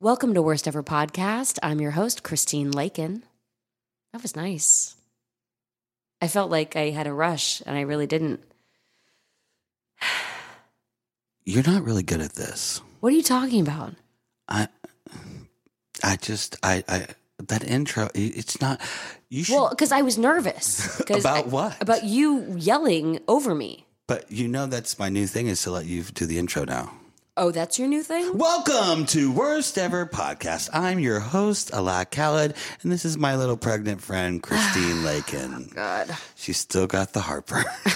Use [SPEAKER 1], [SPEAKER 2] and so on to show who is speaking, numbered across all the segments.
[SPEAKER 1] Welcome to Worst Ever Podcast. I'm your host, Christine Lakin. That was nice. I felt like I had a rush and I really didn't.
[SPEAKER 2] You're not really good at this.
[SPEAKER 1] What are you talking about?
[SPEAKER 2] I, I just, I, I, that intro, i- it's not, you should,
[SPEAKER 1] Well, because I was nervous. 'Cause
[SPEAKER 2] About
[SPEAKER 1] I-
[SPEAKER 2] what?
[SPEAKER 1] About you yelling over me.
[SPEAKER 2] but you know, that's my new thing is to let you do the intro now.
[SPEAKER 1] Oh, that's your new thing?
[SPEAKER 2] Welcome to Worst Ever Podcast. I'm your host, Ala Khaled, and this is my little pregnant friend, Christine Lakin.
[SPEAKER 1] Oh, God,
[SPEAKER 2] She's still got the heartburn.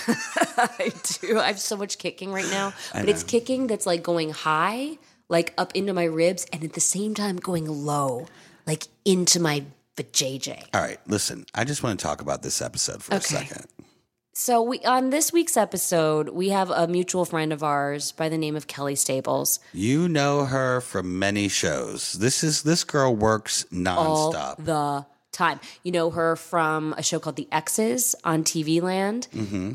[SPEAKER 1] I do. I have so much kicking right now, but it's kicking that's like going high, like up into my ribs, and at the same time going low, like into my vajayjay.
[SPEAKER 2] All right, listen, I just want to talk about this episode for
[SPEAKER 1] Okay.
[SPEAKER 2] a second.
[SPEAKER 1] So we on this week's episode, we have a mutual friend of ours by the name of Kelly Staples
[SPEAKER 2] You know her from many shows. This is, this girl works
[SPEAKER 1] all
[SPEAKER 2] nonstop.
[SPEAKER 1] the time. You know her from a show called The X's on TV Land.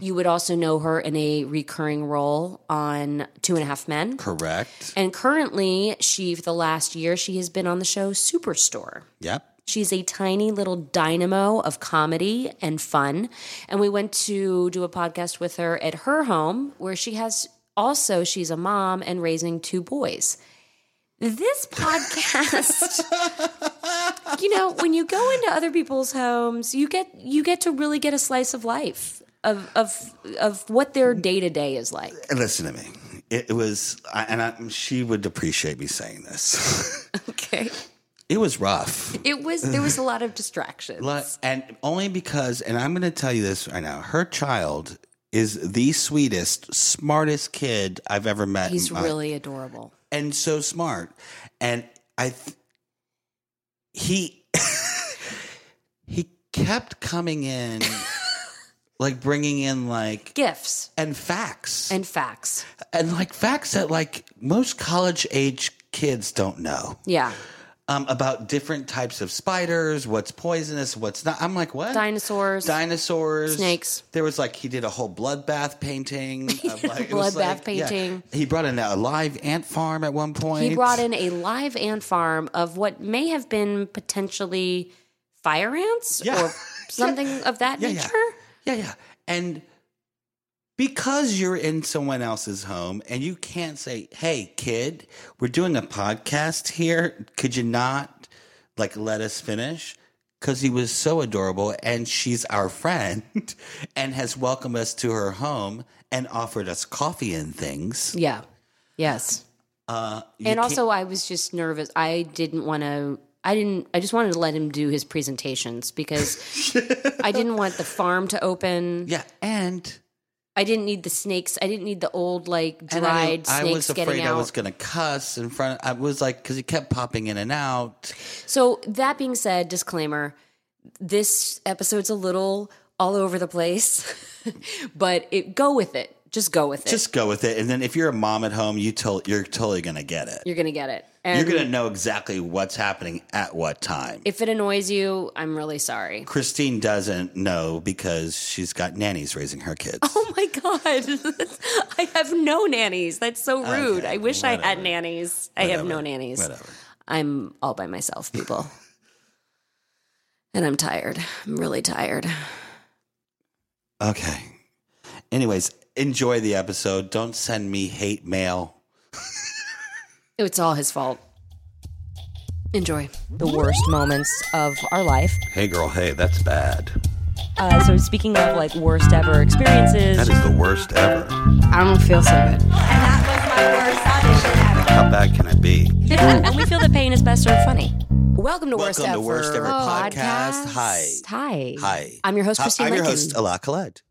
[SPEAKER 1] You would also know her in a recurring role on Two and a Half Men.
[SPEAKER 2] Correct.
[SPEAKER 1] And currently, she for the last year she has been on the show Superstore.
[SPEAKER 2] Yep.
[SPEAKER 1] She's a tiny little dynamo of comedy and fun. And we went to do a podcast with her at her home where she has also she's a mom and raising two boys. This podcast you know, when you go into other people's homes, you get you get to really get a slice of life of of of what their day-to-day is like.
[SPEAKER 2] And listen to me. It, it was, I, and I, she would appreciate me saying this.
[SPEAKER 1] Okay.
[SPEAKER 2] it was rough,
[SPEAKER 1] It was there was a lot of distraction.
[SPEAKER 2] But- and only because, and I'm going to tell you this right now. Her child is the sweetest, smartest kid I've ever met.
[SPEAKER 1] He's
[SPEAKER 2] in my-
[SPEAKER 1] really adorable.
[SPEAKER 2] and so smart, and I, th- he, he kept coming in, like bringing in like
[SPEAKER 1] Gifts
[SPEAKER 2] and facts
[SPEAKER 1] and facts.
[SPEAKER 2] and like facts that like most college age kids don't know
[SPEAKER 1] Yeah.
[SPEAKER 2] um, about different types of spiders, what's poisonous, what's not. I'm like, what?
[SPEAKER 1] Dinosaurs.
[SPEAKER 2] Dinosaurs,
[SPEAKER 1] Snakes.
[SPEAKER 2] There was like he did a whole bloodbath painting. Of like, it
[SPEAKER 1] Bloodbath
[SPEAKER 2] was like- yeah.
[SPEAKER 1] painting.
[SPEAKER 2] He brought in a live ant farm at one point.
[SPEAKER 1] He brought in a live ant farm of what may have been potentially fire ants
[SPEAKER 2] Yeah.
[SPEAKER 1] or something of that
[SPEAKER 2] Yeah, yeah.
[SPEAKER 1] nature.
[SPEAKER 2] yeah, yeah, and because you're in someone else's home and you can't say, "Hey, kid, we're doing a podcast here. Could you not like let us finish?" Because he was so adorable, and she's our friend, and has welcomed us to her home and offered us coffee and things.
[SPEAKER 1] Yeah. Yes.
[SPEAKER 2] Uh, you
[SPEAKER 1] and
[SPEAKER 2] can't-
[SPEAKER 1] also I was just nervous. I didn't want to I didn't I just wanted to let him do his presentations because I didn't want the farm to open.
[SPEAKER 2] yeah, and
[SPEAKER 1] I didn't need the snakes. I didn't need the old like
[SPEAKER 2] and I-
[SPEAKER 1] dried
[SPEAKER 2] I,
[SPEAKER 1] snakes
[SPEAKER 2] was afraid
[SPEAKER 1] getting out.
[SPEAKER 2] I was going to cuss in front. I was like, because he kept popping in and out.
[SPEAKER 1] So that being said, disclaimer: this episode's a little all over the place, but it go with it. Just go with it.
[SPEAKER 2] just go with it. And then if you're a mom at home, you to- you're totally gonna get it.
[SPEAKER 1] You're gonna get it. And
[SPEAKER 2] You're gonna know exactly what's happening at what time.
[SPEAKER 1] if it annoys you, I'm really sorry.
[SPEAKER 2] Christine doesn't know because she's got nannies raising her kids.
[SPEAKER 1] Oh my god, I have no nannies. That's so rude.
[SPEAKER 2] Okay,
[SPEAKER 1] I wish I had
[SPEAKER 2] whatever.
[SPEAKER 1] nannies. I have no nannies.
[SPEAKER 2] Whatever.
[SPEAKER 1] I'm all by myself, people. and I'm tired. I'm really tired.
[SPEAKER 2] Okay. Anyways, enjoy the episode. Don't send me hate mail.
[SPEAKER 1] It's all his fault. Enjoy the worst moments of our life.
[SPEAKER 2] Hey girl, hey, that's bad.
[SPEAKER 1] Uh, so speaking of like worst ever experiences,
[SPEAKER 2] is the worst ever.
[SPEAKER 1] I don't feel so good.
[SPEAKER 3] And that was my worst audition ever.
[SPEAKER 2] How bad can it be?
[SPEAKER 1] and we feel that pain is best served funny. Welcome to worst
[SPEAKER 2] Welcome
[SPEAKER 1] ever.
[SPEAKER 2] to Worst Ever Podcast.
[SPEAKER 1] Hi.
[SPEAKER 2] Hi.
[SPEAKER 1] I'm your host
[SPEAKER 2] Hi-
[SPEAKER 1] Christine
[SPEAKER 2] I'm your
[SPEAKER 1] Lincoln.
[SPEAKER 2] host, Ala Khaled.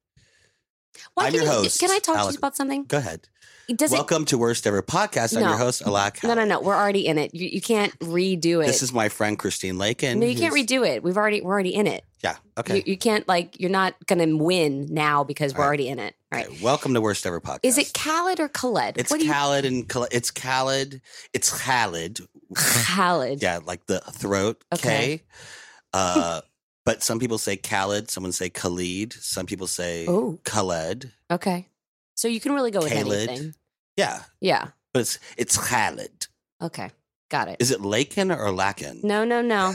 [SPEAKER 1] Why
[SPEAKER 2] I'm
[SPEAKER 1] can't
[SPEAKER 2] your
[SPEAKER 1] you-
[SPEAKER 2] host,
[SPEAKER 1] Can I talk to
[SPEAKER 2] Alex-
[SPEAKER 1] you about something?
[SPEAKER 2] Go ahead.
[SPEAKER 1] Does it?
[SPEAKER 2] Welcome to Worst Ever Podcast. I'm
[SPEAKER 1] No.
[SPEAKER 2] your host, Ala
[SPEAKER 1] No,
[SPEAKER 2] Khaled.
[SPEAKER 1] no, no. We're already in it. You, you can't redo it.
[SPEAKER 2] This is my friend Christine Lakin.
[SPEAKER 1] no, you can't
[SPEAKER 2] who's-
[SPEAKER 1] redo it. We've already we're already in it.
[SPEAKER 2] Yeah. Okay.
[SPEAKER 1] You, you can't like you're not gonna win now because we're
[SPEAKER 2] All right.
[SPEAKER 1] already in it. All right.
[SPEAKER 2] Okay, Welcome to Worst Ever Podcast.
[SPEAKER 1] Is it Khaled or Khaled?
[SPEAKER 2] It's
[SPEAKER 1] what do you
[SPEAKER 2] Khaled and Khal- it's Khaled. It's Khaled.
[SPEAKER 1] Khaled?
[SPEAKER 2] yeah, like the throat.
[SPEAKER 1] Okay.
[SPEAKER 2] K. Uh, but some people say Khaled. Someone say Khalid. Some people say
[SPEAKER 1] Oh,
[SPEAKER 2] Khaled.
[SPEAKER 1] okay. So you can really go with
[SPEAKER 2] Khaled.
[SPEAKER 1] anything.
[SPEAKER 2] Yeah,
[SPEAKER 1] Yeah.
[SPEAKER 2] but it's it's Khaled.
[SPEAKER 1] Okay. Got it.
[SPEAKER 2] Is it Lakin or Lakin?
[SPEAKER 1] No, no, no.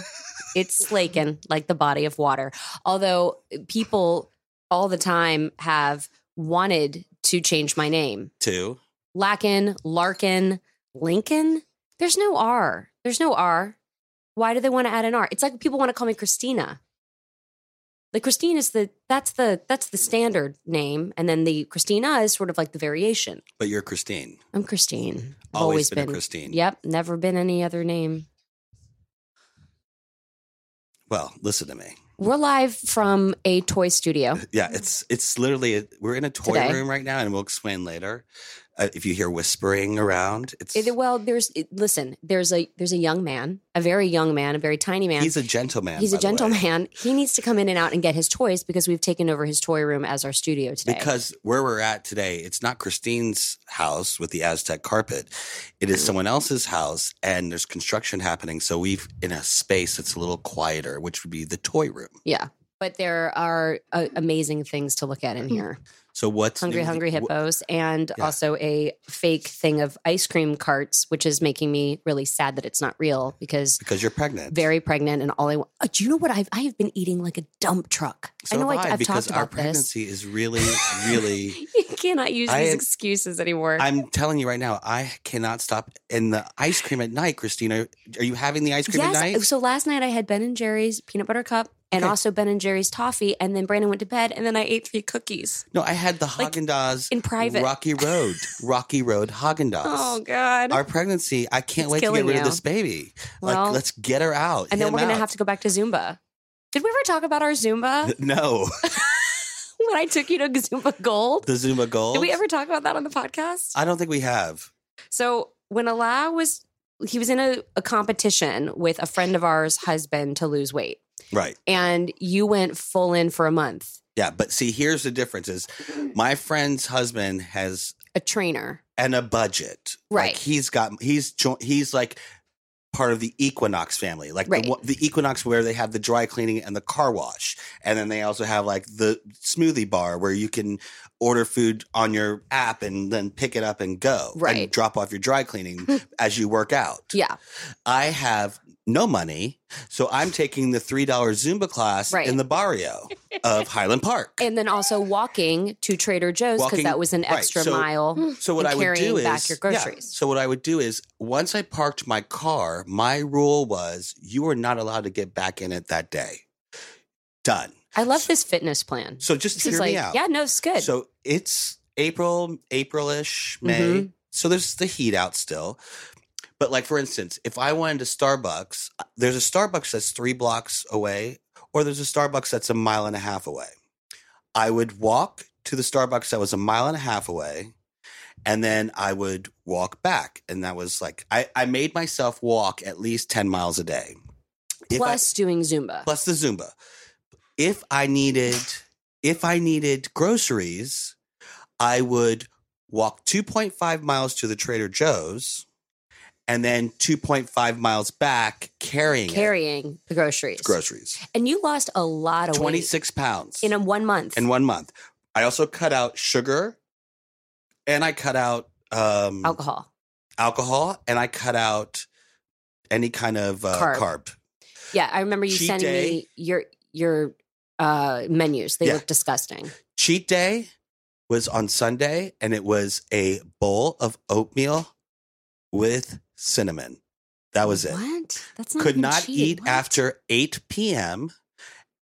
[SPEAKER 1] it's Lakin, like the body of water. Although eh, people all the time have wanted to change my name.
[SPEAKER 2] Two.
[SPEAKER 1] Lakin, Larkin, Lincoln. There's no R. There's no R. Why do they want to add an R? It's like people want to call me Christina. Like Christine is the that's the that's the standard name, and then the Christina is sort of like the variation.
[SPEAKER 2] But you're Christine.
[SPEAKER 1] I'm Christine. I've
[SPEAKER 2] Always, been, a Christine.
[SPEAKER 1] Yep, never been any other name.
[SPEAKER 2] Well, listen to me.
[SPEAKER 1] We're live from a toy studio.
[SPEAKER 2] Yeah, it's it's literally uh, we're in a toy
[SPEAKER 1] Mm. Today.
[SPEAKER 2] room right now, and we'll explain later. Uh, if you hear whispering around, it's
[SPEAKER 1] It- well, there's it- listen. There's a there's a young man, a very young man, a very tiny man.
[SPEAKER 2] he's a gentleman.
[SPEAKER 1] He's a
[SPEAKER 2] by the way.
[SPEAKER 1] gentleman. He needs to come in and out and get his toys because we've taken over his toy room as our studio today.
[SPEAKER 2] Because where we're at today, it's not Christine's house with the Aztec carpet. It
[SPEAKER 1] Mm-hmm.
[SPEAKER 2] is someone else's house, and there's construction happening. So we've in a space that's a little quieter, which would be the toy room.
[SPEAKER 1] yeah, but there are uh, amazing things to look at in here.
[SPEAKER 2] So what's
[SPEAKER 1] Hungry,
[SPEAKER 2] new-
[SPEAKER 1] hungry
[SPEAKER 2] wh-
[SPEAKER 1] hippos, and
[SPEAKER 2] Mm-hmm. Yeah.
[SPEAKER 1] also a fake thing of ice cream carts, which is making me really sad that it's not real because
[SPEAKER 2] Because you're pregnant.
[SPEAKER 1] very pregnant and all I want. Uh, do you know what I've I have been eating like a dump truck?
[SPEAKER 2] So
[SPEAKER 1] I know
[SPEAKER 2] have
[SPEAKER 1] I, have
[SPEAKER 2] because
[SPEAKER 1] talked
[SPEAKER 2] our
[SPEAKER 1] about this.
[SPEAKER 2] pregnancy is really, really.
[SPEAKER 1] You cannot use
[SPEAKER 2] I
[SPEAKER 1] these
[SPEAKER 2] am-
[SPEAKER 1] excuses anymore.
[SPEAKER 2] I'm telling you right now, I cannot stop. And the ice cream at night, Christina. Are you having the ice cream
[SPEAKER 1] yes.
[SPEAKER 2] at night?
[SPEAKER 1] So last night I had Ben and Jerry's peanut butter cup and
[SPEAKER 2] Okay.
[SPEAKER 1] also Ben and Jerry's toffee, and then Brandon went to bed, and then I ate three cookies
[SPEAKER 2] No, I had the
[SPEAKER 1] Like,
[SPEAKER 2] Haagen Dazs
[SPEAKER 1] in private.
[SPEAKER 2] Rocky Road, Rocky Road Haagen Dazs.
[SPEAKER 1] Oh God!
[SPEAKER 2] Our pregnancy, I can't
[SPEAKER 1] It's
[SPEAKER 2] wait to get
[SPEAKER 1] killing
[SPEAKER 2] rid of
[SPEAKER 1] you.
[SPEAKER 2] this baby.
[SPEAKER 1] Well-
[SPEAKER 2] like, let's get her out.
[SPEAKER 1] and then we're gonna have to go back to Zumba. Did we ever talk about our Zumba
[SPEAKER 2] No,
[SPEAKER 1] when I took you to Zumba Gold?
[SPEAKER 2] the Zumba Gold.
[SPEAKER 1] Did we ever talk about that on the podcast?
[SPEAKER 2] I don't think we have.
[SPEAKER 1] So when Ala was, he was in a, a competition with a friend of ours' husband to lose weight,
[SPEAKER 2] Right.
[SPEAKER 1] and you went full in for a month,
[SPEAKER 2] Yeah. But see, here's the difference: is my friend's husband has
[SPEAKER 1] a trainer.
[SPEAKER 2] and a budget.
[SPEAKER 1] Right.
[SPEAKER 2] Like he's got he's jo- he's like part of the Equinox family. Like
[SPEAKER 1] Right.
[SPEAKER 2] the one- the Equinox where they have the dry cleaning and the car wash. And then they also have like the smoothie bar where you can order food on your app and then pick it up and go
[SPEAKER 1] Right.
[SPEAKER 2] and drop off your dry cleaning as you work out.
[SPEAKER 1] Yeah,
[SPEAKER 2] I have no money, so I'm taking the $3 Zumba class
[SPEAKER 1] Right.
[SPEAKER 2] in the barrio of Highland Park.
[SPEAKER 1] and then also walking to Trader Joe's because
[SPEAKER 2] Walking-
[SPEAKER 1] that was an
[SPEAKER 2] right,
[SPEAKER 1] extra
[SPEAKER 2] so-
[SPEAKER 1] mile.
[SPEAKER 2] So what
[SPEAKER 1] and
[SPEAKER 2] I would
[SPEAKER 1] carrying
[SPEAKER 2] do is
[SPEAKER 1] back your groceries.
[SPEAKER 2] so what I would do is once I parked my car, my rule was you were not allowed to get back in it that day. Done.
[SPEAKER 1] I love this fitness plan.
[SPEAKER 2] So just
[SPEAKER 1] This
[SPEAKER 2] hear
[SPEAKER 1] is like,
[SPEAKER 2] me out.
[SPEAKER 1] yeah, no, it's good.
[SPEAKER 2] So it's April, April-ish, May.
[SPEAKER 1] Mhm.
[SPEAKER 2] So there's the heat out still. But like for instance, if I wanted to Starbucks, uh, there's a Starbucks that's three blocks away, or there's a Starbucks that's a mile and a half away. I would walk to the Starbucks that was a mile and a half away, and then I would walk back. And that was like I, I made myself walk at least 10 miles a day. If I-
[SPEAKER 1] plus doing Zumba.
[SPEAKER 2] plus the Zumba. If I needed, if I needed groceries, I would walk 2.5 miles to the Trader Joe's, and then 2.5 miles back carrying it.
[SPEAKER 1] carrying the groceries.
[SPEAKER 2] groceries.
[SPEAKER 1] And you lost a lot of
[SPEAKER 2] Twenty
[SPEAKER 1] weight
[SPEAKER 2] six pounds
[SPEAKER 1] in a one month.
[SPEAKER 2] in one month. I also cut out sugar, and I cut out um,
[SPEAKER 1] alcohol.
[SPEAKER 2] alcohol, and I cut out any kind of uh,
[SPEAKER 1] Carb.
[SPEAKER 2] carb.
[SPEAKER 1] Yeah, I remember you
[SPEAKER 2] Cheat
[SPEAKER 1] sending
[SPEAKER 2] day.
[SPEAKER 1] me your your uh, menus. They
[SPEAKER 2] Yeah.
[SPEAKER 1] look disgusting.
[SPEAKER 2] cheat day was on Sunday, and it was a bowl of oatmeal with cinnamon. That was it.
[SPEAKER 1] What? That's not
[SPEAKER 2] Could
[SPEAKER 1] even
[SPEAKER 2] not
[SPEAKER 1] cheating.
[SPEAKER 2] eat
[SPEAKER 1] What?
[SPEAKER 2] after 8 p.m.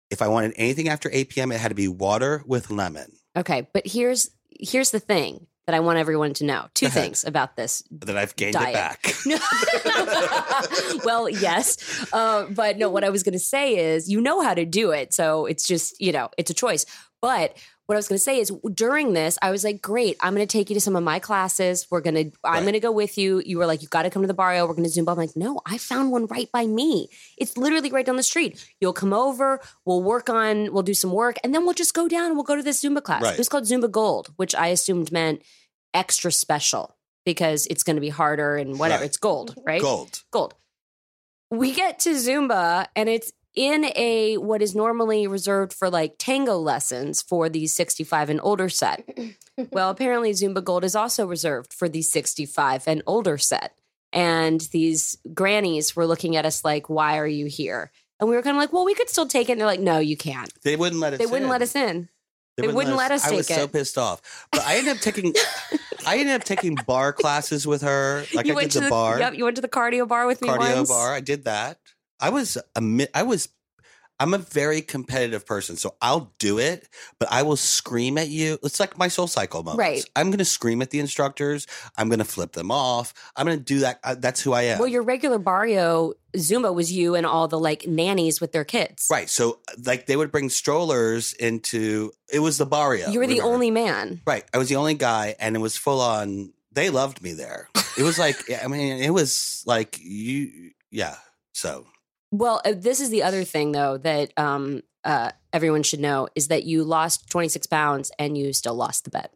[SPEAKER 2] If I wanted anything after 8 p.m., it had to be water with lemon.
[SPEAKER 1] Okay, but here's here's the thing that I want everyone to know. Two
[SPEAKER 2] Go ahead.
[SPEAKER 1] things about this.
[SPEAKER 2] Then I've gained
[SPEAKER 1] Diet.
[SPEAKER 2] it back.
[SPEAKER 1] No. well, yes, uh, but no. What I was going to say is, you know how to do it, so it's just you know it's a choice. But what I was going to say is, during this, I was like, "Great, I'm going to take you to some of my classes. We're going to, I'm
[SPEAKER 2] Right.
[SPEAKER 1] going to go with you." You were like, "You got to come to the barrio. We're going to Zumba." I'm like, "No, I found one right by me. It's literally right down the street. You'll come over. We'll work on. We'll do some work, and then we'll just go down and we'll go to this Zumba class.
[SPEAKER 2] Right.
[SPEAKER 1] It was called Zumba Gold, which I assumed meant extra special because it's going to be harder and whatever.
[SPEAKER 2] Right.
[SPEAKER 1] It's gold, right?
[SPEAKER 2] Gold.
[SPEAKER 1] Gold. We get to Zumba and it's in a what is normally reserved for like tango lessons for the 65 and older set. well, apparently Zumba Gold is also reserved for the 65 and older set. And these grannies were looking at us like, why are you here? And we were kind of like, well, we could still take it. And they're like, no, you can't.
[SPEAKER 2] They wouldn't let us.
[SPEAKER 1] They wouldn't
[SPEAKER 2] in.
[SPEAKER 1] let us in. They wouldn't let us
[SPEAKER 2] I was
[SPEAKER 1] take
[SPEAKER 2] so
[SPEAKER 1] it.
[SPEAKER 2] pissed off. But I ended up taking, I ended up taking bar classes with her. Like I did the,
[SPEAKER 1] to
[SPEAKER 2] bar,
[SPEAKER 1] Yep, you went to the cardio bar with me
[SPEAKER 2] cardio
[SPEAKER 1] once.
[SPEAKER 2] bar. I did that. I was a mi- I was, I'm a very competitive person, so I'll do it. But I will scream at you. It's like my soul cycle moments.
[SPEAKER 1] Right.
[SPEAKER 2] I'm going to scream at the instructors. I'm going to flip them off. I'm going to do that. I, that's who I am.
[SPEAKER 1] Well, your regular barrio Zumba was you and all the like nannies with their kids.
[SPEAKER 2] Right. So like they would bring strollers into it was the barrio.
[SPEAKER 1] you were the
[SPEAKER 2] remember?
[SPEAKER 1] only man.
[SPEAKER 2] Right. I was the only guy and it was full on they loved me there. It was like I mean it was like you yeah. So
[SPEAKER 1] Well, uh, this is the other thing though that um, uh, everyone should know is that you lost 26 pounds and you still lost the bet.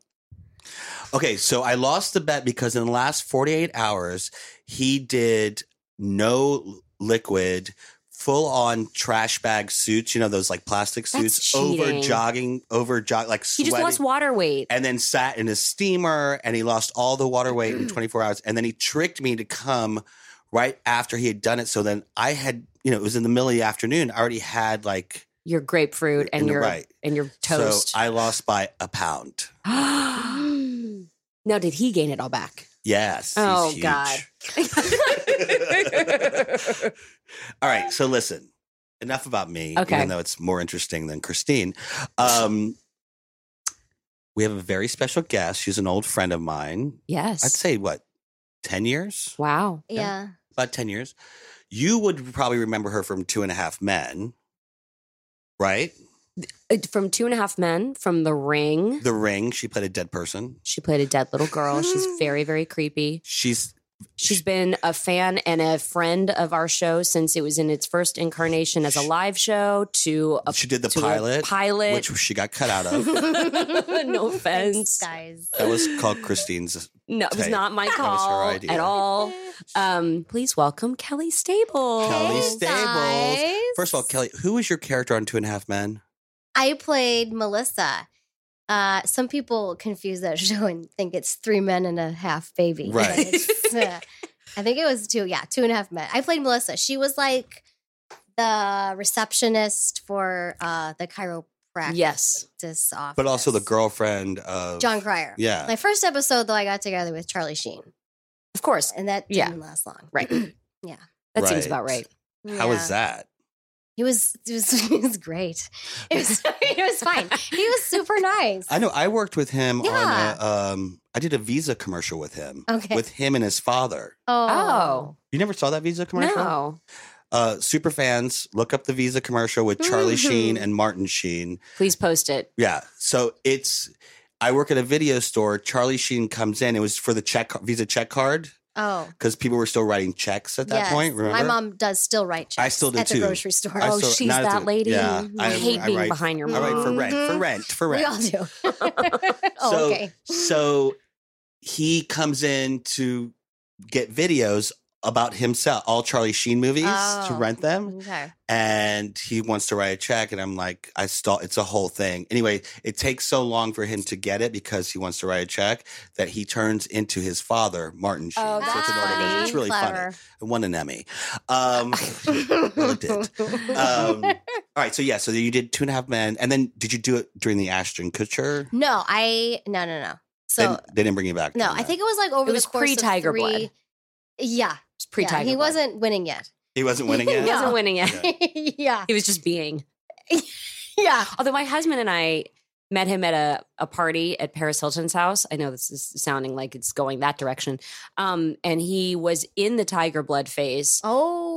[SPEAKER 2] okay, so I lost the bet because in the last 48 hours he did no liquid full on trash bag suits, you know those like plastic
[SPEAKER 1] That's
[SPEAKER 2] suits over
[SPEAKER 1] cheating.
[SPEAKER 2] jogging, over jog like
[SPEAKER 1] You
[SPEAKER 2] sweating.
[SPEAKER 1] just lost water weight.
[SPEAKER 2] and then sat in a steamer and he lost all the water weight in 24 hours and then he tricked me to come right after he had done it so then i had you know it was in the middle of the afternoon i already had like
[SPEAKER 1] Your grapefruit and
[SPEAKER 2] And
[SPEAKER 1] your
[SPEAKER 2] right.
[SPEAKER 1] and your toast.
[SPEAKER 2] so i lost by a pound
[SPEAKER 1] now, did he gain it all back?
[SPEAKER 2] yes he's
[SPEAKER 1] Oh,
[SPEAKER 2] huge.
[SPEAKER 1] God.
[SPEAKER 2] all right so listen enough about me
[SPEAKER 1] Okay.
[SPEAKER 2] even though it's more interesting than christine um we have a very special guest she's an old friend of mine
[SPEAKER 1] Yes.
[SPEAKER 2] i'd say what 10 years
[SPEAKER 1] Wow.
[SPEAKER 3] Yeah.
[SPEAKER 2] about 10 years. You would probably remember her from Two and a Half Men, right?
[SPEAKER 1] Uh, From Two and a Half Men, from The Ring,
[SPEAKER 2] The Ring, she played a dead person.
[SPEAKER 1] she played a dead little girl. She's very, very creepy.
[SPEAKER 2] She's
[SPEAKER 1] She's been a fan and a friend of our show since it was in its first incarnation as a live show to a
[SPEAKER 2] she did the
[SPEAKER 1] to a
[SPEAKER 2] pilot,
[SPEAKER 1] pilot.
[SPEAKER 2] which she got cut out of.
[SPEAKER 1] no
[SPEAKER 3] Thanks,
[SPEAKER 1] offense.
[SPEAKER 3] guys.
[SPEAKER 2] that was called Christine's.
[SPEAKER 1] No, it was
[SPEAKER 2] Hey,
[SPEAKER 1] not my
[SPEAKER 2] that was her
[SPEAKER 1] call
[SPEAKER 2] idea.
[SPEAKER 1] at all. Um, please welcome Kelly Stable.
[SPEAKER 2] Kelly Stables.
[SPEAKER 3] guys.
[SPEAKER 2] First of all, Kelly, who was your character on Two and a Half Men?
[SPEAKER 3] I played Melissa. Uh, some people confuse that show and think it's three men and a half baby. but
[SPEAKER 2] Right.
[SPEAKER 3] it's, uh, I think it was two. Yeah, two and a half men. I played Melissa. She was like the receptionist for uh, the chiropractic
[SPEAKER 1] Yes.
[SPEAKER 3] office,
[SPEAKER 2] But also the girlfriend of
[SPEAKER 3] John Cryer.
[SPEAKER 2] Yeah.
[SPEAKER 3] My first episode, though, I got together with Charlie Sheen,
[SPEAKER 1] Of course.
[SPEAKER 3] and that
[SPEAKER 1] Yeah.
[SPEAKER 3] didn't last long.
[SPEAKER 1] Right.
[SPEAKER 3] Yeah.
[SPEAKER 1] That seems about right.
[SPEAKER 2] How was
[SPEAKER 3] Yeah.
[SPEAKER 2] that?
[SPEAKER 3] He was he was he was great. It was it was fine. He was super nice.
[SPEAKER 2] I know I worked with him
[SPEAKER 3] Yeah.
[SPEAKER 2] on a, um I did a Visa commercial with him.
[SPEAKER 3] Okay.
[SPEAKER 2] With him and his father.
[SPEAKER 1] Oh.
[SPEAKER 2] You never saw that Visa commercial?
[SPEAKER 1] No.
[SPEAKER 2] uh, super fans look up the Visa commercial with Charlie
[SPEAKER 3] Mhm.
[SPEAKER 2] Sheen and Martin Sheen.
[SPEAKER 1] Please post it.
[SPEAKER 2] Yeah, so it's I work at a video store. Charlie Sheen comes in. It was for the check Visa check card
[SPEAKER 3] oh.
[SPEAKER 2] because people were still writing checks at that
[SPEAKER 3] Yes.
[SPEAKER 2] point. Remember,
[SPEAKER 3] My mom does still write checks
[SPEAKER 2] I still do
[SPEAKER 3] at
[SPEAKER 2] too.
[SPEAKER 3] the grocery store.
[SPEAKER 2] I
[SPEAKER 1] oh,
[SPEAKER 2] still-
[SPEAKER 1] she's
[SPEAKER 2] not as
[SPEAKER 1] that
[SPEAKER 2] a-
[SPEAKER 1] lady.
[SPEAKER 2] yeah,
[SPEAKER 1] I,
[SPEAKER 2] I-
[SPEAKER 1] hate
[SPEAKER 2] I
[SPEAKER 1] being
[SPEAKER 2] write-
[SPEAKER 1] behind your
[SPEAKER 2] I
[SPEAKER 1] mom.
[SPEAKER 2] write for rent, for
[SPEAKER 3] Mhm.
[SPEAKER 2] rent, for
[SPEAKER 3] Mm-hmm. we
[SPEAKER 2] rent.
[SPEAKER 3] all do. oh,
[SPEAKER 2] so,
[SPEAKER 3] okay.
[SPEAKER 2] so he comes in to get videos about himself, all Charlie Sheen movies to
[SPEAKER 3] Oh.
[SPEAKER 2] rent them.
[SPEAKER 3] Okay.
[SPEAKER 2] and he wants to write a check and i'm like i stall it's a whole thing anyway it takes so long for him to get it because he wants to write a check that he turns into his father martin sheen
[SPEAKER 1] Oh,
[SPEAKER 2] so it's, an
[SPEAKER 1] that's
[SPEAKER 2] old
[SPEAKER 1] funny.
[SPEAKER 2] it's really funny
[SPEAKER 3] Clever.
[SPEAKER 2] it won an emmy um, really did. um, all right so yeah so you did two and a half men and then did you do it during the ashton kutcher
[SPEAKER 3] No, I no no no. So
[SPEAKER 2] They didn't- they didn't bring you back
[SPEAKER 3] no,
[SPEAKER 2] during
[SPEAKER 3] I
[SPEAKER 2] that.
[SPEAKER 3] think it was like over
[SPEAKER 1] It was
[SPEAKER 3] the course
[SPEAKER 1] pre-Tiger
[SPEAKER 3] of three,
[SPEAKER 1] Blood.
[SPEAKER 3] Yeah,
[SPEAKER 1] It's
[SPEAKER 3] yeah,
[SPEAKER 1] pre-Tiger.
[SPEAKER 3] He
[SPEAKER 1] Blood.
[SPEAKER 3] wasn't winning yet.
[SPEAKER 2] he wasn't winning
[SPEAKER 1] He
[SPEAKER 2] it
[SPEAKER 1] wasn't
[SPEAKER 3] No.
[SPEAKER 1] winning it.
[SPEAKER 3] yeah,
[SPEAKER 1] He was just being.
[SPEAKER 3] yeah.
[SPEAKER 1] Although my husband and I met him at a, a party at Paris Hilton's house. I know this is sounding like it's going that direction. Um, and he was in the tiger blood phase.
[SPEAKER 3] Oh,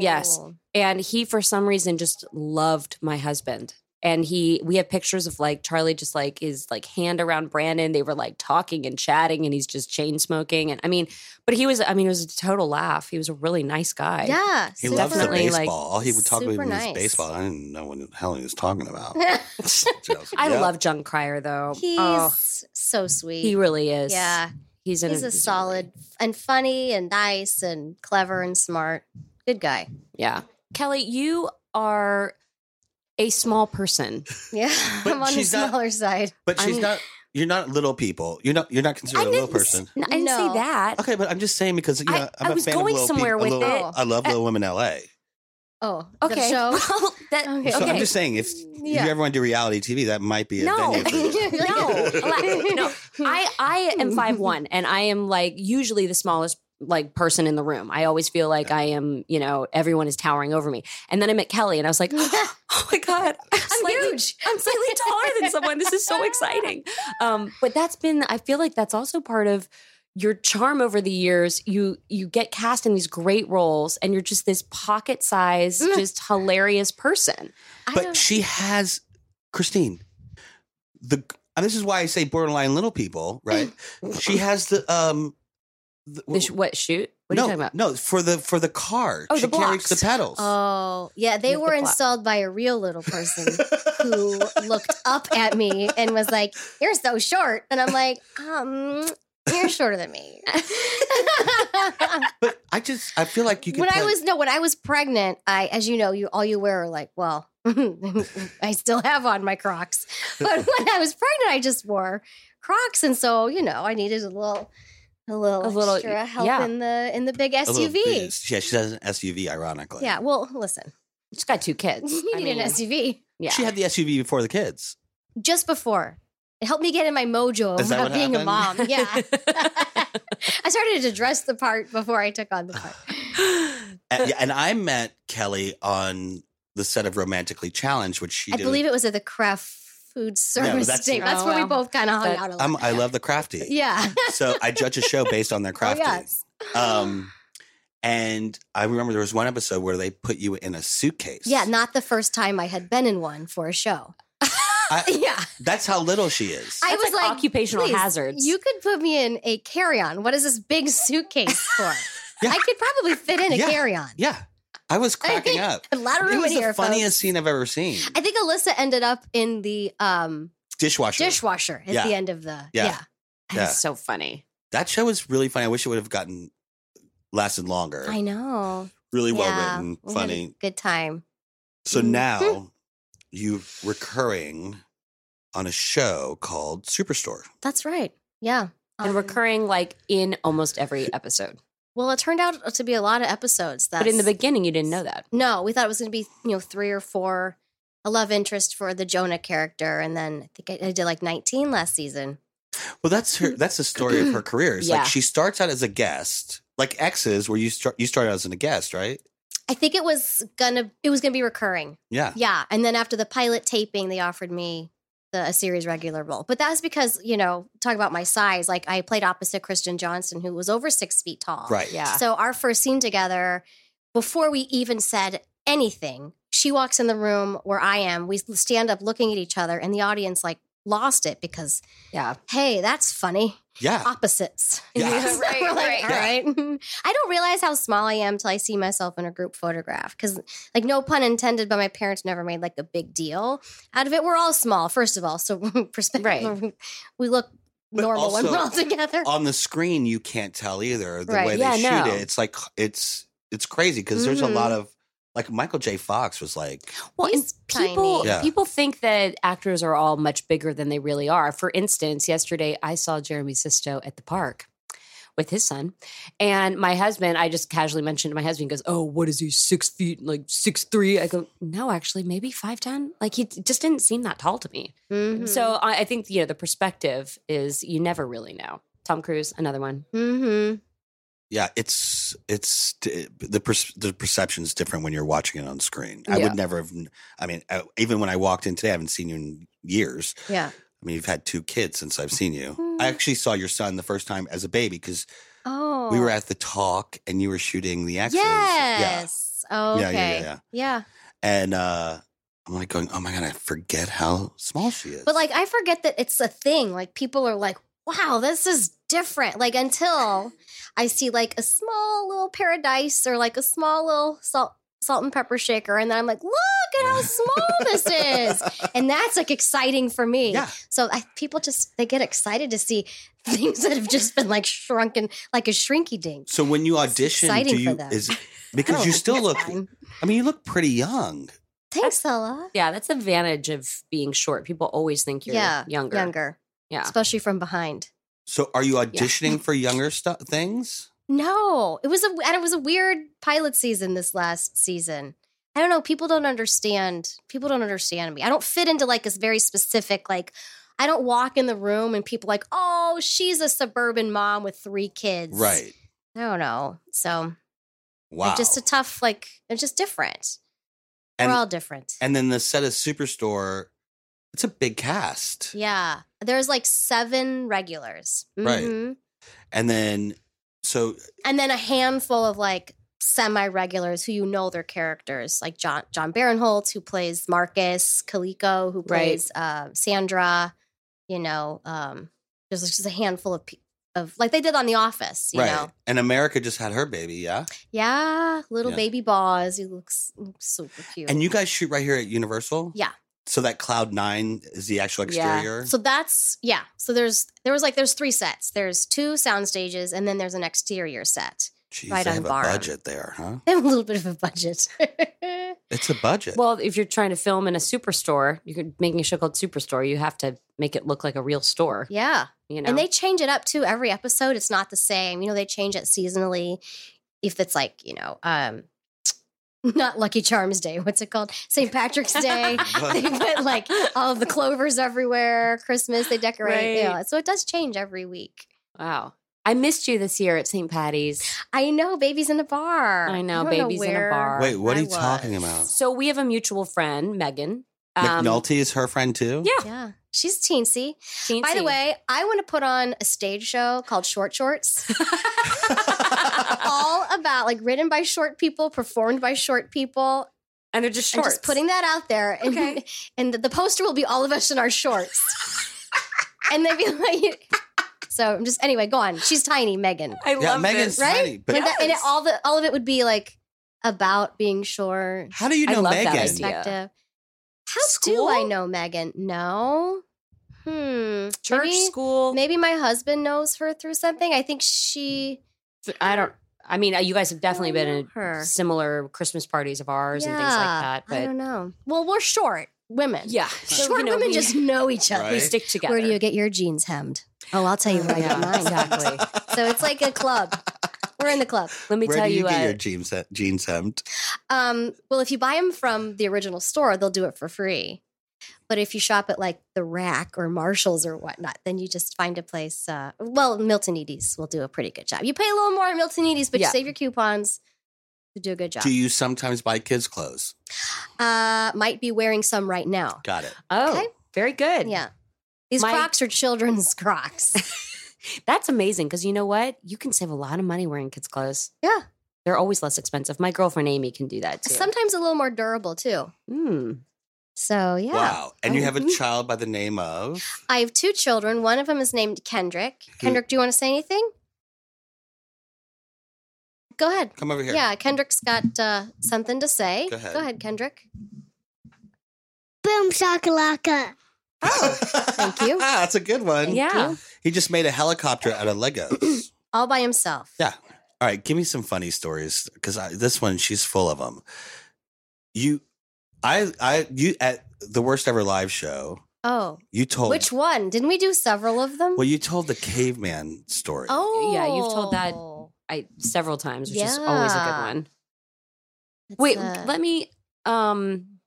[SPEAKER 1] Yes. And he, for some reason, just loved my husband. And he, we have pictures of like Charlie just like his like hand around Brandon. They were like talking and chatting, and he's just chain smoking. And I mean, but he was, I mean, it was a total laugh. He was a really nice guy.
[SPEAKER 3] Yeah,
[SPEAKER 2] he loves the
[SPEAKER 1] Definitely, like,
[SPEAKER 2] baseball. All he would talk about
[SPEAKER 3] super
[SPEAKER 2] was
[SPEAKER 3] nice.
[SPEAKER 2] baseball. I didn't know what the hell he was talking about. So was like,
[SPEAKER 1] I
[SPEAKER 2] yeah.
[SPEAKER 1] love John Cryer though.
[SPEAKER 3] He's
[SPEAKER 1] Oh,
[SPEAKER 3] so sweet.
[SPEAKER 1] he really is.
[SPEAKER 3] yeah,
[SPEAKER 1] he's an,
[SPEAKER 3] he's a
[SPEAKER 1] really-
[SPEAKER 3] solid and funny and nice and clever and smart. Good guy.
[SPEAKER 1] Yeah, Kelly, you are a small person.
[SPEAKER 3] Yeah,
[SPEAKER 2] But
[SPEAKER 3] I'm on the
[SPEAKER 2] she's not-
[SPEAKER 3] smaller side.
[SPEAKER 2] But she's
[SPEAKER 1] I'm-
[SPEAKER 2] not. You're not little people. You're not. You're not considered a little person.
[SPEAKER 1] No, I didn't
[SPEAKER 3] No.
[SPEAKER 1] say that.
[SPEAKER 2] Okay, but I'm just saying because you know,
[SPEAKER 1] I-
[SPEAKER 2] I,
[SPEAKER 1] I
[SPEAKER 2] am a
[SPEAKER 1] was
[SPEAKER 2] fan
[SPEAKER 1] going
[SPEAKER 2] of Lil
[SPEAKER 1] somewhere
[SPEAKER 2] Peep,
[SPEAKER 1] with
[SPEAKER 2] a little,
[SPEAKER 1] it. Uh,
[SPEAKER 2] I love Little Women L.A.
[SPEAKER 3] Oh, the
[SPEAKER 1] Okay.
[SPEAKER 3] show.
[SPEAKER 1] Well, that,
[SPEAKER 3] Okay.
[SPEAKER 1] okay.
[SPEAKER 2] So I'm just saying if
[SPEAKER 3] Yeah.
[SPEAKER 2] you ever want to do reality TV, that might be a
[SPEAKER 1] No.
[SPEAKER 2] venue. for you.
[SPEAKER 1] no, like, no. I I am five one, and I am like usually the smallest like person in the room. I always feel like I am, you know, everyone is towering over me. And then I met Kelly, and I was like, oh my god, I'm, slightly,
[SPEAKER 3] huge.
[SPEAKER 1] I'm slightly taller than someone. This is so exciting. Um, but that's been. I feel like that's also part of your charm over the years. You you get cast in these great roles, and you're just this pocket size,
[SPEAKER 3] Mm.
[SPEAKER 1] just hilarious person.
[SPEAKER 3] I
[SPEAKER 2] But
[SPEAKER 3] don't-
[SPEAKER 2] she has Christine. The and this is why I say borderline little people, right? she has the um. The,
[SPEAKER 1] The sh- what shoot? What
[SPEAKER 2] no,
[SPEAKER 1] are you talking about?
[SPEAKER 2] No, for the for the car.
[SPEAKER 1] Oh,
[SPEAKER 2] she
[SPEAKER 1] the
[SPEAKER 2] carries
[SPEAKER 1] blocks.
[SPEAKER 2] the pedals.
[SPEAKER 3] oh, yeah,
[SPEAKER 1] With
[SPEAKER 3] they
[SPEAKER 1] the
[SPEAKER 3] were
[SPEAKER 1] plot.
[SPEAKER 3] installed by a real little person who looked up at me and was like, "You're so short," and I'm like, "Um, you're shorter than me."
[SPEAKER 2] but I just I feel like you could
[SPEAKER 3] when
[SPEAKER 2] play-
[SPEAKER 3] I was no, when I was pregnant, I, as you know, you all you wear are like, well, I still have on my Crocs, but when I was pregnant, I just wore Crocs, and so you know, I needed a little, a little,
[SPEAKER 1] A little-
[SPEAKER 3] extra help
[SPEAKER 1] yeah.
[SPEAKER 3] in the in the big
[SPEAKER 2] a little
[SPEAKER 3] SUV.
[SPEAKER 2] biz. Yeah, she has an SUV. Ironically,
[SPEAKER 3] Yeah, well, listen,
[SPEAKER 1] She's got two kids.
[SPEAKER 3] you
[SPEAKER 1] I
[SPEAKER 3] need
[SPEAKER 1] mean,
[SPEAKER 3] an SUV
[SPEAKER 1] Yeah.
[SPEAKER 2] she had the SUV before the kids.
[SPEAKER 3] just before. It helped me get in my mojo
[SPEAKER 2] Is that
[SPEAKER 3] about
[SPEAKER 2] what
[SPEAKER 3] being a mom.
[SPEAKER 1] happened?
[SPEAKER 3] Yeah. I started to dress the part before I took on the part.
[SPEAKER 2] And, yeah, and I met Kelly on the set of Romantically Challenged, which she
[SPEAKER 3] I
[SPEAKER 2] did.
[SPEAKER 3] believe it was at the craft food service
[SPEAKER 2] that's-
[SPEAKER 3] thing. That's
[SPEAKER 1] Oh,
[SPEAKER 3] where we
[SPEAKER 1] wow.
[SPEAKER 3] both kind of hung
[SPEAKER 1] That-
[SPEAKER 3] out a lot.
[SPEAKER 2] I'm, I love the crafty.
[SPEAKER 3] yeah. Oh,
[SPEAKER 2] So I judge a show based on their crafty.
[SPEAKER 3] yes.
[SPEAKER 2] Um, and I remember there was one episode where they put you in a suitcase.
[SPEAKER 3] Yeah, not the first time I had been in one for a show.
[SPEAKER 2] I,
[SPEAKER 3] Yeah.
[SPEAKER 2] that's how little she is.
[SPEAKER 3] I
[SPEAKER 1] That's
[SPEAKER 3] was
[SPEAKER 1] like
[SPEAKER 3] like,
[SPEAKER 1] occupational
[SPEAKER 3] "Please,
[SPEAKER 1] hazards."
[SPEAKER 3] You could put me in a carry on. What is this big suitcase for?
[SPEAKER 2] Yeah.
[SPEAKER 3] I could probably fit in a
[SPEAKER 2] Yeah.
[SPEAKER 3] carry on.
[SPEAKER 2] yeah, I was cracking up.
[SPEAKER 3] A lot of
[SPEAKER 2] It
[SPEAKER 3] room
[SPEAKER 2] was
[SPEAKER 3] in here.
[SPEAKER 2] the funniest
[SPEAKER 3] folks.
[SPEAKER 2] scene I've ever seen.
[SPEAKER 3] I think Alyssa ended up in the um,
[SPEAKER 2] Dishwasher.
[SPEAKER 3] dishwasher at
[SPEAKER 2] Yeah.
[SPEAKER 3] the end of the.
[SPEAKER 2] Yeah.
[SPEAKER 3] Yeah.
[SPEAKER 2] Yeah.
[SPEAKER 1] That's so funny.
[SPEAKER 2] that show was really funny. I wish it would have gotten lasted longer.
[SPEAKER 3] I know.
[SPEAKER 2] Really well
[SPEAKER 3] Yeah.
[SPEAKER 2] written,
[SPEAKER 3] We had a
[SPEAKER 2] funny.
[SPEAKER 3] Good time.
[SPEAKER 2] So
[SPEAKER 3] Mhm.
[SPEAKER 2] now you're recurring on a show called Superstore.
[SPEAKER 3] That's right. Yeah.
[SPEAKER 1] And
[SPEAKER 3] Um,
[SPEAKER 1] recurring like in almost every episode.
[SPEAKER 3] Well, it turned out to be a lot of episodes. That's,
[SPEAKER 1] But in the beginning, you didn't know that.
[SPEAKER 3] No, we thought it was going to be you know three or four. A love interest for the Jonah character, and then I think I, I did like nineteen last season.
[SPEAKER 2] Well, that's her. That's the story of her career. It's
[SPEAKER 1] Yeah.
[SPEAKER 2] like she starts out as a guest, like X's, where you start. You started out as a guest, right?
[SPEAKER 3] I think it was gonna it was gonna be recurring.
[SPEAKER 2] Yeah.
[SPEAKER 3] Yeah, and then after the pilot taping, they offered me the a series regular role, but that was because you know talk about my size. Like I played opposite Christian Johnson, who was over six feet tall.
[SPEAKER 2] Right.
[SPEAKER 1] Yeah.
[SPEAKER 3] So our first scene together, before we even said anything, she walks in the room where I am. We stand up looking at each other, and the audience like lost it because
[SPEAKER 1] yeah.
[SPEAKER 3] hey, that's funny.
[SPEAKER 2] Yeah.
[SPEAKER 3] Opposites.
[SPEAKER 2] Yeah. Yeah,
[SPEAKER 3] So
[SPEAKER 1] right,
[SPEAKER 3] we're like,
[SPEAKER 1] right.
[SPEAKER 3] All right. I don't realize how small I am till I see myself in a group photograph. Cause like no pun intended, but my parents never made like a big deal out of it. We're all small, first of all. So perspective we look
[SPEAKER 2] But
[SPEAKER 3] normal when
[SPEAKER 2] also-
[SPEAKER 3] we're all together.
[SPEAKER 2] On the screen, you can't tell either the
[SPEAKER 3] Right.
[SPEAKER 2] way
[SPEAKER 1] Yeah,
[SPEAKER 2] they
[SPEAKER 1] no.
[SPEAKER 2] shoot it. It's like it's it's crazy because there's a
[SPEAKER 3] Mhm.
[SPEAKER 2] lot of like Michael J. Fox was like,
[SPEAKER 1] Well, and
[SPEAKER 3] He's
[SPEAKER 1] people
[SPEAKER 3] tiny.
[SPEAKER 2] Yeah.
[SPEAKER 1] people think that actors are all much bigger than they really are. For instance, yesterday I saw Jeremy Sisto at the park with his son, and my husband. I just casually mentioned to my husband, he goes, "Oh, what is he? Six feet, like six three? I go, "No, actually, maybe five ten. Like he d- just didn't seem that tall to me."
[SPEAKER 3] Mhm.
[SPEAKER 1] So I, I think you know the perspective is you never really know. Tom Cruise, another one.
[SPEAKER 3] hmm
[SPEAKER 2] yeah, it's it's the per- the perception's different when you're watching it on screen. I
[SPEAKER 1] Yeah.
[SPEAKER 2] would never have. I mean, I, even when I walked in today, I haven't seen you in years.
[SPEAKER 3] Yeah.
[SPEAKER 2] I mean, you've had two kids since I've seen you.
[SPEAKER 3] Mm.
[SPEAKER 2] I actually saw your son the first time as a baby because
[SPEAKER 3] Oh.
[SPEAKER 2] we were at the talk and you were shooting the X's. Yeah.
[SPEAKER 3] Yes. Oh,
[SPEAKER 2] Yeah, yeah,
[SPEAKER 3] okay.
[SPEAKER 2] yeah, yeah.
[SPEAKER 3] Yeah.
[SPEAKER 2] And uh, I'm like going, oh my God, I forget how small she is.
[SPEAKER 3] But like I forget that it's a thing. Like people are like, wow, this is different. Like until I see like a small little paradise or like a small little salt salt and pepper shaker. And then I'm like, look at how small this is. And that's like exciting for me.
[SPEAKER 2] yeah,
[SPEAKER 3] So I, people just they get excited to see things that have just been like shrunken like a shrinky dink.
[SPEAKER 2] So when you audition,
[SPEAKER 3] exciting
[SPEAKER 2] do
[SPEAKER 3] for
[SPEAKER 2] you
[SPEAKER 3] them.
[SPEAKER 2] is
[SPEAKER 1] Oh,
[SPEAKER 2] because you still look. I mean, you look pretty young.
[SPEAKER 3] Thanks, Ella.
[SPEAKER 1] Yeah, that's the advantage of being short. People always think you're
[SPEAKER 3] Yeah,
[SPEAKER 1] younger.
[SPEAKER 3] Younger.
[SPEAKER 1] Yeah.
[SPEAKER 3] especially from behind.
[SPEAKER 2] So are you auditioning for younger stuff things?
[SPEAKER 3] No, it was a and it was a weird pilot season this last season. I don't know. People don't understand. People don't understand me. I don't fit into like this very specific like. I don't walk in the room and people like, oh, she's a suburban mom with three kids.
[SPEAKER 2] Right.
[SPEAKER 3] I don't know. So
[SPEAKER 2] Wow.
[SPEAKER 3] just a tough like. It's just different.
[SPEAKER 2] and,
[SPEAKER 3] We're all different.
[SPEAKER 2] and then the set of Superstore, it's a big cast.
[SPEAKER 3] yeah, there's like seven regulars.
[SPEAKER 2] Right.
[SPEAKER 3] Mhm.
[SPEAKER 2] And then so
[SPEAKER 3] and then a handful of like semi-regulars who you know their characters like john john barinholtz who plays marcus calico who
[SPEAKER 1] Right.
[SPEAKER 3] plays uh, sandra you know um there's just a handful of pe- of like they did on the office you
[SPEAKER 2] right.
[SPEAKER 3] know
[SPEAKER 2] And America just had her baby, yeah.
[SPEAKER 3] yeah little
[SPEAKER 2] Yeah.
[SPEAKER 3] baby boss he looks, looks super cute
[SPEAKER 2] And you guys shoot right here at Universal?
[SPEAKER 3] Yeah.
[SPEAKER 2] So that Cloud Nine is the actual
[SPEAKER 1] Yeah.
[SPEAKER 2] exterior.
[SPEAKER 3] so that's yeah so there's there was like there's three sets there's two sound stages and then there's an exterior set
[SPEAKER 2] Jeez,
[SPEAKER 3] right
[SPEAKER 2] they
[SPEAKER 3] on
[SPEAKER 2] have
[SPEAKER 3] Barham.
[SPEAKER 2] a budget there, huh?
[SPEAKER 3] they have a little bit of a budget
[SPEAKER 2] It's a budget.
[SPEAKER 1] Well, if you're trying to film in a superstore, you could making a show called Superstore. You have to make it look like a real store.
[SPEAKER 3] yeah
[SPEAKER 1] You know,
[SPEAKER 3] And they change it up too every episode. It's not the same. You know, they change it seasonally. If it's like, you know, um not Lucky Charms Day, what's it called? St. Patrick's Day. they put like all of the clovers everywhere, Christmas, they decorate. you know. So it does change every week.
[SPEAKER 1] wow. I missed you this year at St. Patty's.
[SPEAKER 3] I know, baby's in a bar.
[SPEAKER 1] I know,
[SPEAKER 3] don't
[SPEAKER 1] Baby's in a
[SPEAKER 3] where
[SPEAKER 1] bar.
[SPEAKER 2] Wait, what are
[SPEAKER 3] I
[SPEAKER 2] you talking
[SPEAKER 3] was. um,
[SPEAKER 2] about?
[SPEAKER 1] So we have a mutual friend, Megan. um,
[SPEAKER 2] McNulty is her friend too?
[SPEAKER 1] Yeah.
[SPEAKER 3] Yeah. She's teensy.
[SPEAKER 1] TNT.
[SPEAKER 3] By the way, I want to put on a stage show called Short Shorts. all about like written by short people, performed by short people.
[SPEAKER 1] and they're just
[SPEAKER 3] I'm
[SPEAKER 1] shorts.
[SPEAKER 3] just putting that out there. And,
[SPEAKER 1] Okay.
[SPEAKER 3] and the, the poster will be all of us in our shorts. and they'd be like, so I'm just, anyway, go on. She's tiny, Megan.
[SPEAKER 1] I
[SPEAKER 2] Yeah,
[SPEAKER 1] love
[SPEAKER 2] Megan's
[SPEAKER 1] this.
[SPEAKER 3] right?
[SPEAKER 2] tiny, but
[SPEAKER 3] And, that- and it,
[SPEAKER 1] Yes.
[SPEAKER 3] all the all of it would be like about being short,
[SPEAKER 2] how do you
[SPEAKER 1] I
[SPEAKER 2] know
[SPEAKER 1] love that
[SPEAKER 2] Megan?
[SPEAKER 1] idea.
[SPEAKER 3] perspective. How
[SPEAKER 1] School?
[SPEAKER 3] do I know Megan? No. Hmm.
[SPEAKER 1] Church,
[SPEAKER 3] maybe,
[SPEAKER 1] school.
[SPEAKER 3] maybe my husband knows her through something. I think she
[SPEAKER 1] I don't. I mean, you guys have definitely
[SPEAKER 3] I
[SPEAKER 1] been
[SPEAKER 3] know
[SPEAKER 1] in
[SPEAKER 3] her.
[SPEAKER 1] similar Christmas parties of ours and things
[SPEAKER 3] Yeah,
[SPEAKER 1] like that.
[SPEAKER 3] I
[SPEAKER 1] But
[SPEAKER 3] don't know. Well, we're short women.
[SPEAKER 1] yeah, so,
[SPEAKER 3] Short
[SPEAKER 1] you know,
[SPEAKER 3] women
[SPEAKER 1] we,
[SPEAKER 3] just know each other.
[SPEAKER 1] we
[SPEAKER 2] Right.
[SPEAKER 1] stick together.
[SPEAKER 3] Where do you get your jeans hemmed? Oh, I'll tell you where I get
[SPEAKER 1] Yeah,
[SPEAKER 3] mine.
[SPEAKER 1] exactly.
[SPEAKER 3] So it's like a club. We're in the club.
[SPEAKER 1] Let me
[SPEAKER 2] Where
[SPEAKER 1] tell
[SPEAKER 2] do you,
[SPEAKER 1] you,
[SPEAKER 2] get
[SPEAKER 1] uh,
[SPEAKER 2] your jeans, jeans hemmed?
[SPEAKER 3] Um, well, if you buy them from the original store, they'll do it for free. But if you shop at like the Rack or Marshalls or whatnot, then you just find a place. Uh, well, Milton Eades will do a pretty good job. You pay a little more at Milton Eades, but
[SPEAKER 1] Yeah.
[SPEAKER 3] you save your coupons. You do a good job.
[SPEAKER 2] Do you sometimes buy kids' clothes?
[SPEAKER 3] uh, might be wearing some right now.
[SPEAKER 2] Got it.
[SPEAKER 1] oh,
[SPEAKER 3] Okay.
[SPEAKER 1] very good.
[SPEAKER 3] Yeah. These
[SPEAKER 1] My-
[SPEAKER 3] Crocs are children's Crocs.
[SPEAKER 1] That's amazing because you know what? You can save a lot of money wearing kids' clothes.
[SPEAKER 3] Yeah.
[SPEAKER 1] They're always less expensive. My girlfriend Amy can do that too.
[SPEAKER 3] Sometimes a little more durable too.
[SPEAKER 1] Mm.
[SPEAKER 3] So yeah, Oh, mm-hmm.
[SPEAKER 2] Wow. And you have a
[SPEAKER 1] Mhm.
[SPEAKER 2] child by the name of
[SPEAKER 3] I have two children. One of them is named Kendrick. Kendrick, do you want to say anything? Go ahead.
[SPEAKER 2] Come over here.
[SPEAKER 3] Yeah, Kendrick's got uh, something to say.
[SPEAKER 2] Go ahead.
[SPEAKER 3] Kendrick.
[SPEAKER 4] Boom shakalaka.
[SPEAKER 2] Oh,
[SPEAKER 3] thank you.
[SPEAKER 2] That's a good one.
[SPEAKER 1] Yeah.
[SPEAKER 2] He just made a helicopter out of Legos.
[SPEAKER 3] All by himself.
[SPEAKER 2] Yeah. All right, give me some funny stories because this one she's full of them. You, I, I, you at the worst ever live show.
[SPEAKER 3] Oh,
[SPEAKER 2] You told
[SPEAKER 3] which one? Didn't we do several of them?
[SPEAKER 2] well, you told the caveman story.
[SPEAKER 3] oh,
[SPEAKER 1] Yeah, you've told that. I several times, which is always a good
[SPEAKER 3] Yeah.
[SPEAKER 1] one.
[SPEAKER 3] It's,
[SPEAKER 1] Wait,
[SPEAKER 3] uh,
[SPEAKER 1] let me um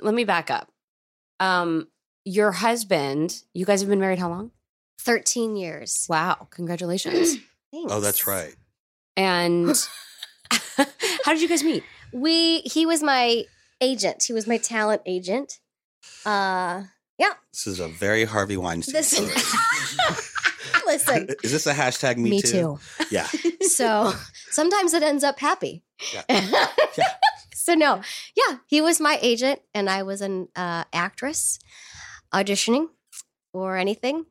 [SPEAKER 1] let me back up. Um your husband, you guys have been married how long?
[SPEAKER 3] thirteen years.
[SPEAKER 1] Wow, congratulations.
[SPEAKER 2] oh, that's right.
[SPEAKER 1] and how did you guys meet?
[SPEAKER 3] We he was my agent. He was my talent agent. Uh,
[SPEAKER 2] This is a very Harvey Weinstein.
[SPEAKER 3] this
[SPEAKER 2] story.
[SPEAKER 3] listen.
[SPEAKER 2] is this a hashtag? Me, Yeah.
[SPEAKER 3] So sometimes it ends up happy.
[SPEAKER 2] Yeah.
[SPEAKER 3] so no, yeah, he was my agent, and I was an uh, actress auditioning or anything,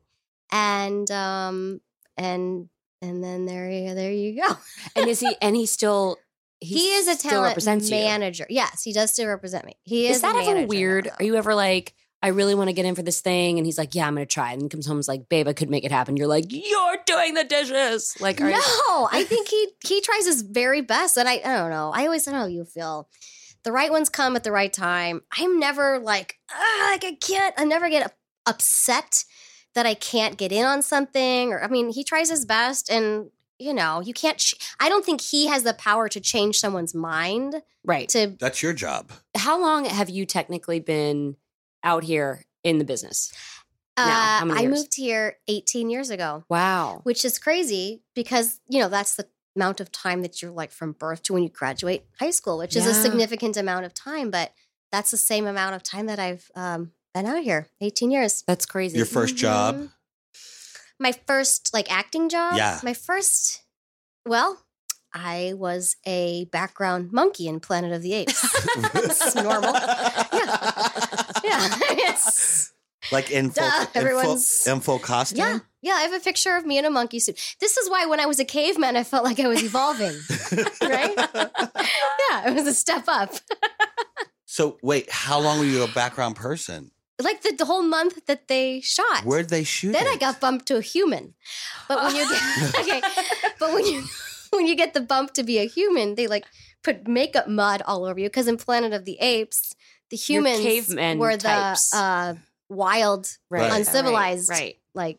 [SPEAKER 3] and um, and and then there you there you go.
[SPEAKER 1] And is he and he still
[SPEAKER 3] he is a
[SPEAKER 1] still
[SPEAKER 3] talent
[SPEAKER 1] represents you?
[SPEAKER 3] manager. Yes, he does still represent me. He is.
[SPEAKER 1] Is that
[SPEAKER 3] a
[SPEAKER 1] ever
[SPEAKER 3] manager
[SPEAKER 1] weird?
[SPEAKER 3] now.
[SPEAKER 1] Are you ever like I really want to get in for this thing, and he's like, "Yeah, I'm gonna try." And then comes home, and is like, "Babe, I could make it happen." You're like, "You're doing the dishes." Like, are you-
[SPEAKER 3] No, I think he he tries his very best, and I I don't know. I always I don't know how you feel. The right ones come at the right time. I'm never like "Ugh, like I can't. I never get upset that I can't get in on something or I mean, he tries his best and you know, you can't ch- I don't think he has the power to change someone's mind
[SPEAKER 1] Right.
[SPEAKER 3] to
[SPEAKER 2] That's your job.
[SPEAKER 1] How long have you technically been out here in the business?
[SPEAKER 3] uh,
[SPEAKER 1] How many
[SPEAKER 3] I
[SPEAKER 1] years?
[SPEAKER 3] moved here 18 years ago,
[SPEAKER 1] Wow.
[SPEAKER 3] which is crazy because, you know, that's the amount of time that you're like from birth to when you graduate high school, which is a
[SPEAKER 1] Yeah.
[SPEAKER 3] significant amount of time, but that's the same amount of time that I've um, been out here, 18 years.
[SPEAKER 1] That's crazy.
[SPEAKER 2] Your first job.
[SPEAKER 3] Mhm. my first like acting job.
[SPEAKER 2] Yeah.
[SPEAKER 3] My first, well, I was a background monkey in Planet of the Apes. It's Mm-hmm. normal. yeah. It's-
[SPEAKER 2] Like in full,
[SPEAKER 3] Duh,
[SPEAKER 2] in, full,
[SPEAKER 3] everyone's-
[SPEAKER 2] in full costume.
[SPEAKER 3] yeah. Yeah. I have a picture of me in a monkey suit. This is why when I was a caveman, I felt like I was evolving, right? yeah. It was a step up.
[SPEAKER 2] So wait, how long were you a background person?
[SPEAKER 3] Like the, the whole month that they shot.
[SPEAKER 2] Where'd they shoot?
[SPEAKER 3] then I
[SPEAKER 2] it?
[SPEAKER 3] got bumped to a human. But when you get okay, but when you when you get the bump to be a human, they like put makeup mud all over you because in Planet of the Apes, the
[SPEAKER 1] You're
[SPEAKER 3] humans
[SPEAKER 1] caveman
[SPEAKER 3] were the
[SPEAKER 1] types.
[SPEAKER 3] uh, wild,
[SPEAKER 2] Right.
[SPEAKER 3] uncivilized.
[SPEAKER 1] Right.
[SPEAKER 3] like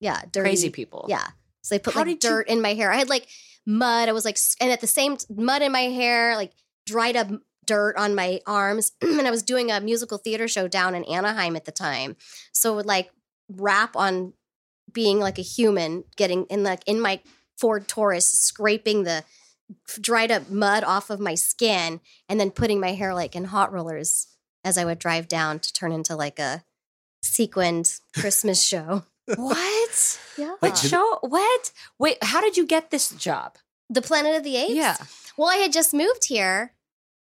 [SPEAKER 3] yeah, dirty
[SPEAKER 1] Crazy people.
[SPEAKER 3] Yeah, so they put
[SPEAKER 1] How
[SPEAKER 3] like
[SPEAKER 1] did you-
[SPEAKER 3] dirt in my hair. I had like mud. I was like, s- and at the same t- mud in my hair, like dried up dirt on my arms. and I was doing a musical theater show down in Anaheim at the time, so it would like rap on being like a human, getting in like in my Ford Taurus, scraping the dried up mud off of my skin, and then putting my hair like in hot rollers as I would drive down to turn into like a sequined Christmas show.
[SPEAKER 1] What?
[SPEAKER 3] Yeah.
[SPEAKER 1] What show? What? Wait, how did you get this job?
[SPEAKER 3] The Planet of the Apes?
[SPEAKER 1] Yeah.
[SPEAKER 3] Well, I had just moved here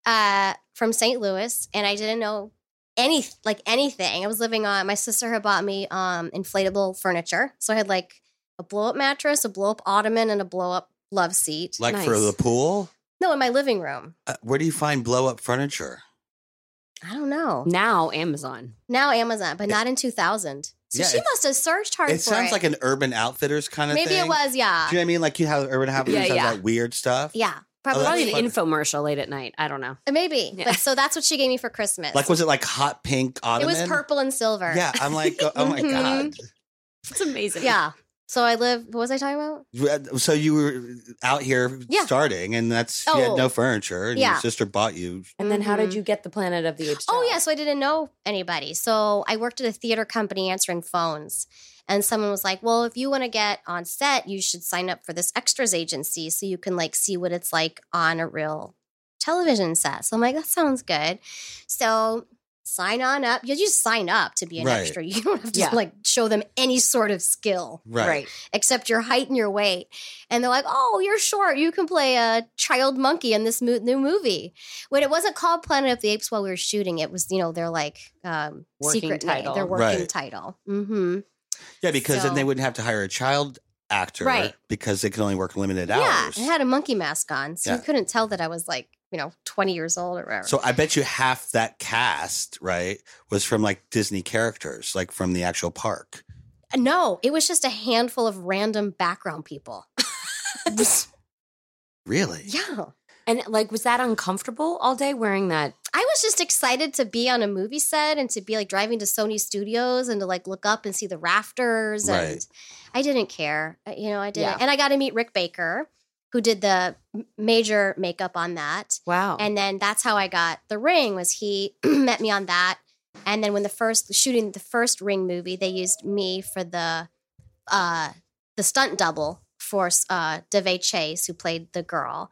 [SPEAKER 3] uh, from St. Louis, and I didn't know any like anything. I was living on my sister had bought me um, inflatable furniture, so I had like a blow up mattress, a blow up ottoman, and a blow up love seat.
[SPEAKER 2] like for
[SPEAKER 1] Nice.
[SPEAKER 2] the pool.
[SPEAKER 3] No, in my living room.
[SPEAKER 2] Uh, where do you find blow up furniture?
[SPEAKER 3] I don't know
[SPEAKER 1] Now Amazon.
[SPEAKER 3] now Amazon, but not in two thousand. So
[SPEAKER 2] Yeah,
[SPEAKER 3] she
[SPEAKER 2] it-
[SPEAKER 3] must have searched hard
[SPEAKER 2] It
[SPEAKER 3] for
[SPEAKER 2] sounds
[SPEAKER 3] it.
[SPEAKER 2] like an Urban Outfitters kind of
[SPEAKER 3] Maybe
[SPEAKER 2] thing.
[SPEAKER 3] it was, yeah,
[SPEAKER 2] Do you know what I mean? Like you have Urban Outfitters
[SPEAKER 1] Yeah,
[SPEAKER 2] has
[SPEAKER 1] yeah.
[SPEAKER 2] that weird stuff.
[SPEAKER 3] yeah,
[SPEAKER 1] Probably
[SPEAKER 3] probably,
[SPEAKER 1] an infomercial late at night. I don't know.
[SPEAKER 3] maybe.
[SPEAKER 1] Yeah.
[SPEAKER 3] But so that's what she gave me for Christmas.
[SPEAKER 2] Like was it like hot pink
[SPEAKER 3] it
[SPEAKER 2] ottoman?
[SPEAKER 3] was purple and silver.
[SPEAKER 2] Yeah, I'm like, oh, oh my
[SPEAKER 3] Mhm.
[SPEAKER 2] god.
[SPEAKER 1] It's amazing.
[SPEAKER 3] yeah. So I live. What was I talking about?
[SPEAKER 2] So you were out here
[SPEAKER 3] Yeah.
[SPEAKER 2] starting, and that's you had
[SPEAKER 3] Oh.
[SPEAKER 2] no furniture, and your
[SPEAKER 3] Yeah.
[SPEAKER 2] sister bought you.
[SPEAKER 1] And then how did
[SPEAKER 3] Mhm.
[SPEAKER 1] you get the Planet of the Apes?
[SPEAKER 3] Oh
[SPEAKER 1] job?
[SPEAKER 3] yeah, so I didn't know anybody. So I worked at a theater company answering phones. And someone was like, "Well, if you want to get on set, you should sign up for this extras agency so you can like see what it's like on a real television set." So I'm like, "That sounds good." So sign on up. You just sign up to be an
[SPEAKER 2] Right.
[SPEAKER 3] extra. You don't have to
[SPEAKER 1] Yeah.
[SPEAKER 3] like show them any sort of skill
[SPEAKER 1] Right.
[SPEAKER 3] except your height and your weight. And they're like, oh, you're short. You can play a child monkey in this mo- new movie. When it wasn't called Planet of the Apes while we were shooting, it was, you know, their like um,
[SPEAKER 1] Working
[SPEAKER 3] secret
[SPEAKER 1] title.
[SPEAKER 3] title. Their working
[SPEAKER 2] Right.
[SPEAKER 3] title. hmm
[SPEAKER 2] Yeah, because then
[SPEAKER 3] So-
[SPEAKER 2] they wouldn't have to hire a child actor,
[SPEAKER 3] Right.
[SPEAKER 2] Because they could only work limited
[SPEAKER 3] Yeah.
[SPEAKER 2] hours.
[SPEAKER 3] It had a monkey mask on. So
[SPEAKER 2] Yeah.
[SPEAKER 3] you couldn't tell that I was like, you know, 20 years old or whatever.
[SPEAKER 2] so I bet you half that cast, right, was from like Disney characters, like from the actual park.
[SPEAKER 3] no, it was just a handful of random background people.
[SPEAKER 2] Really?
[SPEAKER 3] yeah.
[SPEAKER 1] And like, was that uncomfortable all day wearing that?
[SPEAKER 3] I was just excited to be on a movie set and to be like driving to Sony Studios and to like look up and see the rafters. And
[SPEAKER 2] Right.
[SPEAKER 3] I didn't care. Uh, You know, I didn't.
[SPEAKER 1] Yeah.
[SPEAKER 3] And I got to meet Rick Baker, who did the m- major makeup on that.
[SPEAKER 1] Wow.
[SPEAKER 3] And then that's how I got the ring was he met me on that. And then when the first shooting the first ring movie, they used me for the uh the stunt double for uh DeVay Chase, who played the girl,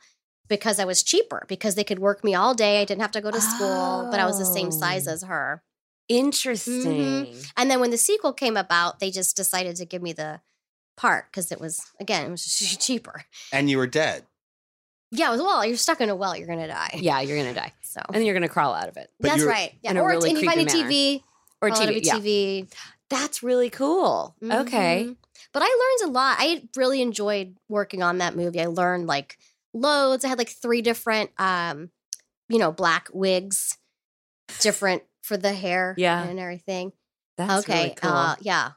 [SPEAKER 3] because I was cheaper, because they could work me all day. I didn't have to go to school, but I was the same size
[SPEAKER 1] Oh.
[SPEAKER 3] as her.
[SPEAKER 5] Mm-hmm.
[SPEAKER 1] interesting.
[SPEAKER 3] And then when the sequel came about, they just decided to give me the part because it was again, it was just cheaper.
[SPEAKER 2] And you were dead,
[SPEAKER 3] Yeah, it was well, you're stuck in a well, you're gonna die.
[SPEAKER 1] Yeah, you're gonna die,
[SPEAKER 3] So
[SPEAKER 1] and then you're gonna crawl out of it
[SPEAKER 2] But
[SPEAKER 3] that's
[SPEAKER 2] you're-
[SPEAKER 3] right. Yeah,
[SPEAKER 1] in a
[SPEAKER 3] or
[SPEAKER 1] really
[SPEAKER 3] and you find a
[SPEAKER 1] creepy manner.
[SPEAKER 3] TV.
[SPEAKER 1] or
[SPEAKER 3] Call it
[SPEAKER 1] TV.
[SPEAKER 3] a
[SPEAKER 1] Yeah.
[SPEAKER 3] TV.
[SPEAKER 1] That's really cool. Okay.
[SPEAKER 5] Mm-hmm.
[SPEAKER 3] Mhm. But I learned a lot. I really enjoyed working on that movie. I learned like loads. I had like three different um, you know, black wigs, different for the hair
[SPEAKER 1] Yeah.
[SPEAKER 3] and everything.
[SPEAKER 1] That's
[SPEAKER 3] okay.
[SPEAKER 1] really cool.
[SPEAKER 3] Uh yeah.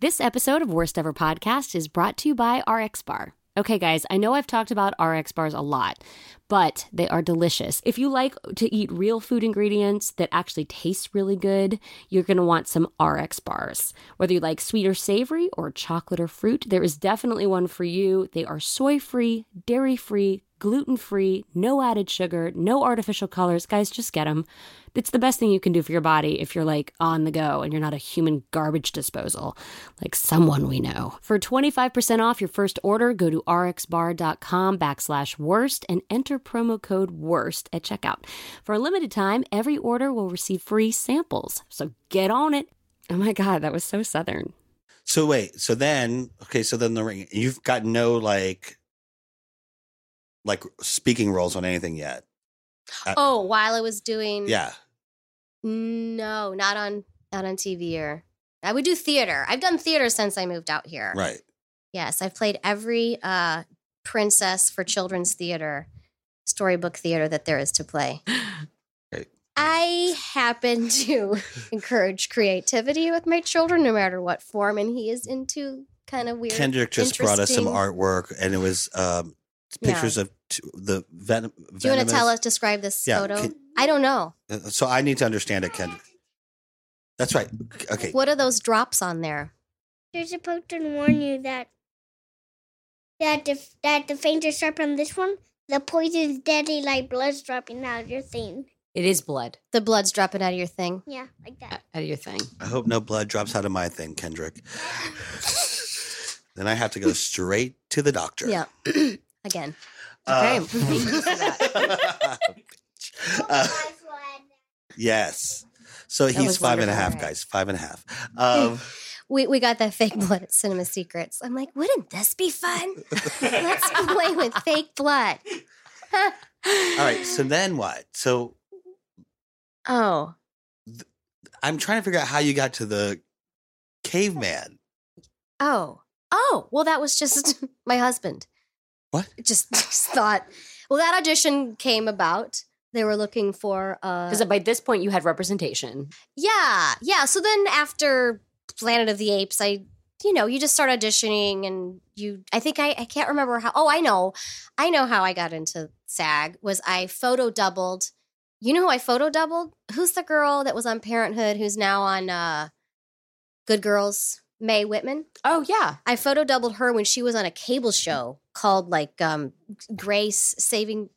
[SPEAKER 5] This episode of Worst Ever Podcast is brought to you by RX Bar. Okay, guys, I know I've talked about RX bars a lot, but they are delicious. If you like to eat real food ingredients that actually taste really good, you're going to want some RX bars. Whether you like sweet or savory or chocolate or fruit, there is definitely one for you. They are soy free, dairy free, gluten free, no added sugar, no artificial colors. Guys, just get them. It's the best thing you can do for your body if you're like on the go and you're not a human garbage disposal like someone we know. For 25% off your first order, go to rxbar.com backslash worst and enter promo code worst at checkout. For a limited time, every order will receive free samples. So get on it. Oh my God, that was so southern.
[SPEAKER 2] So wait, so then okay, so then the ring. You've got no like, like speaking roles on anything yet. Uh,
[SPEAKER 3] Oh, while I was doing
[SPEAKER 2] Yeah.
[SPEAKER 3] No, not on not on TV or I would do theater. I've done theater since I moved out here.
[SPEAKER 2] Right.
[SPEAKER 3] Yes, I've played every uh, princess for children's theater, storybook theater that there is to play.
[SPEAKER 2] Great.
[SPEAKER 3] I happen to encourage creativity with my children, no matter what form, and he is into kind of weird.
[SPEAKER 2] Kendrick just brought us some
[SPEAKER 3] interesting-
[SPEAKER 2] artwork, and it was um,
[SPEAKER 3] Yeah.
[SPEAKER 2] pictures of t- the venom.
[SPEAKER 3] Do you want to tell us describe this
[SPEAKER 2] Yeah,
[SPEAKER 3] photo?
[SPEAKER 2] can-
[SPEAKER 3] I don't know.
[SPEAKER 2] uh, So I need to understand it, Kendrick. That's right. Okay.
[SPEAKER 3] What are those drops on there?
[SPEAKER 4] You're supposed to warn you that that the that the fangs are sharp on this one. The poison is deadly, like blood's dropping out of your thing.
[SPEAKER 1] It is blood
[SPEAKER 3] The blood's dropping out of your thing.
[SPEAKER 4] Yeah, like that.
[SPEAKER 1] out of your thing.
[SPEAKER 2] I hope no blood drops out of my thing, Kendrick. then I have to go straight to the doctor.
[SPEAKER 3] Yeah. Again.
[SPEAKER 2] Uh,
[SPEAKER 1] Okay. Thank you for
[SPEAKER 2] Uh, yes. So he's
[SPEAKER 1] was
[SPEAKER 2] five and a half,
[SPEAKER 1] wonderful.
[SPEAKER 2] guys. Five and a half. Um,
[SPEAKER 3] We, we got that fake blood at Cinema Secrets. I'm like, wouldn't this be fun? Let's play with fake blood.
[SPEAKER 2] all right. So then what? So
[SPEAKER 3] Oh,
[SPEAKER 2] I'm trying to figure out how you got to the caveman.
[SPEAKER 3] oh, oh. Well, that was just my husband.
[SPEAKER 2] What?
[SPEAKER 3] Just, just thought. Well, that audition came about. They were looking for. Uh,
[SPEAKER 1] Because by this point, you had representation.
[SPEAKER 3] yeah, yeah. So then after Planet of the Apes, I, you know, you just start auditioning and you, I think I, I can't remember how, oh, I know. I know how I got into SAG was I photo doubled. You know who I photo doubled? Who's the girl that was on Parenthood who's now on uh, Good Girls? Mae Whitman.
[SPEAKER 1] Oh, yeah.
[SPEAKER 3] I photo doubled her when she was on a cable show called like um Grace Saving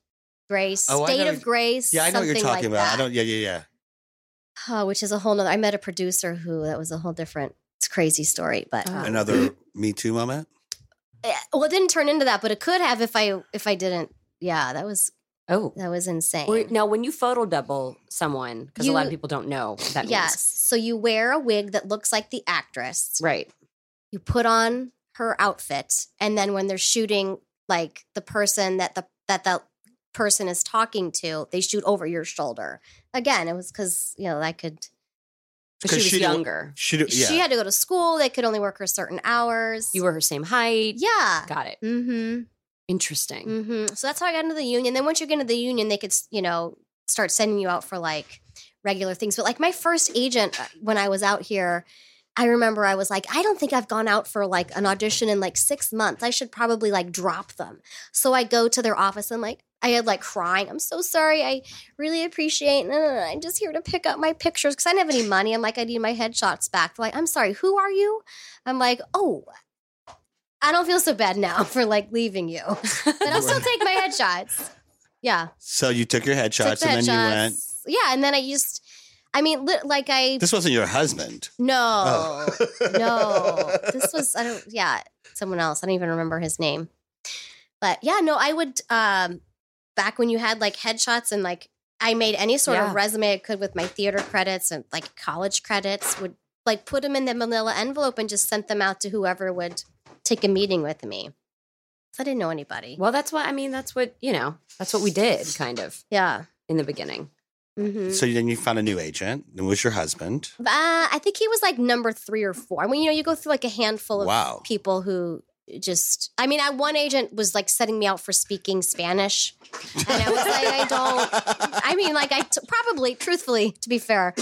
[SPEAKER 3] Grace
[SPEAKER 2] Oh, I
[SPEAKER 3] State
[SPEAKER 2] know
[SPEAKER 3] of
[SPEAKER 2] what-
[SPEAKER 3] Grace.
[SPEAKER 2] Yeah, I know what you're
[SPEAKER 3] something
[SPEAKER 2] talking
[SPEAKER 3] like
[SPEAKER 2] about. I
[SPEAKER 3] that.
[SPEAKER 2] don't. Yeah, yeah, yeah.
[SPEAKER 3] Oh, which is a whole nother. I met a producer who that was a whole different. It's a crazy story, but
[SPEAKER 1] Oh.
[SPEAKER 3] um,
[SPEAKER 2] Another Me Too moment.
[SPEAKER 3] eh, well, it didn't turn into that, but it could have if I if I didn't. Yeah, that was
[SPEAKER 1] Oh.
[SPEAKER 3] that was insane.
[SPEAKER 1] Were- now, when you photo double someone, because a
[SPEAKER 3] You-
[SPEAKER 1] lot of people don't know what that
[SPEAKER 3] yes, so you wear a wig that looks like the actress.
[SPEAKER 1] means. Right.
[SPEAKER 3] you put on her outfit and then when they're shooting like the person that the that the person is talking to they shoot over your shoulder again it was because you know that could
[SPEAKER 1] But she was
[SPEAKER 2] she didn't-
[SPEAKER 1] younger.
[SPEAKER 2] Should it, yeah.
[SPEAKER 3] she had to go to school they could only work her certain hours
[SPEAKER 1] Uh, You were her same height.
[SPEAKER 3] yeah
[SPEAKER 1] Got it.
[SPEAKER 3] mm-hmm
[SPEAKER 1] Interesting.
[SPEAKER 3] hmm So that's how I got into the union. Then once you get into the union, they could, s- you know, start sending you out for like regular things. But like my first agent uh, when I was out here, I remember I was like, I don't think I've gone out for like an audition in like six months. I should probably like drop them. So I go to their office and like, I had like crying. I'm so sorry. I really appreciate. No, no, no. I'm just here to pick up my pictures because I didn't have any money. I'm like, I need my headshots back. They're like, I'm sorry. Who are you? I'm like, oh, I don't feel so bad now for like leaving you, but I'll still take my headshots. Yeah,
[SPEAKER 2] So you took your headshots
[SPEAKER 3] took the
[SPEAKER 2] and then you went.
[SPEAKER 3] headshots. Yeah, and then I just, I mean, li- like I
[SPEAKER 2] This wasn't your husband. Oh.
[SPEAKER 3] no, Oh. no, this was I don't. Yeah, someone else. I don't even remember his name. But yeah, no, I would. um Back when you had like headshots and like I made any sort
[SPEAKER 1] Yeah.
[SPEAKER 3] of resume I could with my theater credits and like college credits would like put them in the manila envelope and just sent them out to whoever would take a meeting with me. So I didn't know anybody.
[SPEAKER 1] Well, that's what I mean. That's what, you know, that's what we did kind of
[SPEAKER 3] Yeah.
[SPEAKER 1] in the beginning.
[SPEAKER 3] hmm
[SPEAKER 2] So then you found a new agent. It was your husband.
[SPEAKER 3] Uh, I think he was like number three or four. I mean, you know, you go through like a handful of
[SPEAKER 2] Wow.
[SPEAKER 3] people who just. I mean, I one agent was like setting me out for speaking Spanish, and I was like, I don't. I mean, like I t- probably, truthfully, to be fair,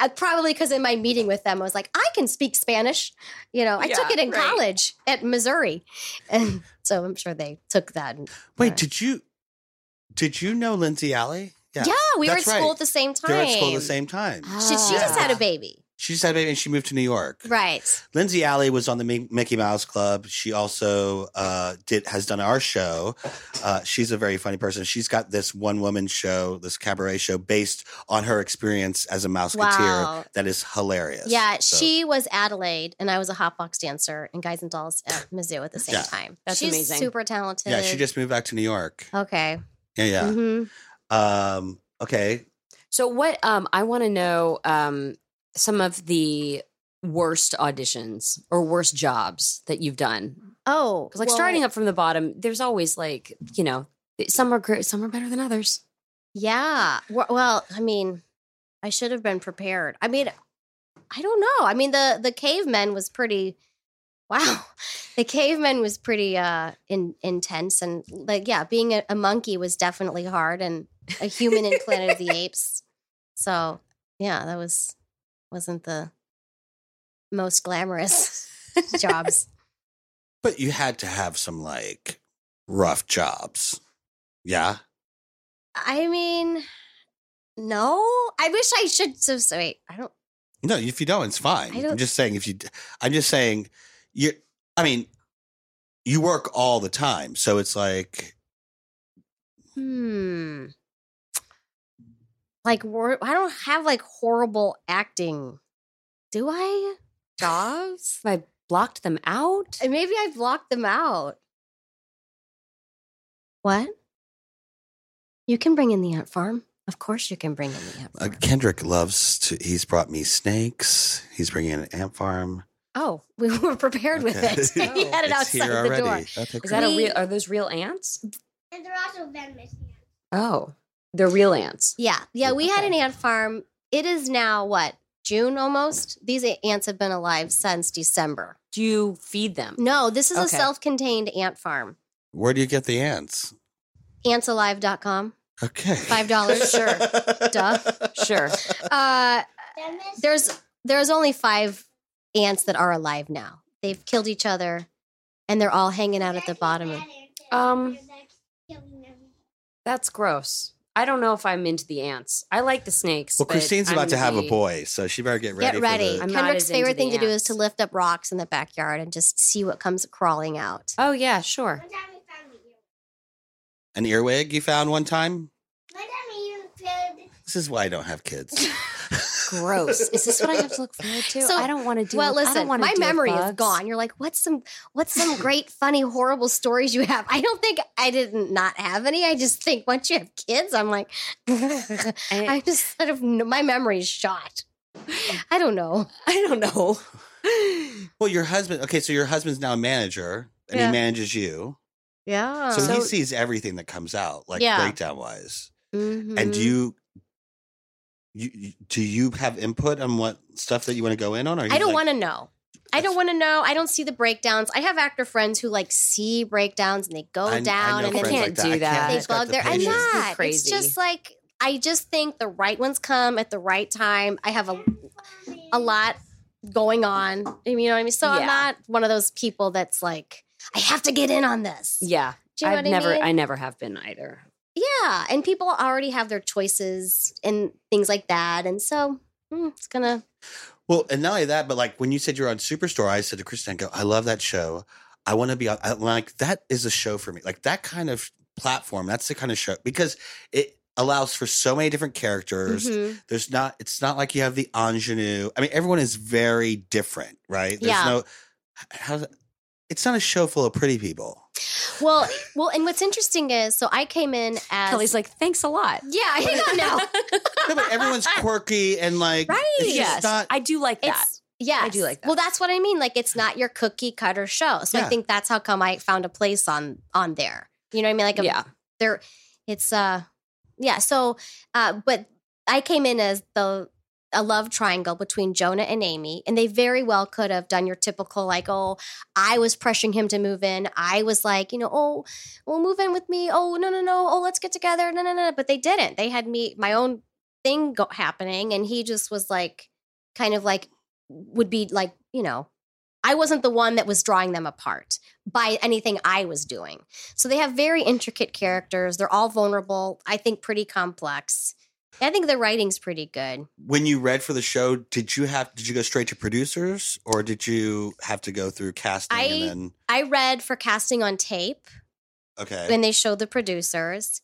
[SPEAKER 3] I probably because in my meeting with them, I was like, I can speak Spanish. You know, I took
[SPEAKER 1] Yeah,
[SPEAKER 3] it in
[SPEAKER 1] right.
[SPEAKER 3] college at Missouri, and so I'm sure they took that. And,
[SPEAKER 2] Wait, did you Did you know Lindsay Alley?
[SPEAKER 3] Yeah, Ah. we were at
[SPEAKER 2] that's
[SPEAKER 3] school
[SPEAKER 2] right.
[SPEAKER 3] at the same time.
[SPEAKER 2] They were at school at the same Ah. time.
[SPEAKER 3] She, she just had a baby.
[SPEAKER 2] She just had a baby and she moved to New York.
[SPEAKER 3] Right.
[SPEAKER 2] Lindsay Alley was on the Mi- Mickey Mouse Club. She also uh, did has done our show. Uh, she's a very funny person. She's got this one woman show, this cabaret show, based on her experience as a Mouseketeer.
[SPEAKER 3] Wow.
[SPEAKER 2] That is hilarious.
[SPEAKER 3] Yeah,
[SPEAKER 2] So-
[SPEAKER 3] she was Adelaide, and I was a hot box dancer in Guys and Dolls at Mizzou at the same
[SPEAKER 2] Yeah.
[SPEAKER 3] time.
[SPEAKER 1] That's
[SPEAKER 3] She's
[SPEAKER 1] amazing.
[SPEAKER 3] super talented.
[SPEAKER 2] Yeah, she just moved back to New York.
[SPEAKER 3] Okay.
[SPEAKER 2] Yeah, yeah.
[SPEAKER 3] Mhm.
[SPEAKER 2] Um, okay,
[SPEAKER 1] So what um I want to know um some of the worst auditions or worst jobs that you've done.
[SPEAKER 3] Oh,
[SPEAKER 1] 'Cause, like
[SPEAKER 3] well,
[SPEAKER 1] starting up from the bottom, there's always like, you know, some are great, some are better than others.
[SPEAKER 3] Yeah. Well, well, I mean, I should have been prepared. I mean, I don't know. I mean, the the caveman was pretty. Wow, the caveman was pretty uh in, intense, and like yeah, being a, a monkey was definitely hard, and a human in Planet of the Apes. So yeah, that was wasn't the most glamorous jobs.
[SPEAKER 2] but you had to have some like rough jobs. Yeah.
[SPEAKER 3] I mean, no, I wish I should. So, so wait, I don't.
[SPEAKER 2] No, if you don't, it's fine.
[SPEAKER 3] I don't-
[SPEAKER 2] I'm just saying if you. d- I'm just saying you. I mean, you work all the time, so it's like
[SPEAKER 3] Hmm. Like wor- I don't have like horrible acting, do I? Jobs?
[SPEAKER 1] Have I blocked them out?
[SPEAKER 3] And Maybe I blocked them out. What? You can bring in the ant farm. Of course, you can bring in the ant
[SPEAKER 2] uh,
[SPEAKER 3] farm.
[SPEAKER 2] Kendrick loves to. He's brought me snakes. He's bringing in an ant farm.
[SPEAKER 3] Oh, we were prepared with
[SPEAKER 2] Okay.
[SPEAKER 3] it. he had
[SPEAKER 2] Oh, It's
[SPEAKER 3] it outside
[SPEAKER 2] here
[SPEAKER 3] the
[SPEAKER 2] already.
[SPEAKER 3] door.
[SPEAKER 2] Okay,
[SPEAKER 1] Is that a
[SPEAKER 3] We-
[SPEAKER 1] real are those real ants?
[SPEAKER 4] And they're also venomous.
[SPEAKER 1] Oh, they're real ants.
[SPEAKER 3] Yeah, yeah. We had
[SPEAKER 1] Okay.
[SPEAKER 3] an ant farm. It is now what June almost. These a- ants have been alive since December.
[SPEAKER 1] Do you feed them?
[SPEAKER 3] No, this is a
[SPEAKER 1] Okay.
[SPEAKER 3] self-contained ant farm.
[SPEAKER 2] Where do you get the ants?
[SPEAKER 3] antsalive.com.
[SPEAKER 2] Okay,
[SPEAKER 3] $5, sure. Duh.
[SPEAKER 1] Sure.
[SPEAKER 3] Uh,
[SPEAKER 4] Venomous?
[SPEAKER 3] there's there's only five ants that are alive now. They've killed each other, and they're all hanging out at the bottom. Of,
[SPEAKER 1] Um, That's gross. I don't know if I'm into the ants. I like the snakes.
[SPEAKER 2] Well,
[SPEAKER 1] but
[SPEAKER 2] Christine's
[SPEAKER 1] I'm
[SPEAKER 2] about to
[SPEAKER 1] gonna
[SPEAKER 2] have a
[SPEAKER 1] be-
[SPEAKER 2] boy, so she better get ready.
[SPEAKER 3] Get ready.
[SPEAKER 2] For
[SPEAKER 1] I'm
[SPEAKER 2] the,
[SPEAKER 1] not
[SPEAKER 3] Kendrick's
[SPEAKER 1] as into
[SPEAKER 3] favorite thing
[SPEAKER 1] the
[SPEAKER 3] to do is to
[SPEAKER 1] ants.
[SPEAKER 3] lift up rocks in the backyard and just see what comes crawling out.
[SPEAKER 1] Oh yeah, sure.
[SPEAKER 4] One time we found
[SPEAKER 2] an
[SPEAKER 4] an earwig.
[SPEAKER 2] earwig you found one time.
[SPEAKER 4] One time we even found
[SPEAKER 2] This is why I don't have kids.
[SPEAKER 1] Gross. Is this what I have to look forward to?
[SPEAKER 3] So-
[SPEAKER 1] I don't want to do.
[SPEAKER 3] well,
[SPEAKER 1] I don't
[SPEAKER 3] listen,
[SPEAKER 1] wanna
[SPEAKER 3] my
[SPEAKER 1] deal with
[SPEAKER 3] memory is
[SPEAKER 1] bugs.
[SPEAKER 3] gone. You're like, what's some what's some great, funny, horrible stories you have? I don't think I didn't not have any. I just think once you have kids, I'm like,
[SPEAKER 1] I,
[SPEAKER 3] I just sort of my memory's shot. I don't know.
[SPEAKER 1] I don't know.
[SPEAKER 2] well, your husband. Okay, so your husband's now a manager, and
[SPEAKER 3] Yeah.
[SPEAKER 2] he manages you.
[SPEAKER 3] Yeah.
[SPEAKER 2] So, he
[SPEAKER 1] So-
[SPEAKER 2] sees everything that comes out, like
[SPEAKER 3] Yeah. Mm-hmm.
[SPEAKER 2] breakdown wise.
[SPEAKER 1] mm-hmm.
[SPEAKER 2] And do you, you, you- do you have input on what stuff that you want to go in on? Or
[SPEAKER 3] I don't want to know. I don't want to know. I don't see the breakdowns. I have actor friends who like see breakdowns and they go down
[SPEAKER 1] friends
[SPEAKER 3] and then
[SPEAKER 1] like can't do that.
[SPEAKER 3] they
[SPEAKER 1] I've
[SPEAKER 3] bug their. I'm
[SPEAKER 1] patience. You're
[SPEAKER 3] not. It's
[SPEAKER 1] crazy.
[SPEAKER 3] just like I just think the right ones come at the right time. I have a
[SPEAKER 4] you.
[SPEAKER 3] a lot going on. You know what I mean? So I'm
[SPEAKER 1] Yeah.
[SPEAKER 3] not one of those people that's like I have to get in on this.
[SPEAKER 1] Yeah,
[SPEAKER 3] Do you know
[SPEAKER 1] I've
[SPEAKER 3] what
[SPEAKER 1] never.
[SPEAKER 3] I mean?
[SPEAKER 1] I never have been either.
[SPEAKER 3] Yeah, and people already have their choices and things like that, and so mm, it's gonna.
[SPEAKER 2] Well, and not only that, but like when you said you were on Superstore, I said to Kristen, I go, I love that show. I want to be on, I, like, that is a show for me. Like that kind of platform, that's the kind of show because it allows for so many different characters.
[SPEAKER 3] Mhm.
[SPEAKER 2] There's not, it's not like you have the ingenue. I mean, everyone is very different, right? There's
[SPEAKER 3] Yeah.
[SPEAKER 2] no, how's, it's not a show full of pretty people.
[SPEAKER 3] Well, well, and what's interesting is, so I came in as
[SPEAKER 1] Kelly's like, thanks a lot.
[SPEAKER 3] yeah, I don't know.
[SPEAKER 2] No, but everyone's quirky and like
[SPEAKER 3] Right.
[SPEAKER 2] It's just
[SPEAKER 1] yes,
[SPEAKER 2] not,
[SPEAKER 1] I do like that.
[SPEAKER 3] It's yeah,
[SPEAKER 1] I do like that.
[SPEAKER 3] Well, that's what I mean. Like, it's not your cookie cutter show. So I
[SPEAKER 2] Yeah.
[SPEAKER 3] think that's how come I found a place on on there. You know what I mean? Like, a,
[SPEAKER 1] yeah,
[SPEAKER 3] there, it's uh, yeah. So, uh, but I came in as the a love triangle between Jonah and Amy, and they very well could have done your typical like, oh, I was pressuring him to move in. I was like, you know, oh, well, move in with me. Oh, no, no, no. Oh, let's get together. No, no, no. But they didn't. They had me my own thing go- happening, and he just was like, kind of like would be like, you know, I wasn't the one that was drawing them apart by anything I was doing. So they have very intricate characters. They're all vulnerable, I think pretty complex. I think the writing's pretty good.
[SPEAKER 2] When you read for the show, did you have did you go straight to producers or did you have to go through casting
[SPEAKER 3] I-
[SPEAKER 2] and then
[SPEAKER 3] I read for casting on tape
[SPEAKER 2] okay?
[SPEAKER 3] when they showed the producers.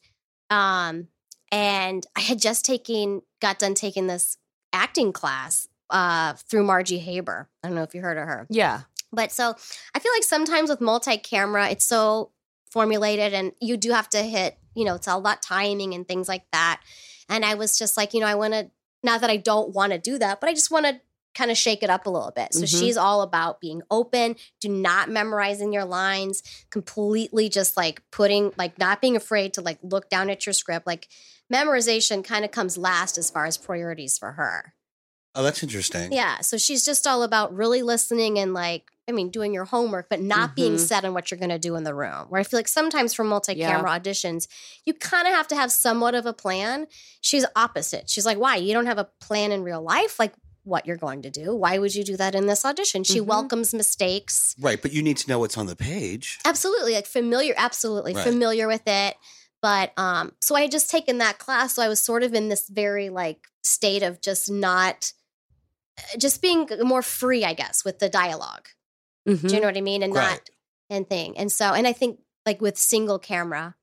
[SPEAKER 3] Um, and I had just taken got done taking this acting class uh, through Margie Haber. I don't know if you heard of her.
[SPEAKER 1] Yeah.
[SPEAKER 3] But so I feel like sometimes with multi camera, it's so formulated and you do have to hit, you know, it's all about timing and things like that. And I was just like, you know, I want to, not that I don't want to do that, but I just want to kind of shake it up a little bit. So
[SPEAKER 1] Mhm.
[SPEAKER 3] she's all about being open, do not memorizing your lines, completely just like putting, like not being afraid to like look down at your script. Like memorization kind of comes last as far as priorities for her.
[SPEAKER 2] oh, that's interesting.
[SPEAKER 3] Yeah. So she's just all about really listening and like, I mean, doing your homework, but not being
[SPEAKER 1] Mhm.
[SPEAKER 3] set on what you're going to do in the room. Where I feel like sometimes for multi camera auditions, you kind of have to have somewhat of a plan. She's opposite. She's like, why? You don't have a plan in real life? Like, what you're going to do? Why would you do that in this audition? She
[SPEAKER 1] Mhm.
[SPEAKER 3] welcomes mistakes.
[SPEAKER 2] Right, but you need to know what's on the page.
[SPEAKER 3] Absolutely, like familiar, absolutely
[SPEAKER 2] Right.
[SPEAKER 3] familiar with it. But um, so I had just taken that class, so I was sort of in this very like state of just not, eh, just being more free, I guess, with the dialog
[SPEAKER 1] Mm-hmm.
[SPEAKER 3] Do you know what I mean? And
[SPEAKER 2] Mm-hmm. Right.
[SPEAKER 3] not and thing. And so, and I think like with single camera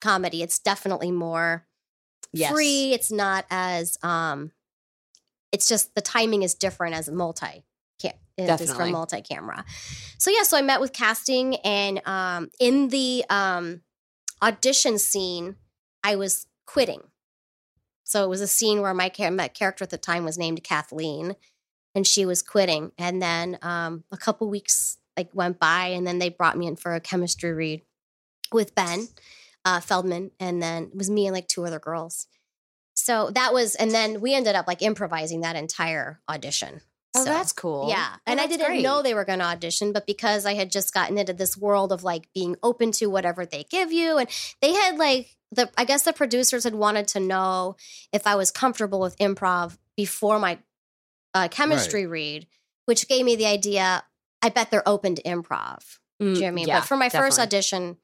[SPEAKER 3] comedy, it's definitely more
[SPEAKER 1] Yes.
[SPEAKER 3] free. It's not as um, it's just the timing is different as multi. ca- uh, It is
[SPEAKER 1] Definitely.
[SPEAKER 3] from multi camera. So yeah, so I met with casting and um, in the um, audition scene, I was quitting. So it was a scene where my, char- my character at the time was named Kathleen, and she was quitting. And then um, a couple weeks like went by, and then they brought me in for a chemistry read with Ben uh, Feldman, and then it was me and like two other girls. So that was, and then we ended up like improvising that entire audition.
[SPEAKER 1] Oh,
[SPEAKER 3] So-
[SPEAKER 1] that's cool.
[SPEAKER 3] yeah. and I
[SPEAKER 1] that's
[SPEAKER 3] didn't
[SPEAKER 1] great.
[SPEAKER 3] know they were going to audition, but because I had just gotten into this world of like being open to whatever they give you, and they had like the, I guess the producers had wanted to know if I was comfortable with improv before my uh, chemistry read, which gave me the idea. I bet they're open to improv.
[SPEAKER 1] Mm,
[SPEAKER 3] Do you know what I mean? but for my first
[SPEAKER 1] definitely.
[SPEAKER 3] audition,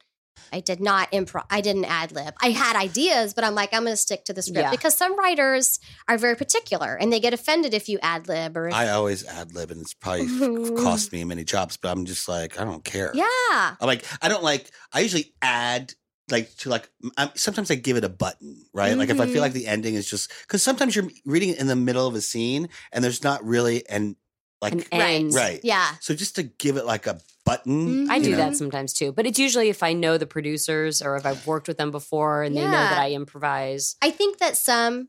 [SPEAKER 3] I did not improv. I didn't ad lib. I had ideas, but I'm like, I'm going to stick to the script
[SPEAKER 1] Yeah.
[SPEAKER 3] because some writers are very particular and they get offended if you ad lib or if
[SPEAKER 2] I always ad lib, and it's probably
[SPEAKER 3] Mm-hmm.
[SPEAKER 2] f- cost me many jobs. But I'm just like, I don't care.
[SPEAKER 3] Yeah.
[SPEAKER 2] I'm like, I don't like. I usually add like to like. I'm, sometimes I give it a button, right? Like if I
[SPEAKER 3] Mhm.
[SPEAKER 2] feel like the ending is just because sometimes you're reading it in the middle of a scene and there's not really an like
[SPEAKER 1] And
[SPEAKER 3] Right.
[SPEAKER 1] ends.
[SPEAKER 2] right.
[SPEAKER 3] Yeah.
[SPEAKER 2] So just to give it like a button,
[SPEAKER 3] Mhm.
[SPEAKER 1] Mm-hmm. I
[SPEAKER 2] you
[SPEAKER 1] do
[SPEAKER 2] know?
[SPEAKER 1] that sometimes too, but it's usually if I know the producers or if I've worked with them before and they know that
[SPEAKER 3] Yeah.
[SPEAKER 1] I improvise.
[SPEAKER 3] I think that some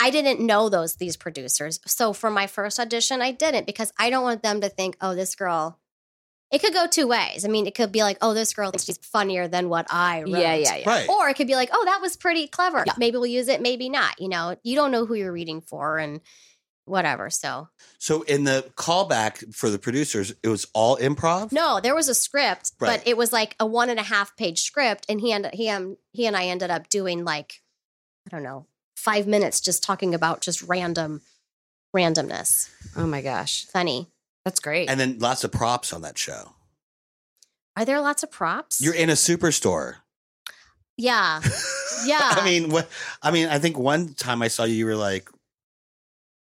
[SPEAKER 3] I didn't know those these producers. So for my first audition, I didn't because I don't want them to think, "Oh, this girl it could go two ways. I mean, it could be like, "Oh, this girl thinks she's funnier than what I wrote."
[SPEAKER 1] Yeah, yeah, yeah.
[SPEAKER 2] Right.
[SPEAKER 3] Or it could be like, "Oh, that was pretty clever.
[SPEAKER 1] Yeah.
[SPEAKER 3] Maybe we'll use it, maybe not." You know, you don't know who you're reading for and whatever. So,
[SPEAKER 2] so in the callback for the producers, it was all improv.
[SPEAKER 3] no, there was a script,
[SPEAKER 2] Right.
[SPEAKER 3] but it was like a one and a half page script, and he and he um, he and I ended up doing like I don't know five minutes just talking about just random randomness.
[SPEAKER 1] Oh my gosh.
[SPEAKER 3] Funny.
[SPEAKER 1] That's great.
[SPEAKER 2] And then lots of props on that show.
[SPEAKER 3] Are there lots of props?
[SPEAKER 2] You're in a superstore.
[SPEAKER 3] yeah, yeah.
[SPEAKER 2] I mean, what? I mean, I think one time I saw you, you were like,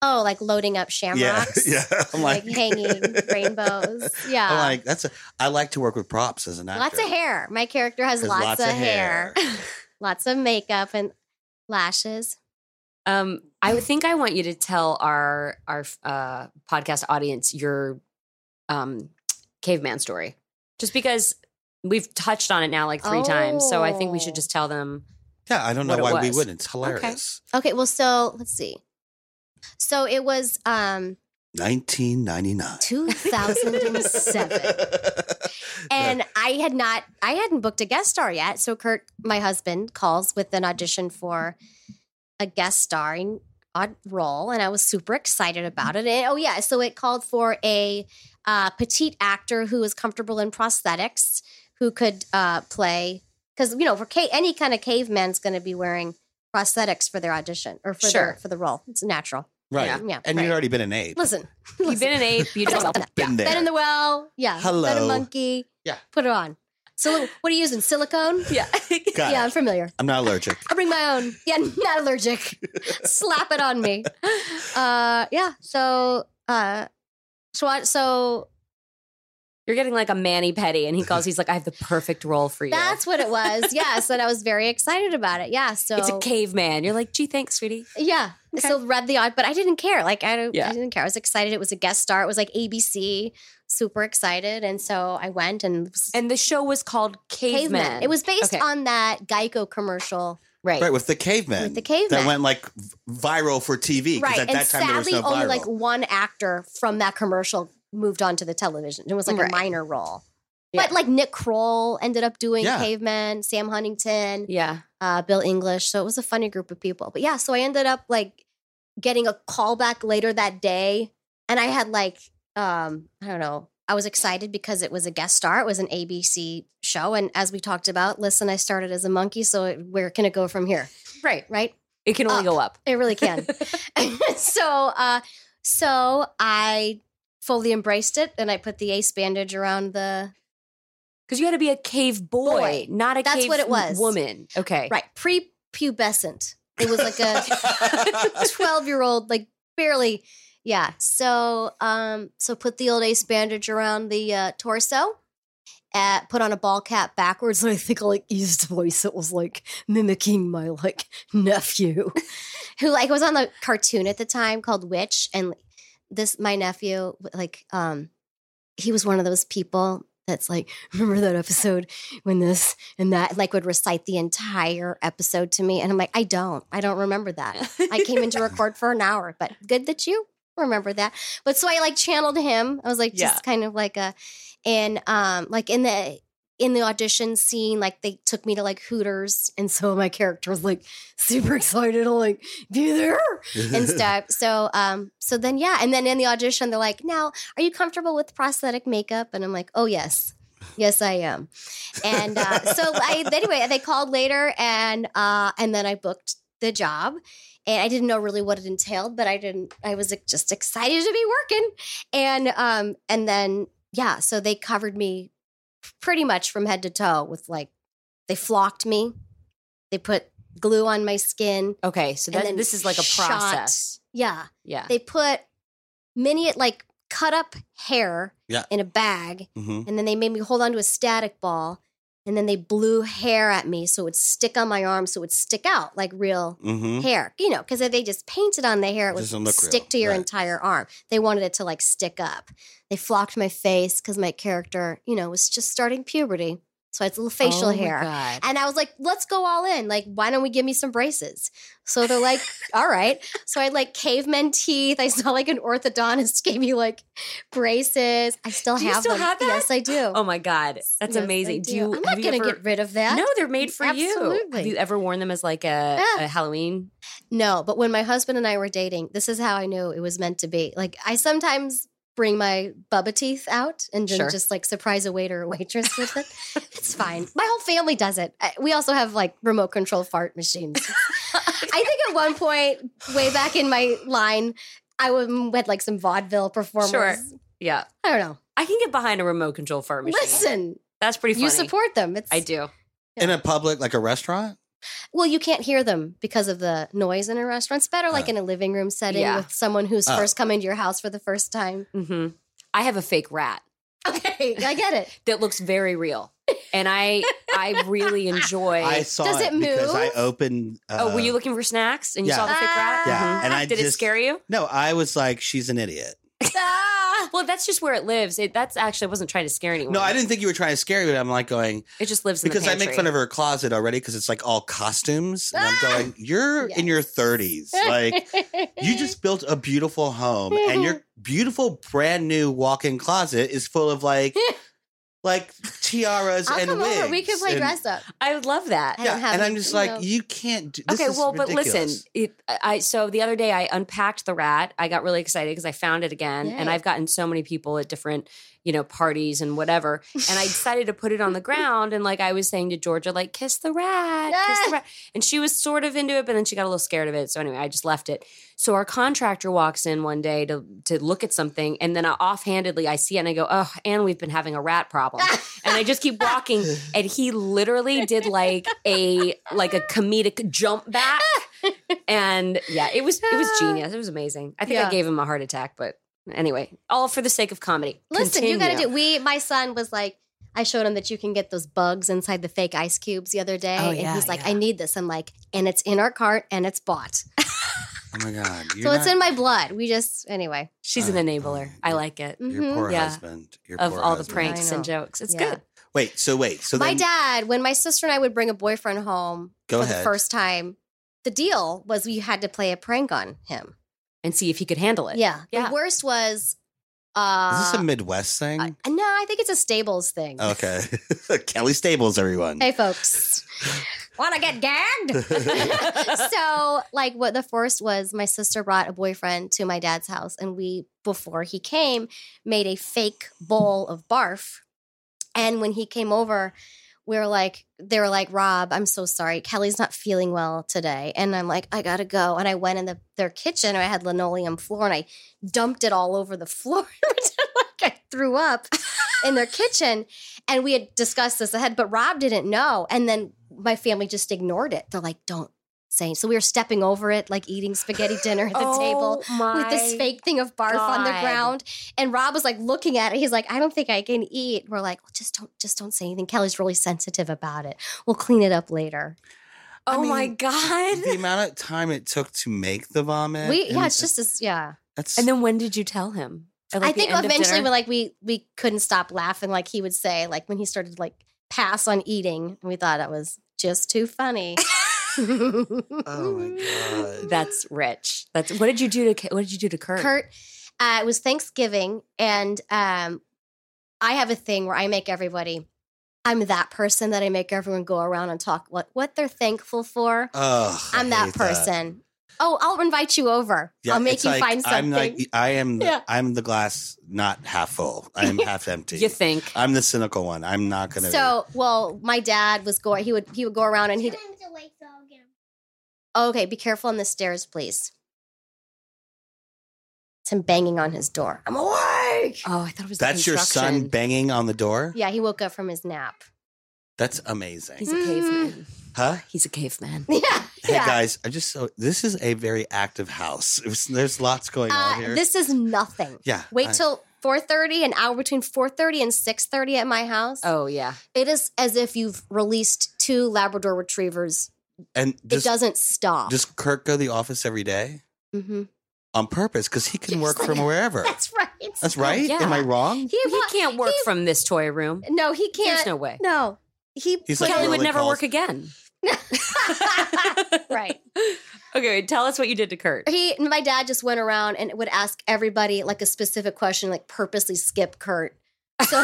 [SPEAKER 3] oh, like loading up shamrocks.
[SPEAKER 2] yeah, yeah. I'm
[SPEAKER 3] like,
[SPEAKER 2] like,
[SPEAKER 3] hanging rainbows. Yeah.
[SPEAKER 2] I'm like, that's a. I like to work with props as an actor.
[SPEAKER 3] lots of hair. My character has
[SPEAKER 2] There's
[SPEAKER 3] lots, of, hair. lots of makeup and lashes.
[SPEAKER 1] Um, I would think I want you to tell our our uh, podcast audience your um, caveman story, just because we've touched on it now like three times. So I think we should
[SPEAKER 3] Oh.
[SPEAKER 1] just tell them.
[SPEAKER 2] Yeah, I don't know
[SPEAKER 1] What it
[SPEAKER 2] why we
[SPEAKER 1] was.
[SPEAKER 2] wouldn't. It's hilarious.
[SPEAKER 3] Okay, well, so let's see. So it was um
[SPEAKER 2] 1999.
[SPEAKER 3] 2007. and I had not I hadn't booked a guest star yet. So Kurt, my husband, calls with an audition for a guest starring odd role, and I was super excited about it. And, oh yeah, so it called for a uh, petite actor who was comfortable in prosthetics, who could uh, play because you know for ca- any kind of caveman's going to be wearing prosthetics for their audition or for
[SPEAKER 1] Sure.
[SPEAKER 3] their, for the role. It's natural.
[SPEAKER 2] Right.
[SPEAKER 3] Yeah, yeah,
[SPEAKER 2] and
[SPEAKER 3] right.
[SPEAKER 2] you'd already been an ape.
[SPEAKER 3] Listen,
[SPEAKER 1] You've been an ape. You just
[SPEAKER 2] Been
[SPEAKER 3] been in
[SPEAKER 2] there.
[SPEAKER 3] the well. Yeah. Been a
[SPEAKER 2] Hello.
[SPEAKER 3] monkey.
[SPEAKER 2] Yeah.
[SPEAKER 3] Put it on. So what are you using? Silicone?
[SPEAKER 1] yeah.
[SPEAKER 2] Got
[SPEAKER 3] yeah,
[SPEAKER 2] it.
[SPEAKER 3] I'm familiar.
[SPEAKER 2] I'm not allergic.
[SPEAKER 3] I'll bring my own. Yeah, not allergic. Slap it on me. Uh, yeah. So, uh, so I, so
[SPEAKER 1] You're getting like a mani petty, and he calls. He's like, I have the perfect role for you.
[SPEAKER 3] that's what it was. Yes, and I was very excited about it. Yeah. So
[SPEAKER 1] it's a caveman. You're like, gee, thanks, sweetie.
[SPEAKER 3] Yeah.
[SPEAKER 1] Okay.
[SPEAKER 3] So read the odd, but I didn't care. Like I don't,
[SPEAKER 1] Yeah.
[SPEAKER 3] I didn't care. I was excited. It was a guest star. It was like ABC. Super excited, and so I went and, it was
[SPEAKER 1] And the show was called Caveman.
[SPEAKER 3] caveman. It was based
[SPEAKER 1] Okay.
[SPEAKER 3] on that Geico commercial,
[SPEAKER 1] right.
[SPEAKER 2] Right, with the cavemen.
[SPEAKER 3] With the cavemen.
[SPEAKER 2] That went like v- viral for TV. 'cause
[SPEAKER 3] right?
[SPEAKER 2] At
[SPEAKER 3] and
[SPEAKER 2] that time, there was
[SPEAKER 3] sadly,
[SPEAKER 2] no viral.
[SPEAKER 3] only like one actor from that commercial moved on to the television. It was like
[SPEAKER 1] Right.
[SPEAKER 3] a minor role.
[SPEAKER 1] Yeah.
[SPEAKER 3] But like Nick Kroll ended up doing
[SPEAKER 2] Yeah.
[SPEAKER 3] Caveman, Sam Huntington,
[SPEAKER 1] yeah.
[SPEAKER 3] uh, Bill English. So it was a funny group of people. But yeah, so I ended up like getting a call back later that day. And I had like, um, I don't know, I was excited because it was a guest star. It was an ABC show. And as we talked about, listen, I started as a monkey. So it, where can it go from here?
[SPEAKER 1] Right.
[SPEAKER 3] Right?
[SPEAKER 1] It can only
[SPEAKER 3] Up.
[SPEAKER 1] go up.
[SPEAKER 3] Oh, It really can. so, uh, so I fully embraced it and I put the ace bandage around the
[SPEAKER 1] Because you had to be a cave boy,
[SPEAKER 3] Boy.
[SPEAKER 1] not a
[SPEAKER 3] That's
[SPEAKER 1] cave
[SPEAKER 3] what it was.
[SPEAKER 1] woman. Okay.
[SPEAKER 3] right prepubescent. It was like a 12 year old like barely yeah so um so put the old ace bandage around the uh, torso uh, put on a ball cap backwards and i think like his voice it was like mimicking my like nephew who like was on the cartoon at the time called witch and this my nephew like um he was one of those people that's like remember that episode when this and that like would recite the entire episode to me and i'm like i don't i don't remember that I came in to record for an hour, but good that you remember that. But so I like channeled him. I was like just
[SPEAKER 1] Yeah.
[SPEAKER 3] kind of like a and um like in the in the audition scene, like they took me to like Hooters, and so my character was like super excited to like be there and stuff. So um so then yeah, and then in the audition they're like, now are you comfortable with prosthetic makeup? And I'm like, oh yes. Yes, I am, and uh, so I. Anyway, they called later, and uh, and then I booked the job, and I didn't know really what it entailed, but I didn't. I was like, just excited to be working, and um, and then yeah, so they covered me pretty much from head to toe with like they flocked me, they put glue on my skin,
[SPEAKER 1] Okay. So
[SPEAKER 3] And
[SPEAKER 1] that,
[SPEAKER 3] then
[SPEAKER 1] this is like a
[SPEAKER 3] shot.
[SPEAKER 1] process.
[SPEAKER 3] yeah,
[SPEAKER 1] Yeah.
[SPEAKER 3] they put mini like cut up hair
[SPEAKER 2] Yeah.
[SPEAKER 3] in a bag,
[SPEAKER 2] Mhm.
[SPEAKER 3] and then they made me hold on to a static ball. And then they blew hair at me so it would stick on my arm so it would stick out like real
[SPEAKER 2] Mhm.
[SPEAKER 3] hair, you know, because if they just painted on the hair, it would
[SPEAKER 2] Doesn't look
[SPEAKER 3] stick
[SPEAKER 2] real,
[SPEAKER 3] to your
[SPEAKER 2] right.
[SPEAKER 3] entire arm. They wanted it to like stick up. They flocked my face because my character, you know, was just starting puberty. So I had little facial
[SPEAKER 1] Oh my
[SPEAKER 3] hair.
[SPEAKER 1] God.
[SPEAKER 3] And I was like, let's go all in. Like, why don't we give me some braces? So they're like, all right. So I had like caveman teeth. I saw like an orthodontist gave me like braces. I still
[SPEAKER 1] Do you
[SPEAKER 3] have
[SPEAKER 1] still
[SPEAKER 3] them.
[SPEAKER 1] have that?
[SPEAKER 3] Yes, I do.
[SPEAKER 1] Oh my God. That's
[SPEAKER 3] Yes, I
[SPEAKER 1] amazing. Do
[SPEAKER 3] do.
[SPEAKER 1] you,
[SPEAKER 3] I'm
[SPEAKER 1] have
[SPEAKER 3] not
[SPEAKER 1] you
[SPEAKER 3] going to
[SPEAKER 1] ever-
[SPEAKER 3] get rid of that.
[SPEAKER 1] No, they're made for you. Have
[SPEAKER 3] Absolutely.
[SPEAKER 1] you ever worn them as like a,
[SPEAKER 3] Yeah.
[SPEAKER 1] a Halloween?
[SPEAKER 3] No, but when my husband and I were dating, this is how I knew it was meant to be. Like I sometimes bring my bubba teeth out and then
[SPEAKER 1] Sure.
[SPEAKER 3] just like surprise a waiter or waitress with it. it's fine. My whole family does it. I- We also have like remote control fart machines. I think at one point, way back in my line, I w- had like some vaudeville performers.
[SPEAKER 1] Sure. Yeah.
[SPEAKER 3] I don't know.
[SPEAKER 1] I can get behind a remote control fart machine.
[SPEAKER 3] Listen,
[SPEAKER 1] That's pretty funny.
[SPEAKER 3] you support them. It's
[SPEAKER 1] I do.
[SPEAKER 2] In a public, like a restaurant?
[SPEAKER 3] Well, you can't hear them because of the noise in a restaurant. It's better like
[SPEAKER 2] Huh.
[SPEAKER 3] in a living room setting
[SPEAKER 1] Uh, Yeah. Uh.
[SPEAKER 3] with someone who's
[SPEAKER 2] Oh.
[SPEAKER 3] first coming to your house for the first time.
[SPEAKER 1] hmm I have a fake rat
[SPEAKER 3] Okay, I get it.
[SPEAKER 1] that looks very real. And I I really enjoy.
[SPEAKER 2] I saw
[SPEAKER 3] Does it
[SPEAKER 2] because I
[SPEAKER 3] move?
[SPEAKER 2] opened. Uh,
[SPEAKER 1] oh, were you looking for snacks and you
[SPEAKER 2] yeah.
[SPEAKER 1] saw the fake rat?
[SPEAKER 2] Yeah,
[SPEAKER 1] Mhm.
[SPEAKER 2] and I
[SPEAKER 1] Did it
[SPEAKER 2] just-
[SPEAKER 1] scare you?
[SPEAKER 2] No, I was like, she's an idiot.
[SPEAKER 3] Ah!
[SPEAKER 1] Well, that's just where it lives. It, that's actually I wasn't trying to scare anyone.
[SPEAKER 2] No, I didn't think you were trying to scare me. But I'm like going
[SPEAKER 1] It just lives in
[SPEAKER 2] because
[SPEAKER 1] the
[SPEAKER 2] I make fun of her closet already because it's like all costumes, and
[SPEAKER 3] Ah!
[SPEAKER 2] I'm going, you're in your 30s, like you just built a beautiful home, and your beautiful brand new walk-in closet is full of like, like tiaras
[SPEAKER 3] I'll
[SPEAKER 2] and
[SPEAKER 3] come
[SPEAKER 2] wigs.
[SPEAKER 3] over. We can play
[SPEAKER 2] and-
[SPEAKER 3] dress up.
[SPEAKER 1] I would love that.
[SPEAKER 3] I don't
[SPEAKER 2] Yeah,
[SPEAKER 3] have
[SPEAKER 2] and
[SPEAKER 3] any-
[SPEAKER 2] I'm just
[SPEAKER 3] you
[SPEAKER 2] like,
[SPEAKER 3] know.
[SPEAKER 2] you can't. Do, this
[SPEAKER 1] okay,
[SPEAKER 2] is
[SPEAKER 1] well, but
[SPEAKER 2] ridiculous.
[SPEAKER 1] listen, it, I so the other day I unpacked the rat. I got really excited because I found it again, and
[SPEAKER 3] Yay.
[SPEAKER 1] I've gotten so many people at different, you know, parties and whatever. And I decided to put it on the ground, and like I was saying to Georgia, like kiss the rat, kiss the
[SPEAKER 3] Ah.
[SPEAKER 1] rat, and she was sort of into it, but then she got a little scared of it. So anyway, I just left it. So our contractor walks in one day to to look at something, and then I, offhandedly I see it and I go, oh, and we've been having a rat problem, and I just keep walking, and he literally did like a like a comedic jump back, and yeah, it was it was genius. It was amazing. I think
[SPEAKER 3] Yeah.
[SPEAKER 1] I gave him a heart attack, but anyway, all for the sake of comedy.
[SPEAKER 3] Listen, you gotta
[SPEAKER 1] Continue.
[SPEAKER 3] do. We, my son was like, I showed him that you can get those bugs inside the fake ice cubes the other day,
[SPEAKER 1] Oh,
[SPEAKER 3] and
[SPEAKER 1] yeah,
[SPEAKER 3] he's like,
[SPEAKER 1] yeah.
[SPEAKER 3] I need this. I'm like, and it's in our cart and it's bought,
[SPEAKER 2] oh my god,
[SPEAKER 3] so it's in my blood. We just anyway.
[SPEAKER 1] She's an enabler. I like it.
[SPEAKER 2] your
[SPEAKER 3] Mhm.
[SPEAKER 2] poor
[SPEAKER 1] Yeah.
[SPEAKER 2] husband. Your
[SPEAKER 1] Of
[SPEAKER 2] poor
[SPEAKER 1] all the
[SPEAKER 2] husband.
[SPEAKER 1] pranks
[SPEAKER 3] I
[SPEAKER 1] and
[SPEAKER 3] know.
[SPEAKER 1] jokes, it's
[SPEAKER 3] Yeah.
[SPEAKER 1] good.
[SPEAKER 2] Wait, so wait, so
[SPEAKER 3] my
[SPEAKER 2] then,
[SPEAKER 3] dad, when my sister and I would bring a boyfriend home
[SPEAKER 2] Go
[SPEAKER 3] for
[SPEAKER 2] ahead.
[SPEAKER 3] the first time, the deal was we had to play a prank on him.
[SPEAKER 1] And see if he could handle it.
[SPEAKER 3] Yeah.
[SPEAKER 1] Yeah.
[SPEAKER 3] The worst was. Uh,
[SPEAKER 2] is this a Oh, Midwest thing?
[SPEAKER 3] I- no, I think it's a Stables thing.
[SPEAKER 2] okay, Kelly Stables, everyone.
[SPEAKER 3] Hey, folks. Want to get gagged? so, like, what the first was my sister brought a boyfriend to my dad's house, and we, before he came, made a fake bowl of barf. And when he came over, we were like, they were like, Rob, I'm so sorry. Kelly's not feeling well today. And I'm like, I gotta go. And I went in the, their kitchen, and I had linoleum floor, and I dumped it all over the floor. like I threw up in their kitchen. And we had discussed this ahead, but Rob didn't know. And then my family just ignored it. They're like, don't say. So we were stepping over it, like eating spaghetti dinner at the table with this
[SPEAKER 1] Oh my
[SPEAKER 3] fake thing of barf on the
[SPEAKER 1] God.
[SPEAKER 3] ground. And Rob was like looking at it. He's like, I don't think I can eat. We're like, well, just don't, just don't say anything. Kelly's really sensitive about it. We'll clean it up later.
[SPEAKER 1] Oh
[SPEAKER 2] I
[SPEAKER 1] my
[SPEAKER 2] mean,
[SPEAKER 1] god!
[SPEAKER 2] the amount of time it took to make the vomit.
[SPEAKER 3] We, yeah,
[SPEAKER 2] Uh, and
[SPEAKER 3] it's just, as yeah.
[SPEAKER 2] that's
[SPEAKER 1] And then when did you tell him? At,
[SPEAKER 3] I
[SPEAKER 1] like, the
[SPEAKER 3] think
[SPEAKER 1] end of
[SPEAKER 3] eventually,
[SPEAKER 1] dinner?
[SPEAKER 3] we like we we couldn't stop laughing. Like he would say, like when he started like pass on eating, and we thought it was just too funny.
[SPEAKER 2] oh my god.
[SPEAKER 1] That's rich. That's what did you do to Ki- what did you do to Kurt?
[SPEAKER 3] Kurt, uh, it was Thanksgiving, and um, I have a thing where I make everybody. I'm that person that I make everyone go around and talk what what they're thankful for.
[SPEAKER 2] Ugh, Oh, I
[SPEAKER 3] I'm that
[SPEAKER 2] hate
[SPEAKER 3] person. Oh, I'll invite you over.
[SPEAKER 2] Yeah,
[SPEAKER 3] I'll
[SPEAKER 2] it's
[SPEAKER 3] make you
[SPEAKER 2] like,
[SPEAKER 3] find something.
[SPEAKER 2] I'm like I am. The,
[SPEAKER 3] Yeah.
[SPEAKER 2] I'm the glass not half full. I'm half empty.
[SPEAKER 1] You think?
[SPEAKER 2] I'm the cynical one. I'm not gonna.
[SPEAKER 3] so, well, my dad was going. He would he would go around and he'd
[SPEAKER 4] Sometimes awake, so I'll get 'em.
[SPEAKER 3] Okay, be careful on the stairs, please. It's him banging on his door. I'm awake.
[SPEAKER 1] Oh, I thought it was the
[SPEAKER 2] that's your son
[SPEAKER 1] construction.
[SPEAKER 2] banging on the door.
[SPEAKER 3] Yeah, he woke up from his nap.
[SPEAKER 2] That's amazing.
[SPEAKER 1] He's a
[SPEAKER 3] Mhm.
[SPEAKER 1] caveman.
[SPEAKER 2] huh?
[SPEAKER 1] He's a caveman.
[SPEAKER 3] Yeah.
[SPEAKER 2] Hey
[SPEAKER 3] yeah.
[SPEAKER 2] guys, I just so this is a very active house. It was, there's lots going on
[SPEAKER 3] Uh,
[SPEAKER 2] here.
[SPEAKER 3] this is nothing.
[SPEAKER 2] yeah.
[SPEAKER 3] Wait
[SPEAKER 2] I-
[SPEAKER 3] till 4:30, an hour between 4:30 and 6:30 at my house.
[SPEAKER 1] Oh yeah.
[SPEAKER 3] It is as if you've released two Labrador retrievers.
[SPEAKER 2] and just
[SPEAKER 3] it doesn't stop.
[SPEAKER 2] does Kirk go to the office every day
[SPEAKER 3] Mhm.
[SPEAKER 2] on purpose because he can
[SPEAKER 3] Yes,
[SPEAKER 2] work
[SPEAKER 3] I
[SPEAKER 2] from
[SPEAKER 3] know.
[SPEAKER 2] wherever.
[SPEAKER 3] That's right.
[SPEAKER 2] That's right.
[SPEAKER 1] yeah.
[SPEAKER 2] Am I wrong?
[SPEAKER 3] He,
[SPEAKER 1] He
[SPEAKER 3] wa-
[SPEAKER 1] can't work
[SPEAKER 3] he-
[SPEAKER 1] from this toy room.
[SPEAKER 3] No, he
[SPEAKER 1] There's
[SPEAKER 3] can't.
[SPEAKER 1] no way.
[SPEAKER 3] no. He
[SPEAKER 2] He's like,
[SPEAKER 1] Kelly
[SPEAKER 2] Rolling
[SPEAKER 1] would never
[SPEAKER 2] calls.
[SPEAKER 1] work again.
[SPEAKER 3] Right.
[SPEAKER 1] Okay, wait, tell us what you did to Kurt.
[SPEAKER 3] he my dad just went around and would ask everybody like a specific question like purposely skip kurt so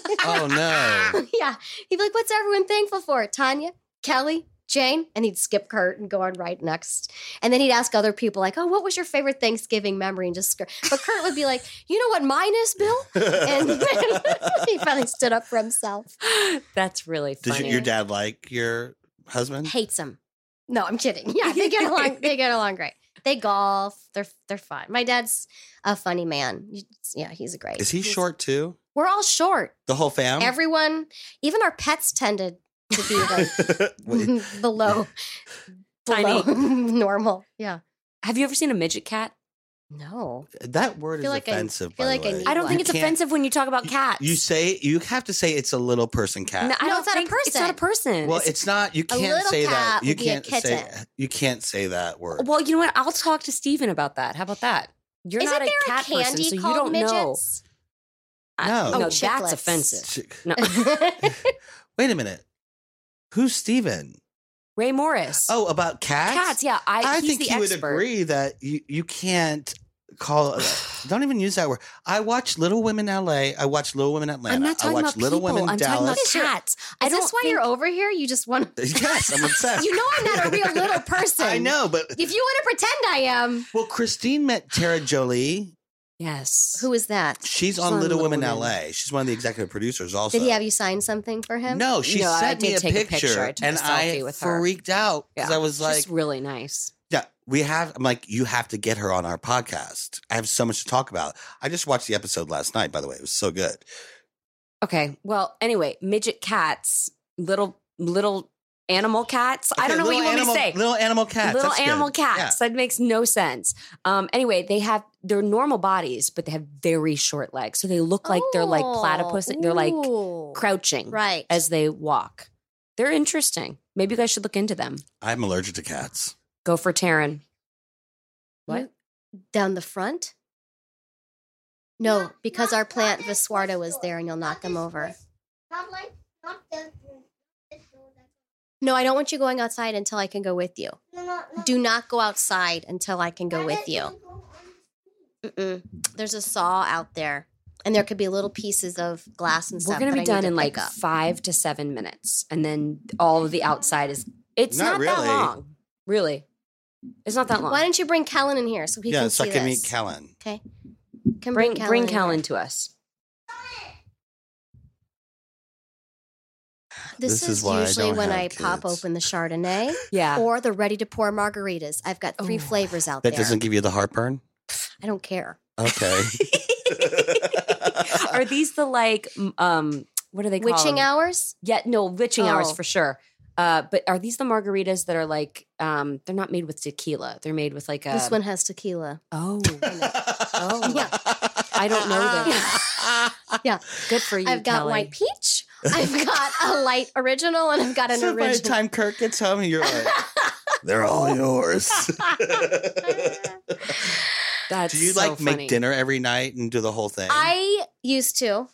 [SPEAKER 2] Oh no.
[SPEAKER 3] yeah he'd be like what's everyone thankful for tanya kelly jane and he'd skip kurt and go on right next and then he'd ask other people like oh what was your favorite thanksgiving memory and just sk- but kurt would be like you know what mine is bill and he finally stood up for himself
[SPEAKER 1] That's really
[SPEAKER 2] Did
[SPEAKER 1] funny.
[SPEAKER 2] you, your dad like your husband?
[SPEAKER 3] hates him no i'm kidding yeah they get along they get along great they golf they're they're fun my dad's a funny man You- yeah he's a great
[SPEAKER 2] Is he
[SPEAKER 3] he's-
[SPEAKER 2] short too?
[SPEAKER 3] We're all short.
[SPEAKER 2] The whole fam?
[SPEAKER 3] Everyone, even our pets tended to be like mm-hmm.
[SPEAKER 2] Wait,
[SPEAKER 3] below,
[SPEAKER 1] Tiny.
[SPEAKER 3] below normal. Yeah.
[SPEAKER 1] Have you ever seen a midget cat?
[SPEAKER 3] No.
[SPEAKER 2] that word
[SPEAKER 3] I
[SPEAKER 2] is
[SPEAKER 3] feel like I-
[SPEAKER 2] offensive.
[SPEAKER 3] I feel
[SPEAKER 2] by
[SPEAKER 3] like
[SPEAKER 2] the
[SPEAKER 3] I
[SPEAKER 2] way.
[SPEAKER 3] need
[SPEAKER 1] I don't
[SPEAKER 3] one.
[SPEAKER 1] think it's
[SPEAKER 2] You can't-
[SPEAKER 1] offensive when you talk about cats.
[SPEAKER 2] You say you have to say it's a little person cat.
[SPEAKER 1] No, I
[SPEAKER 3] No,
[SPEAKER 1] don't
[SPEAKER 3] it's not a
[SPEAKER 1] think- It's not a person.
[SPEAKER 2] well,
[SPEAKER 1] It's-
[SPEAKER 2] it's not. You can't
[SPEAKER 3] little
[SPEAKER 2] say that.
[SPEAKER 3] cat
[SPEAKER 2] You
[SPEAKER 3] would be a
[SPEAKER 2] can't say.
[SPEAKER 3] kitten.
[SPEAKER 2] You can't say that word.
[SPEAKER 1] well, you know what? I'll talk to Steven about that. How about that? You're
[SPEAKER 3] Isn't
[SPEAKER 1] not
[SPEAKER 3] there
[SPEAKER 1] a cat person, so you don't know.
[SPEAKER 3] midgets?
[SPEAKER 1] I- no,
[SPEAKER 2] No.
[SPEAKER 3] Oh,
[SPEAKER 1] that's
[SPEAKER 3] chiclets.
[SPEAKER 1] offensive. No.
[SPEAKER 2] Wait a minute. Who's Steven?
[SPEAKER 1] Ray Morris.
[SPEAKER 2] Oh, about cats.
[SPEAKER 1] cats. Yeah, I,
[SPEAKER 2] I
[SPEAKER 1] he's
[SPEAKER 2] think
[SPEAKER 1] the
[SPEAKER 2] you would
[SPEAKER 1] expert.
[SPEAKER 2] agree that you you can't call. Don't even use that word. I watch Little Women LA. I watch Little Women Atlanta. I watch Little Women
[SPEAKER 5] I'm
[SPEAKER 2] Dallas.
[SPEAKER 5] talking about cats. I
[SPEAKER 3] Is
[SPEAKER 5] don't
[SPEAKER 3] this why you're over here? You just want to.
[SPEAKER 2] yes, I'm obsessed.
[SPEAKER 3] You know I'm not a real little person.
[SPEAKER 2] I know, but
[SPEAKER 3] If you want to pretend I am,
[SPEAKER 2] well, Christine met Tara Jolie.
[SPEAKER 1] Yes.
[SPEAKER 3] who is that?
[SPEAKER 2] She's, on, Little, Women, LA. She's one of the executive producers. Also,
[SPEAKER 3] Did he have you sign something for him?
[SPEAKER 2] no, she
[SPEAKER 1] No, I
[SPEAKER 2] sent me
[SPEAKER 1] did
[SPEAKER 2] a
[SPEAKER 1] take
[SPEAKER 2] picture,
[SPEAKER 1] a picture. I took a
[SPEAKER 2] and I
[SPEAKER 1] selfie with her.
[SPEAKER 2] freaked out because
[SPEAKER 1] Yeah.
[SPEAKER 2] I was like,
[SPEAKER 1] She's really nice.
[SPEAKER 2] "Yeah, we have." I'm like, "You have to get her on our podcast. I have so much to talk about." I just watched the episode last night. By the way, it was so good.
[SPEAKER 1] Okay. Well, anyway, midget cats, little little animal cats. I
[SPEAKER 2] Okay,
[SPEAKER 1] don't know what you
[SPEAKER 2] little
[SPEAKER 1] want me
[SPEAKER 2] animal-
[SPEAKER 1] to say.
[SPEAKER 2] Little animal cats.
[SPEAKER 1] little
[SPEAKER 2] that's good.
[SPEAKER 1] animal
[SPEAKER 2] Yeah.
[SPEAKER 1] cats. That makes no sense. Um, anyway, they have their normal bodies, but they have very short legs, so they look like they're like
[SPEAKER 3] Oh,
[SPEAKER 1] platypus. They're like
[SPEAKER 3] ooh.
[SPEAKER 1] crouching
[SPEAKER 3] Oh. Right.
[SPEAKER 1] as they walk. They're interesting. Maybe you guys should look into them.
[SPEAKER 2] I'm allergic to cats.
[SPEAKER 1] Go for Taryn. What?
[SPEAKER 3] down the front? No, because our plant Viswardo is there and you'll knock them over.
[SPEAKER 4] Not like, not the. this door, that-
[SPEAKER 3] No, I don't want you going outside until I can go with you.
[SPEAKER 4] No, no, no.
[SPEAKER 3] Do not go outside until I can go with you. Mm-mm. There's a saw out there, and there could be little pieces of glass and stuff.
[SPEAKER 1] We're gonna
[SPEAKER 3] that
[SPEAKER 1] be
[SPEAKER 3] I need
[SPEAKER 1] done
[SPEAKER 3] to
[SPEAKER 1] in like
[SPEAKER 3] pick up.
[SPEAKER 1] five to seven minutes, and then all of the outside is. It's not,
[SPEAKER 2] Not
[SPEAKER 1] that
[SPEAKER 2] really.
[SPEAKER 1] long, really. It's not that long.
[SPEAKER 3] Why don't you bring Kellen in here so he
[SPEAKER 2] yeah,
[SPEAKER 3] can
[SPEAKER 2] so
[SPEAKER 3] see
[SPEAKER 2] I can
[SPEAKER 3] this?
[SPEAKER 2] meet Kellen.
[SPEAKER 3] Okay, can
[SPEAKER 1] bring
[SPEAKER 3] Kellen
[SPEAKER 1] bring
[SPEAKER 3] in here.
[SPEAKER 1] Kellen to us?
[SPEAKER 3] This,
[SPEAKER 2] This is
[SPEAKER 3] is,
[SPEAKER 2] why I
[SPEAKER 3] usually
[SPEAKER 2] don't
[SPEAKER 3] when
[SPEAKER 2] have
[SPEAKER 3] I pop
[SPEAKER 2] kids.
[SPEAKER 3] open the Chardonnay
[SPEAKER 1] Yeah.
[SPEAKER 3] or the ready to pour margaritas. I've got three
[SPEAKER 1] Ooh.
[SPEAKER 3] flavors out
[SPEAKER 2] That
[SPEAKER 3] there.
[SPEAKER 2] doesn't give you the heartburn?
[SPEAKER 3] I don't care.
[SPEAKER 2] Okay.
[SPEAKER 1] are these the like m- um what are they called?
[SPEAKER 3] Witching hours?
[SPEAKER 1] Yeah, no, witching hours
[SPEAKER 3] Oh.
[SPEAKER 1] for sure. Uh, but are these the margaritas that are like um they're not made with tequila. They're made with like a
[SPEAKER 3] this one has tequila.
[SPEAKER 1] Oh.
[SPEAKER 2] oh,
[SPEAKER 1] yeah. I don't know
[SPEAKER 2] that.
[SPEAKER 3] Yeah,
[SPEAKER 1] Good for you.
[SPEAKER 3] I've got
[SPEAKER 1] Kelly.
[SPEAKER 3] white peach. I've got a light original, and I've got an
[SPEAKER 2] so by the
[SPEAKER 3] original.
[SPEAKER 2] time Kirk gets home, you're like, they're all yours.
[SPEAKER 1] That's
[SPEAKER 2] do you
[SPEAKER 1] so
[SPEAKER 2] like
[SPEAKER 1] funny.
[SPEAKER 2] make dinner every night and do the whole thing?
[SPEAKER 3] I used to.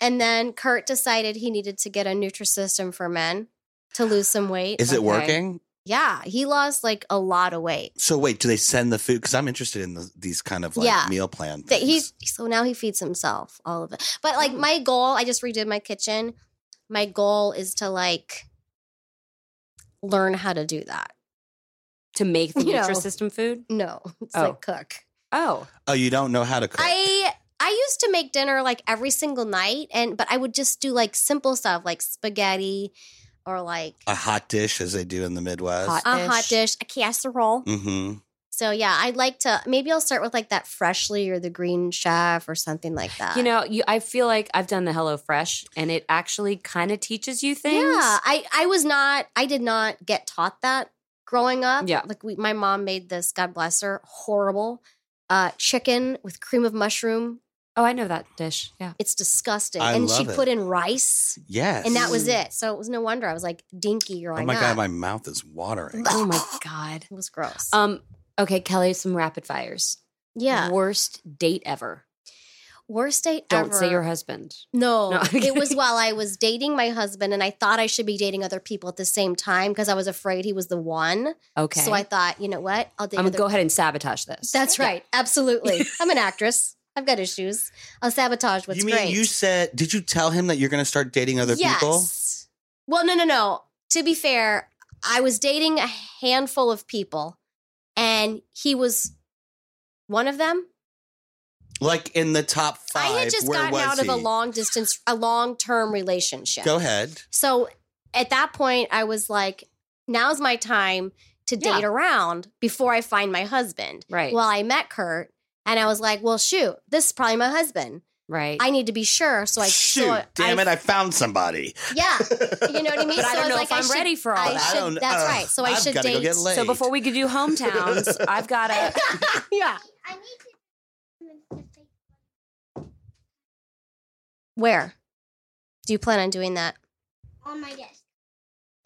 [SPEAKER 3] And then Kurt decided he needed to get a Nutrisystem for men to lose some weight.
[SPEAKER 2] Is it
[SPEAKER 1] okay.
[SPEAKER 2] working?
[SPEAKER 3] yeah, he lost like a lot of weight.
[SPEAKER 2] So wait, do they send the food? Because I'm interested in the, these kind of like
[SPEAKER 3] Yeah.
[SPEAKER 2] meal plan. Things.
[SPEAKER 3] That he's so now he feeds himself all of it. But
[SPEAKER 2] Hmm.
[SPEAKER 3] like my goal, I just redid my kitchen. My goal is to like learn how to do that.
[SPEAKER 1] to make the
[SPEAKER 3] You know.
[SPEAKER 1] Nutrisystem food?
[SPEAKER 3] No, it's
[SPEAKER 1] Oh.
[SPEAKER 3] like cook.
[SPEAKER 1] Oh.
[SPEAKER 2] oh, you don't know how to cook.
[SPEAKER 3] I I used to make dinner like every single night, and but I would just do like simple stuff like spaghetti or like
[SPEAKER 2] a hot dish, as they do in the Midwest.
[SPEAKER 1] Hot
[SPEAKER 3] a hot dish, a casserole.
[SPEAKER 2] Mm-hmm.
[SPEAKER 3] So yeah, I'd like to maybe I'll start with like that freshly or the green chef or something like that.
[SPEAKER 1] You know, you I feel like I've done the Hello Fresh and it actually kind of teaches you things.
[SPEAKER 3] Yeah, I I was not I did not get taught that growing up.
[SPEAKER 1] Yeah.
[SPEAKER 3] like we, my mom made this God bless her horrible uh chicken with cream of mushroom.
[SPEAKER 1] Oh, I know that dish. Yeah.
[SPEAKER 3] It's disgusting,
[SPEAKER 2] I
[SPEAKER 3] and she
[SPEAKER 2] love it.
[SPEAKER 3] put in rice,
[SPEAKER 2] Yes.
[SPEAKER 3] and that was it. So it was no wonder I was like dinky
[SPEAKER 2] Oh
[SPEAKER 3] growing
[SPEAKER 2] my
[SPEAKER 3] up.
[SPEAKER 2] god, my mouth is watering.
[SPEAKER 1] Oh my god.
[SPEAKER 3] it was gross.
[SPEAKER 1] Um okay, Kelly, some rapid fires.
[SPEAKER 3] yeah,
[SPEAKER 1] Worst date ever.
[SPEAKER 3] worst date
[SPEAKER 1] Don't
[SPEAKER 3] ever.
[SPEAKER 1] say your husband.
[SPEAKER 3] No,
[SPEAKER 1] No, I'm
[SPEAKER 3] it was
[SPEAKER 1] kidding.
[SPEAKER 3] while I was dating my husband, and I thought I should be dating other people at the same time because I was afraid he was the one.
[SPEAKER 1] Okay.
[SPEAKER 3] So I thought, you know what? I'll date
[SPEAKER 1] I'm
[SPEAKER 3] other.
[SPEAKER 1] gonna go ahead and sabotage this.
[SPEAKER 3] That's right. Absolutely. I'm an actress. I've got issues. I'll sabotage what's
[SPEAKER 2] you mean
[SPEAKER 3] great.
[SPEAKER 2] you said? Did you tell him that you're going to start dating other people?
[SPEAKER 3] Yes. Well, no, no, no. To be fair, I was dating a handful of people, and he was one of them.
[SPEAKER 2] Like in the top five?
[SPEAKER 3] I had just
[SPEAKER 2] where
[SPEAKER 3] gotten
[SPEAKER 2] was
[SPEAKER 3] out of a
[SPEAKER 2] he?
[SPEAKER 3] long distance, a long term relationship.
[SPEAKER 2] Go ahead.
[SPEAKER 3] So at that point, I was like, now's my time to
[SPEAKER 1] Yeah.
[SPEAKER 3] date around before I find my husband.
[SPEAKER 1] Right.
[SPEAKER 3] Well, I met Kurt and I was like, well, shoot, this is probably my husband.
[SPEAKER 1] right.
[SPEAKER 3] I need to be sure. So I
[SPEAKER 2] Shoot!
[SPEAKER 3] so I-
[SPEAKER 2] damn it! I found somebody.
[SPEAKER 3] Yeah. You know what I mean?
[SPEAKER 1] but I
[SPEAKER 3] so
[SPEAKER 1] don't
[SPEAKER 3] was
[SPEAKER 1] know
[SPEAKER 3] like,
[SPEAKER 1] if I'm
[SPEAKER 3] should-
[SPEAKER 1] ready for all
[SPEAKER 3] I
[SPEAKER 1] that.
[SPEAKER 3] should- that's right. So I
[SPEAKER 2] have
[SPEAKER 3] should
[SPEAKER 2] gotta Go
[SPEAKER 3] date-
[SPEAKER 2] get
[SPEAKER 3] So
[SPEAKER 2] laid.
[SPEAKER 1] So before we could do hometowns, I've got to.
[SPEAKER 3] yeah.
[SPEAKER 4] I need to.
[SPEAKER 3] Where? Do you plan on doing that?
[SPEAKER 4] On my desk.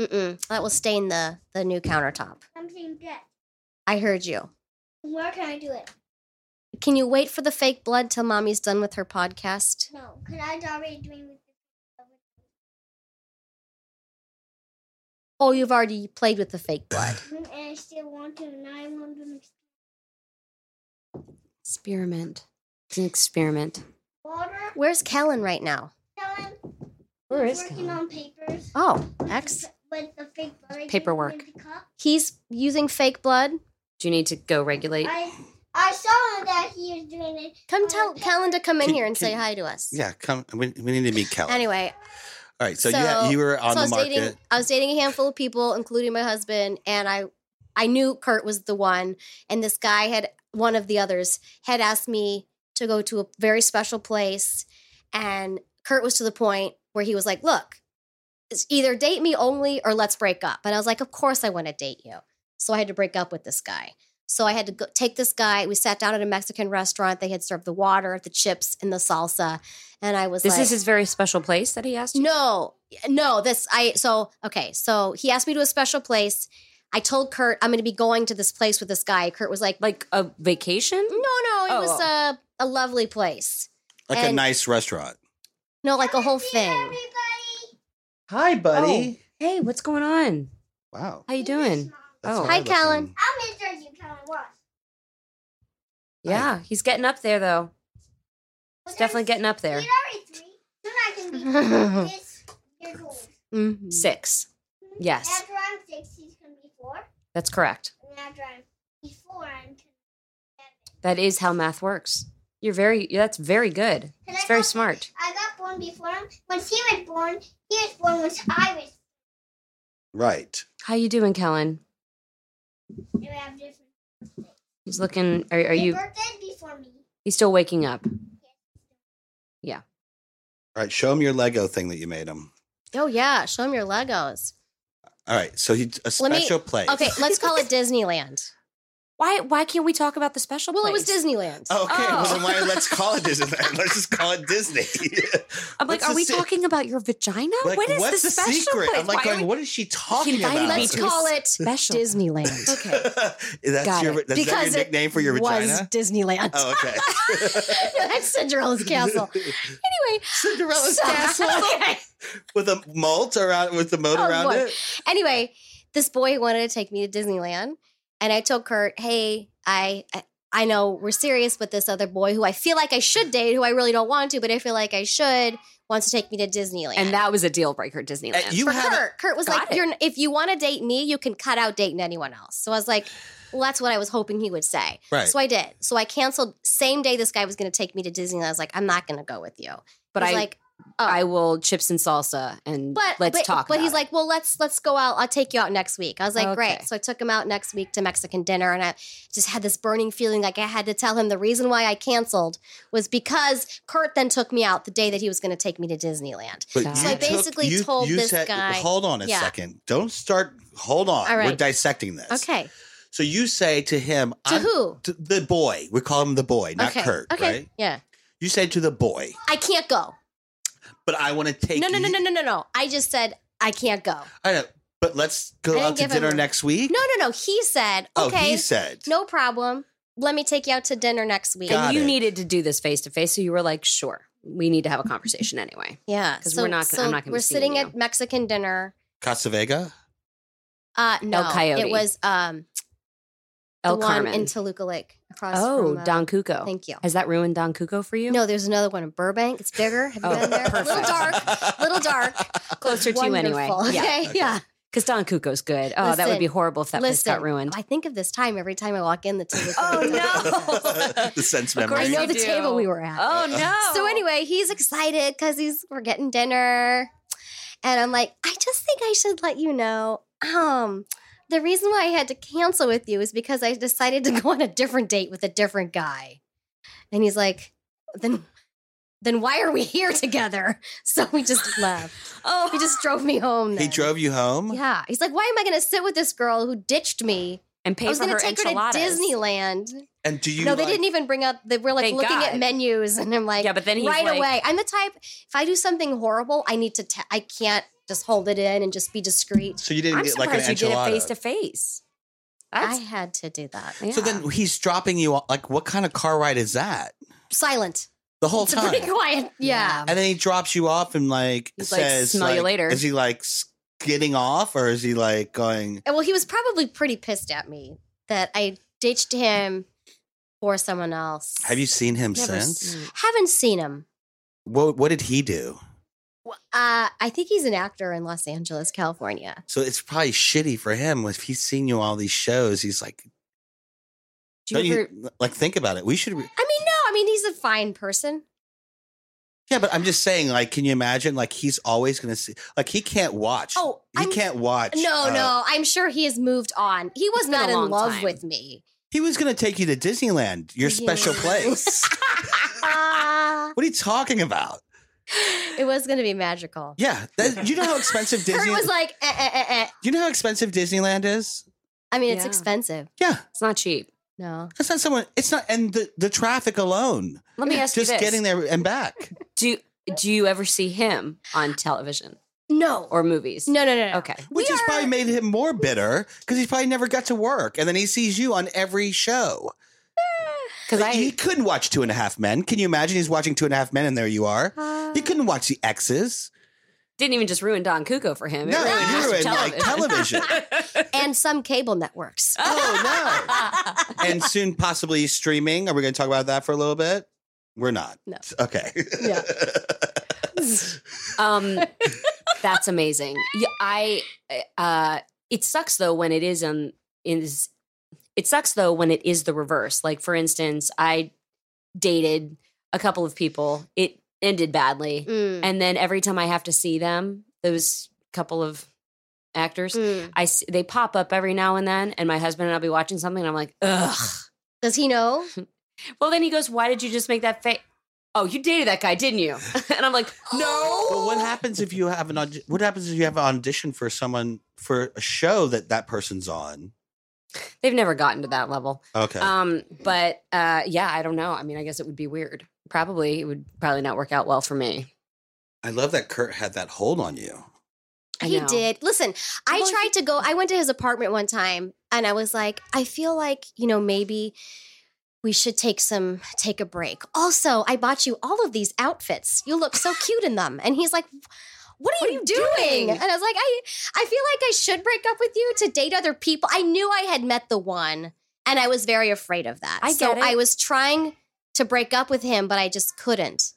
[SPEAKER 3] Mm-mm. That will stain the the new countertop.
[SPEAKER 4] I'm saying desk.
[SPEAKER 3] I heard you.
[SPEAKER 4] Where can I do it?
[SPEAKER 3] Can you wait for the fake blood till mommy's done with her podcast?
[SPEAKER 4] No, because I was already doing with
[SPEAKER 3] Oh, you've already played with the fake blood.
[SPEAKER 4] the and I still want to, and I want to.
[SPEAKER 1] Experiment. It's an experiment.
[SPEAKER 4] Water.
[SPEAKER 3] Where's Kellen right now?
[SPEAKER 4] Helen.
[SPEAKER 1] Where
[SPEAKER 4] he's
[SPEAKER 1] is
[SPEAKER 4] working
[SPEAKER 1] Kellen?
[SPEAKER 4] on papers?
[SPEAKER 3] Oh,
[SPEAKER 4] with the
[SPEAKER 3] X.
[SPEAKER 4] fa- With the fake blood I gave
[SPEAKER 1] Paperwork.
[SPEAKER 4] you in the cup.
[SPEAKER 3] He's using fake blood.
[SPEAKER 1] Do you need to go regulate?
[SPEAKER 4] I I saw him that he was doing it.
[SPEAKER 3] Come tell Kellen to come in
[SPEAKER 2] Can-
[SPEAKER 3] here and say
[SPEAKER 2] can-
[SPEAKER 3] hi to us.
[SPEAKER 2] Yeah, come. We, we need to meet Kelly.
[SPEAKER 3] Anyway,
[SPEAKER 2] All right, so,
[SPEAKER 3] so-
[SPEAKER 2] you, ha- you were on
[SPEAKER 3] so I
[SPEAKER 2] the
[SPEAKER 3] was
[SPEAKER 2] market.
[SPEAKER 3] dating I was dating a handful of people, including my husband, and I I knew Kurt was the one, and this guy had one of the others had asked me to go to a very special place, and Kurt was to the point where he was like, "Look, it's either date me only or let's break up." And I was like, "Of course I want to date you." So I had to break up with this guy. So I had to go take this guy. We sat down at a Mexican restaurant. They had served the water, the chips, and the salsa, and I was
[SPEAKER 1] This
[SPEAKER 3] like,
[SPEAKER 1] is his very special place that he asked you.
[SPEAKER 3] no, no. This I so okay. So he asked me to a special place. I told Kurt I'm going to be going to this place with this guy. Kurt was like,
[SPEAKER 1] Like a vacation?
[SPEAKER 3] "No, no, it
[SPEAKER 1] Oh,
[SPEAKER 3] was
[SPEAKER 1] oh.
[SPEAKER 3] a a lovely place.
[SPEAKER 2] like a
[SPEAKER 3] and-
[SPEAKER 2] nice restaurant.
[SPEAKER 3] No, like a whole
[SPEAKER 4] Meet
[SPEAKER 3] thing."
[SPEAKER 4] everybody.
[SPEAKER 2] Hi, buddy.
[SPEAKER 1] Hey, what's going on?
[SPEAKER 2] Wow.
[SPEAKER 1] How you
[SPEAKER 4] Meet this
[SPEAKER 1] doing?
[SPEAKER 4] mom.
[SPEAKER 2] that's
[SPEAKER 1] Oh.
[SPEAKER 2] hard
[SPEAKER 3] Hi,
[SPEAKER 2] looking.
[SPEAKER 3] Kellen.
[SPEAKER 4] I'll introduce you, Kellen. Watch.
[SPEAKER 1] Yeah, he's getting up there though. He's
[SPEAKER 4] Okay,
[SPEAKER 1] definitely getting up there.
[SPEAKER 4] You're already three. Soon I can be six years old.
[SPEAKER 3] Mhm.
[SPEAKER 1] Six. Yes.
[SPEAKER 4] After I'm six, he's gonna be four.
[SPEAKER 1] That's correct.
[SPEAKER 4] And after I'm before I'm ten.
[SPEAKER 1] That is how math works. You're very that's very good.
[SPEAKER 4] And
[SPEAKER 1] It's
[SPEAKER 4] I
[SPEAKER 1] very
[SPEAKER 4] got-
[SPEAKER 1] smart.
[SPEAKER 4] I got born before him. Once he was born, he was born once I was.
[SPEAKER 2] Right.
[SPEAKER 1] How you doing, Kellen?
[SPEAKER 4] We have different.
[SPEAKER 1] He's looking are, are
[SPEAKER 4] His
[SPEAKER 1] you
[SPEAKER 4] birthday before me.
[SPEAKER 1] he's still waking up.
[SPEAKER 2] All right, show him your Lego thing that you made him.
[SPEAKER 3] Oh yeah, show him your Legos.
[SPEAKER 2] All right, so he a
[SPEAKER 3] Let me-
[SPEAKER 2] special place.
[SPEAKER 3] Okay, let's call it Disneyland.
[SPEAKER 1] Why why can't we talk about the special
[SPEAKER 3] Well, it was
[SPEAKER 1] place?
[SPEAKER 3] Disneyland.
[SPEAKER 2] Oh, okay, well
[SPEAKER 1] Oh.
[SPEAKER 2] then why let's call it Disney? let's just call it Disney.
[SPEAKER 1] I'm like,
[SPEAKER 2] What's
[SPEAKER 1] are
[SPEAKER 2] the
[SPEAKER 1] we
[SPEAKER 2] se-
[SPEAKER 1] talking about your vagina?
[SPEAKER 2] Like,
[SPEAKER 1] what is
[SPEAKER 2] what's
[SPEAKER 1] the,
[SPEAKER 2] the,
[SPEAKER 1] special
[SPEAKER 2] secret?
[SPEAKER 1] place?
[SPEAKER 2] I'm like,
[SPEAKER 1] Why are
[SPEAKER 2] going,
[SPEAKER 1] we-
[SPEAKER 2] what is she talking
[SPEAKER 1] He invited
[SPEAKER 2] about?
[SPEAKER 1] me
[SPEAKER 3] let's
[SPEAKER 1] to
[SPEAKER 3] call
[SPEAKER 1] a
[SPEAKER 3] it
[SPEAKER 1] special-
[SPEAKER 3] Disneyland
[SPEAKER 1] Okay.
[SPEAKER 2] that's
[SPEAKER 1] Got
[SPEAKER 2] your
[SPEAKER 1] it.
[SPEAKER 2] that's that your
[SPEAKER 3] because it
[SPEAKER 2] nickname for your
[SPEAKER 3] was
[SPEAKER 2] vagina.
[SPEAKER 3] Disneyland.
[SPEAKER 2] Oh, okay.
[SPEAKER 3] no, that's Cinderella's castle. Anyway,
[SPEAKER 2] Cinderella's
[SPEAKER 3] so-
[SPEAKER 2] castle
[SPEAKER 3] Okay.
[SPEAKER 2] with a moat around with the moat
[SPEAKER 3] Oh,
[SPEAKER 2] around
[SPEAKER 3] boy.
[SPEAKER 2] it.
[SPEAKER 3] anyway, this boy wanted to take me to Disneyland, and I told Kurt, "Hey, I, I I know we're serious, but this other boy who I feel like I should date, who I really don't want to, but I feel like I should, wants to take me to Disneyland."
[SPEAKER 1] And that was a deal breaker, Disneyland.
[SPEAKER 2] Uh, you
[SPEAKER 3] for
[SPEAKER 2] had a-
[SPEAKER 3] Kurt, Kurt was
[SPEAKER 1] Got
[SPEAKER 3] like,
[SPEAKER 1] it.
[SPEAKER 3] "You're n- if you want to date me, you can cut out dating anyone else." So I was like, "Well, that's what I was hoping he would say."
[SPEAKER 2] Right.
[SPEAKER 3] So I did. So I canceled same day this guy was going to take me to Disneyland. I was like, "I'm not going to go with you."
[SPEAKER 1] but
[SPEAKER 3] He's
[SPEAKER 1] I
[SPEAKER 3] like,
[SPEAKER 1] I will chips and salsa and
[SPEAKER 3] but
[SPEAKER 1] let's
[SPEAKER 3] but,
[SPEAKER 1] talk.
[SPEAKER 3] But
[SPEAKER 1] about
[SPEAKER 3] he's
[SPEAKER 1] it.
[SPEAKER 3] like, well, let's let's go out. I'll take you out next week. I was like,
[SPEAKER 1] Okay.
[SPEAKER 3] great. So I took him out next week to Mexican dinner, and I just had this burning feeling like I had to tell him the reason why I canceled was because Kurt then took me out the day that he was going to take me to Disneyland.
[SPEAKER 1] So
[SPEAKER 2] But you
[SPEAKER 1] I
[SPEAKER 2] took-
[SPEAKER 3] basically told this guy-
[SPEAKER 2] Hold on a
[SPEAKER 3] Yeah.
[SPEAKER 2] second. Don't start. Hold on.
[SPEAKER 3] All
[SPEAKER 2] We're
[SPEAKER 3] right.
[SPEAKER 2] dissecting this.
[SPEAKER 3] Okay,
[SPEAKER 2] So you say to him,
[SPEAKER 3] to
[SPEAKER 2] I'm,
[SPEAKER 3] who?
[SPEAKER 2] to the boy. We call him the boy, not
[SPEAKER 3] okay,
[SPEAKER 2] Kurt,
[SPEAKER 3] okay,
[SPEAKER 2] right?
[SPEAKER 3] yeah.
[SPEAKER 2] You say to the boy,
[SPEAKER 3] I can't go.
[SPEAKER 2] but I want to take.
[SPEAKER 3] No, no, no,
[SPEAKER 2] you-
[SPEAKER 3] no, no, no, no. I just said I can't go.
[SPEAKER 2] I know, but let's
[SPEAKER 3] I
[SPEAKER 2] go
[SPEAKER 3] didn't
[SPEAKER 2] out to
[SPEAKER 3] give
[SPEAKER 2] dinner
[SPEAKER 3] him-
[SPEAKER 2] next week.
[SPEAKER 3] No, no, no. He said,
[SPEAKER 2] Oh,
[SPEAKER 3] okay,
[SPEAKER 2] he said.
[SPEAKER 3] no problem. Let me take you out to dinner next week.
[SPEAKER 2] Got
[SPEAKER 1] and you
[SPEAKER 2] it.
[SPEAKER 1] needed to do this face to face, so you were like, sure, we need to have a conversation anyway.
[SPEAKER 3] yeah,
[SPEAKER 1] 'Cause we're not gonna- I'm not gonna be
[SPEAKER 3] we're
[SPEAKER 1] seeing
[SPEAKER 3] sitting
[SPEAKER 1] you.
[SPEAKER 3] at Mexican dinner.
[SPEAKER 2] Casa Vega.
[SPEAKER 3] Uh, no,
[SPEAKER 1] Coyote.
[SPEAKER 3] it was um
[SPEAKER 1] El
[SPEAKER 3] the
[SPEAKER 1] Carmen.
[SPEAKER 3] one in Toluca Lake across
[SPEAKER 1] oh,
[SPEAKER 3] from uh,
[SPEAKER 1] Don Cuco.
[SPEAKER 3] Thank you.
[SPEAKER 1] Has that ruined Don Cuco for you?
[SPEAKER 3] No, there's another one in Burbank. It's bigger. Have you
[SPEAKER 1] Oh,
[SPEAKER 3] been there? A little
[SPEAKER 1] perfect.
[SPEAKER 3] dark. Little dark.
[SPEAKER 1] closer to you anyway.
[SPEAKER 3] Wonderful,
[SPEAKER 1] Yeah,
[SPEAKER 3] Okay.
[SPEAKER 2] Okay.
[SPEAKER 3] Yeah.
[SPEAKER 1] because Don Cuco's good. Oh, that would
[SPEAKER 3] Listen,
[SPEAKER 1] be horrible if that place got
[SPEAKER 3] Listen,
[SPEAKER 1] ruined.
[SPEAKER 3] I think of this time every time I walk in the Toluca.
[SPEAKER 1] Oh,
[SPEAKER 3] Lake.
[SPEAKER 1] no.
[SPEAKER 2] the sense
[SPEAKER 1] Of course
[SPEAKER 2] memory.
[SPEAKER 3] I know
[SPEAKER 1] you
[SPEAKER 3] the
[SPEAKER 1] do.
[SPEAKER 3] table we were at.
[SPEAKER 1] Oh no.
[SPEAKER 3] So anyway, he's excited because he's we're getting dinner, and I'm like, I just think I should let you know. Um, the reason why I had to cancel with you is because I decided to go on a different date with a different guy, and he's like, then. Then why are we here together? So we just left.
[SPEAKER 1] oh,
[SPEAKER 3] He just drove me home.
[SPEAKER 2] He
[SPEAKER 3] then.
[SPEAKER 2] drove you home.
[SPEAKER 3] Yeah, he's like, why am I going to sit with this girl who ditched me?
[SPEAKER 1] and
[SPEAKER 3] I
[SPEAKER 1] pay
[SPEAKER 3] was
[SPEAKER 1] for
[SPEAKER 3] going
[SPEAKER 1] her
[SPEAKER 3] to take
[SPEAKER 1] enchiladas.
[SPEAKER 3] her to Disneyland.
[SPEAKER 2] And do you?
[SPEAKER 3] no, they
[SPEAKER 2] like-
[SPEAKER 3] didn't even bring up. They were like
[SPEAKER 1] Thank
[SPEAKER 3] looking
[SPEAKER 1] God.
[SPEAKER 3] at menus, and I'm like,
[SPEAKER 1] Yeah, but then he's
[SPEAKER 3] right
[SPEAKER 1] like,
[SPEAKER 3] away. I'm the type if I do something horrible, I need to. T- I can't just hold it in and just be discreet.
[SPEAKER 2] So you didn't
[SPEAKER 1] I'm
[SPEAKER 2] get like an
[SPEAKER 1] surprised you did it
[SPEAKER 2] enchilada.
[SPEAKER 1] face to face.
[SPEAKER 3] I
[SPEAKER 1] That's
[SPEAKER 3] had to do that.
[SPEAKER 1] yeah.
[SPEAKER 2] So then he's dropping you. off. Like, what kind of car ride is that?
[SPEAKER 3] Silent.
[SPEAKER 2] The whole
[SPEAKER 3] It's a
[SPEAKER 2] time.
[SPEAKER 3] pretty quiet. Yeah.
[SPEAKER 2] And then he drops you off and like
[SPEAKER 1] He's like,
[SPEAKER 2] says,
[SPEAKER 1] "Smell you later."
[SPEAKER 2] Is he like getting off or is he like going?
[SPEAKER 3] And Well, he was probably pretty pissed at me that I ditched him for someone else.
[SPEAKER 2] Have you seen him
[SPEAKER 3] Never
[SPEAKER 2] since?
[SPEAKER 3] Haven't seen him.
[SPEAKER 2] What What did he do?
[SPEAKER 3] Uh, I think he's an actor in Los Angeles, California.
[SPEAKER 2] So it's probably shitty for him if he's seen you all these shows. He's like,
[SPEAKER 1] Do
[SPEAKER 2] don't
[SPEAKER 1] you ever,
[SPEAKER 2] you like think about it? We should. Re-
[SPEAKER 3] I mean, no, I mean he's a fine person.
[SPEAKER 2] yeah, but I'm just saying. Like, can you imagine? Like, he's always going to see. Like, he can't watch.
[SPEAKER 3] Oh,
[SPEAKER 2] he
[SPEAKER 3] I'm-
[SPEAKER 2] can't watch.
[SPEAKER 3] No,
[SPEAKER 2] uh,
[SPEAKER 3] no, I'm sure he has moved on. He was
[SPEAKER 1] It's been
[SPEAKER 3] not
[SPEAKER 1] a
[SPEAKER 3] in
[SPEAKER 1] long
[SPEAKER 3] love
[SPEAKER 1] time.
[SPEAKER 3] with me.
[SPEAKER 2] He was going to take you to Disneyland, your special
[SPEAKER 3] Yeah.
[SPEAKER 2] place.
[SPEAKER 3] Uh,
[SPEAKER 4] Ah.
[SPEAKER 2] what are you talking about?
[SPEAKER 3] It was going to be magical.
[SPEAKER 2] Yeah, that, you know how expensive
[SPEAKER 3] Kurt
[SPEAKER 2] Disney.
[SPEAKER 3] was like, eh, eh, eh, eh.
[SPEAKER 2] you know how expensive Disneyland is.
[SPEAKER 3] I mean, it's
[SPEAKER 1] Yeah.
[SPEAKER 3] expensive.
[SPEAKER 2] Yeah,
[SPEAKER 1] it's not cheap.
[SPEAKER 3] No,
[SPEAKER 2] that's not someone. It's not, and the the traffic alone,
[SPEAKER 1] Let me ask
[SPEAKER 2] just
[SPEAKER 1] you this:
[SPEAKER 2] getting there and back.
[SPEAKER 1] Do do you ever see him on television
[SPEAKER 3] no,
[SPEAKER 1] or movies?
[SPEAKER 3] no, no, no. no.
[SPEAKER 1] Okay.
[SPEAKER 2] Which
[SPEAKER 3] We
[SPEAKER 2] has probably
[SPEAKER 3] are-
[SPEAKER 2] made him more bitter because he's probably never got to work. And then he sees you on every show.
[SPEAKER 1] Because I
[SPEAKER 2] he couldn't watch Two and a Half Men. Can you imagine? He's watching Two and a Half Men and there you are.
[SPEAKER 3] Uh-huh.
[SPEAKER 2] he couldn't watch The X's.
[SPEAKER 1] didn't even just ruin Don Cuco for him. It
[SPEAKER 2] No,
[SPEAKER 1] ruined
[SPEAKER 2] you
[SPEAKER 1] just
[SPEAKER 2] ruined like television.
[SPEAKER 3] and some cable networks.
[SPEAKER 1] Ah.
[SPEAKER 2] oh, no. And soon, possibly streaming. Are we going to talk about that for a little bit? We're not.
[SPEAKER 3] No.
[SPEAKER 2] Okay.
[SPEAKER 3] Yeah.
[SPEAKER 1] Um, that's amazing. Yeah, I. Uh, it sucks though when it is um is. It sucks though when it is the reverse. Like for instance, I dated a couple of people. It ended badly,
[SPEAKER 2] Mm-hmm.
[SPEAKER 3] Mm,
[SPEAKER 1] and then every time I have to see them, those couple of actors,
[SPEAKER 3] mm.
[SPEAKER 1] I s- they pop up every now and then, and my husband and I'll be watching something, and I'm like, ugh.
[SPEAKER 3] Does he know?
[SPEAKER 1] Well, then he goes, "Why did you just make that face?" Oh, you dated that guy, didn't you? and I'm like, "No."
[SPEAKER 2] But what happens if you have an audi- what happens if you have an audition for someone for a show that that person's on?
[SPEAKER 1] They've never gotten to that level.
[SPEAKER 2] Okay.
[SPEAKER 1] Um, but uh, yeah, I don't know. I mean, I guess it would be weird. Probably it would probably not work out well for me.
[SPEAKER 2] I love that Kurt had that hold on you.
[SPEAKER 1] I
[SPEAKER 3] he
[SPEAKER 1] know.
[SPEAKER 3] did. Listen, I
[SPEAKER 1] Well,
[SPEAKER 3] tried to go. I went to his apartment one time, and I was like, I feel like you know maybe we should take some take a break. Also, I bought you all of these outfits. You look so cute in them. And he's like. What are, you, doing?
[SPEAKER 1] doing?
[SPEAKER 3] And I was like, I, I feel like I should break up with you to date other people. I knew I had met the one, and I was very afraid of that.
[SPEAKER 1] I
[SPEAKER 3] so
[SPEAKER 1] get it.
[SPEAKER 3] I was trying to break up with him, but I just couldn't.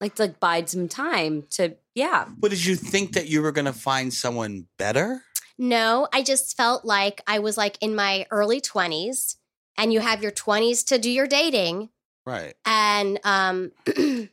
[SPEAKER 1] Like to like bide some time to yeah.
[SPEAKER 2] But did you think that you were going to find someone better?
[SPEAKER 3] No, I just felt like I was like in my early 20s and you have your 20s to do your dating
[SPEAKER 2] Right.
[SPEAKER 3] and um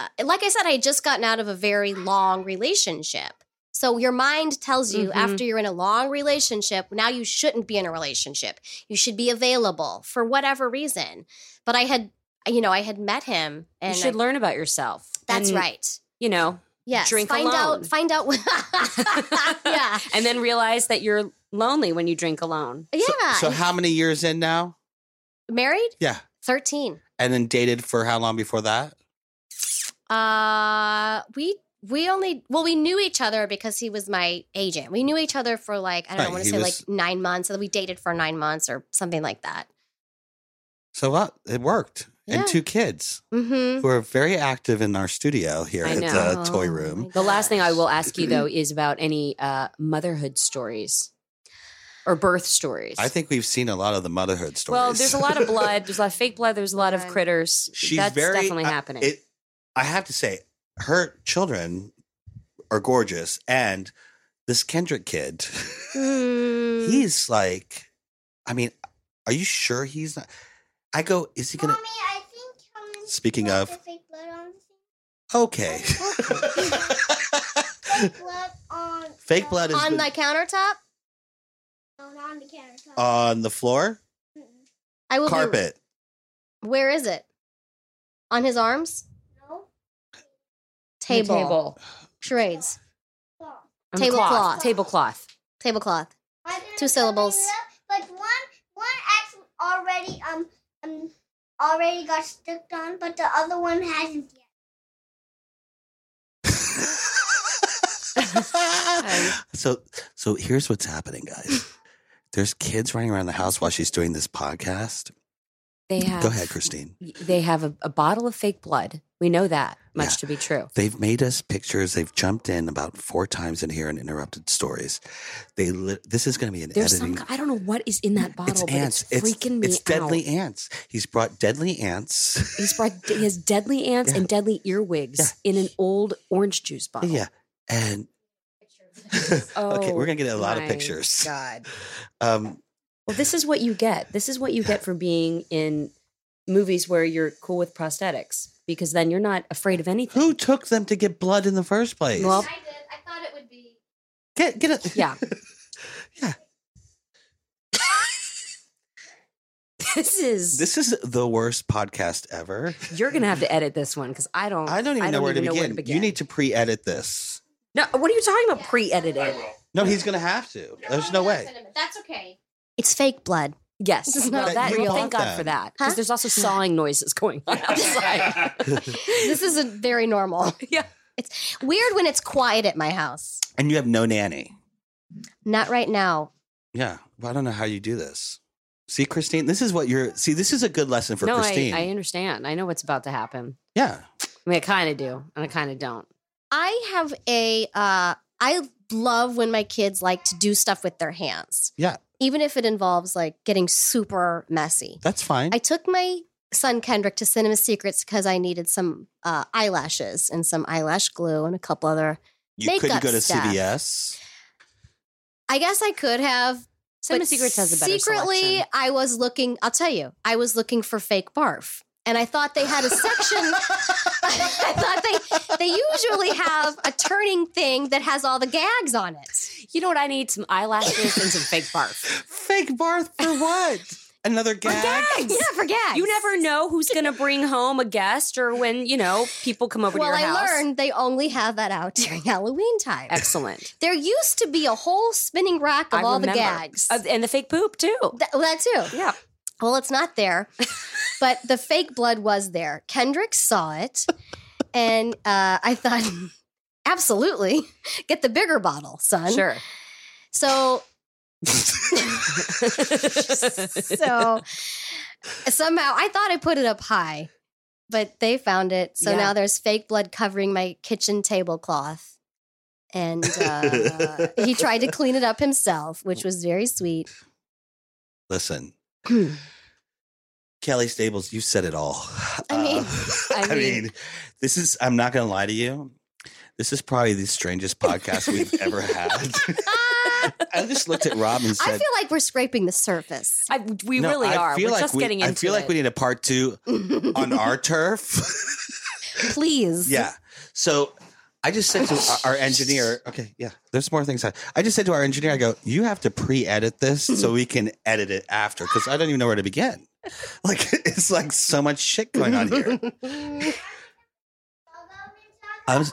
[SPEAKER 3] uh, like I said I had just gotten out of a very long relationship. So your mind tells you
[SPEAKER 1] Mhm.
[SPEAKER 3] after you're in a long relationship, now you shouldn't be in a relationship. You should be available for whatever reason. But I had you know, I had met him and
[SPEAKER 1] you should
[SPEAKER 3] I-
[SPEAKER 1] learn about yourself.
[SPEAKER 3] that's
[SPEAKER 1] And,
[SPEAKER 3] right.
[SPEAKER 1] You know.
[SPEAKER 3] Yes.
[SPEAKER 1] drink
[SPEAKER 3] find
[SPEAKER 1] alone.
[SPEAKER 3] out find out Yeah.
[SPEAKER 1] And then realize that you're lonely when you drink alone.
[SPEAKER 3] Yeah.
[SPEAKER 2] So how many years in now?
[SPEAKER 3] Married?
[SPEAKER 2] Yeah.
[SPEAKER 3] 13.
[SPEAKER 2] And then dated for how long before that?
[SPEAKER 3] Uh, we we only well we knew each other because he was my agent. We knew each other for like I don't know,
[SPEAKER 2] Right,
[SPEAKER 3] I want
[SPEAKER 2] he
[SPEAKER 3] to say
[SPEAKER 2] was-
[SPEAKER 3] like nine months. So we dated for nine months or something like that.
[SPEAKER 2] So what? It worked.
[SPEAKER 3] Yeah.
[SPEAKER 2] And two kids
[SPEAKER 3] Mm-hmm.
[SPEAKER 2] who are very active in our studio here
[SPEAKER 1] I
[SPEAKER 2] at
[SPEAKER 1] know. Oh
[SPEAKER 2] the toy room.
[SPEAKER 1] The last thing I will ask you though is about any uh, motherhood stories or birth stories.
[SPEAKER 2] I think we've seen a lot of the motherhood stories.
[SPEAKER 1] Well, there's a lot of blood. There's a lot of fake blood. There's a lot of
[SPEAKER 3] Okay.
[SPEAKER 1] critters.
[SPEAKER 2] She's
[SPEAKER 1] That's
[SPEAKER 2] very-
[SPEAKER 1] definitely
[SPEAKER 2] I-
[SPEAKER 1] happening.
[SPEAKER 2] it, I have to say, her children are gorgeous. And this Kendrick kid,
[SPEAKER 3] Mm.
[SPEAKER 2] he's like, I mean, are you sure he's not? I go, is he going to?
[SPEAKER 4] Mommy, I think I'm gonna
[SPEAKER 2] Speaking
[SPEAKER 4] put
[SPEAKER 2] of-
[SPEAKER 4] the fake blood on the thing.
[SPEAKER 2] Okay.
[SPEAKER 4] Fake blood on
[SPEAKER 2] Fake blood is
[SPEAKER 3] On
[SPEAKER 2] been-
[SPEAKER 3] the countertop,
[SPEAKER 4] on, on the countertop.
[SPEAKER 2] on the floor,
[SPEAKER 4] Mm-mm.
[SPEAKER 3] I will. be-
[SPEAKER 2] carpet.
[SPEAKER 3] where is it? On his arms,
[SPEAKER 4] no.
[SPEAKER 3] table, charades,
[SPEAKER 4] Cloth.
[SPEAKER 1] And
[SPEAKER 3] Tablecloth.
[SPEAKER 1] Tablecloth.
[SPEAKER 3] tablecloth.
[SPEAKER 4] I didn't
[SPEAKER 3] Two
[SPEAKER 4] put
[SPEAKER 3] syllables.
[SPEAKER 4] any left, But one one actually already um um already got stuck on, but the other one hasn't yet.
[SPEAKER 2] so so here's what's happening, guys. There's kids running around the house while she's doing this podcast.
[SPEAKER 1] They have
[SPEAKER 2] Go ahead, Christine.
[SPEAKER 1] They have a, a bottle of fake blood. We know that much
[SPEAKER 2] Yeah.
[SPEAKER 1] to be true.
[SPEAKER 2] They've made us pictures. They've jumped in about four times in here and interrupted stories. They li- this is going to be an
[SPEAKER 1] There's
[SPEAKER 2] editing.
[SPEAKER 1] some. I don't know what is in that bottle,
[SPEAKER 2] it's
[SPEAKER 1] but
[SPEAKER 2] ants.
[SPEAKER 1] it's freaking me
[SPEAKER 2] it's
[SPEAKER 1] out.
[SPEAKER 2] deadly ants. He's brought deadly ants.
[SPEAKER 1] He's brought he has deadly ants
[SPEAKER 2] Yeah.
[SPEAKER 1] and deadly earwigs in an old orange juice bottle.
[SPEAKER 2] yeah, and okay,
[SPEAKER 3] Oh,
[SPEAKER 2] we're gonna get a lot of pictures.
[SPEAKER 1] God.
[SPEAKER 2] Um,
[SPEAKER 1] Well, this is what you get. This is what you get for being in movies where you're cool with prosthetics because then you're not afraid of anything.
[SPEAKER 2] who took them to get blood in the first place?
[SPEAKER 1] Well-
[SPEAKER 3] did. I thought it would be.
[SPEAKER 2] get get it.
[SPEAKER 1] Yeah.
[SPEAKER 2] Yeah.
[SPEAKER 1] This is
[SPEAKER 2] This is the worst podcast ever.
[SPEAKER 1] you're gonna have to edit this one because Oh, I don't.
[SPEAKER 2] I don't even know, where, to
[SPEAKER 1] even
[SPEAKER 2] begin. You need to pre-edit this.
[SPEAKER 1] No, what are you talking about? Pre-edited.
[SPEAKER 2] No, he's gonna have to. There's no way.
[SPEAKER 3] That's okay. It's fake blood.
[SPEAKER 1] Yes.
[SPEAKER 3] This is
[SPEAKER 1] no,
[SPEAKER 3] not
[SPEAKER 1] that,
[SPEAKER 2] real.
[SPEAKER 1] thank God for that. Because
[SPEAKER 3] Huh?
[SPEAKER 1] there's also sawing noises going on outside.
[SPEAKER 3] This isn't very normal.
[SPEAKER 1] yeah.
[SPEAKER 3] Weird when it's quiet at my house.
[SPEAKER 2] And you have no nanny.
[SPEAKER 3] Not right now.
[SPEAKER 2] Yeah. Well, I don't know how you do this. See, Christine, this is what you're. See, this is a good lesson for
[SPEAKER 1] no, I,
[SPEAKER 2] Christine.
[SPEAKER 1] I understand. I know what's about to happen.
[SPEAKER 2] yeah.
[SPEAKER 1] I mean, I kind of do, and I kind of don't.
[SPEAKER 3] I have a. Uh, I love when my kids like to do stuff with their hands.
[SPEAKER 2] Yeah.
[SPEAKER 3] Even if it involves like getting super messy.
[SPEAKER 2] That's fine.
[SPEAKER 3] I took my son Kendrick to Cinema Secrets because I needed some uh, eyelashes and some eyelash glue and a couple other.
[SPEAKER 2] you couldn't
[SPEAKER 3] makeup
[SPEAKER 2] go to
[SPEAKER 3] stuff.
[SPEAKER 2] CVS.
[SPEAKER 3] I guess I could have.
[SPEAKER 1] Cinema
[SPEAKER 3] but
[SPEAKER 1] Secrets has a better
[SPEAKER 3] Secretly,
[SPEAKER 1] selection.
[SPEAKER 3] I was looking. I'll tell you, I was looking for fake barf, and I thought they had a section. I thought they they usually have a turning thing that has all the gags on it.
[SPEAKER 1] You know what? I need some eyelashes and some fake barf.
[SPEAKER 2] Fake barf for what? Another gag?
[SPEAKER 1] Gags.
[SPEAKER 3] Yeah, for gags.
[SPEAKER 1] You never know who's going to bring home a guest or when, you know, people come over
[SPEAKER 3] Well,
[SPEAKER 1] to your
[SPEAKER 3] I
[SPEAKER 1] house.
[SPEAKER 3] learned they only have that out during Halloween time.
[SPEAKER 1] Excellent.
[SPEAKER 3] There used to be a whole spinning rack of
[SPEAKER 1] I
[SPEAKER 3] all
[SPEAKER 1] remember.
[SPEAKER 3] the gags.
[SPEAKER 1] Uh, and the fake poop, too.
[SPEAKER 3] That- well, that too.
[SPEAKER 1] yeah.
[SPEAKER 3] Well, it's not there, but the fake blood was there. Kendrick saw it, and uh, I thought, absolutely, get the bigger bottle, son.
[SPEAKER 1] Sure.
[SPEAKER 3] So, so somehow I thought I put it up high, but they found it. So
[SPEAKER 1] Yeah.
[SPEAKER 3] now there's fake blood covering my kitchen tablecloth. And uh, he tried to clean it up himself, which was very sweet.
[SPEAKER 2] Listen, Kelly Stables, you said it all. Uh,
[SPEAKER 3] I mean-
[SPEAKER 1] I
[SPEAKER 2] I
[SPEAKER 1] mean-
[SPEAKER 2] mean, this is, I'm not going to lie to you. This is probably the strangest podcast we've ever had. I just looked at Rob and
[SPEAKER 3] I
[SPEAKER 2] said,
[SPEAKER 3] feel like we're scraping the surface.
[SPEAKER 1] I, we
[SPEAKER 2] No,
[SPEAKER 1] really
[SPEAKER 2] I
[SPEAKER 1] are.
[SPEAKER 2] feel
[SPEAKER 1] We're
[SPEAKER 2] like
[SPEAKER 1] just
[SPEAKER 2] we-
[SPEAKER 1] getting into
[SPEAKER 2] I feel like we need a part two on our turf.
[SPEAKER 3] Please.
[SPEAKER 2] Yeah. So I just said to our, our engineer, okay, yeah, there's more things. I, I just said to our engineer, I go, you have to pre edit this so we can edit it after because I don't even know where to begin. Like, it's like so much shit going on here. I'm,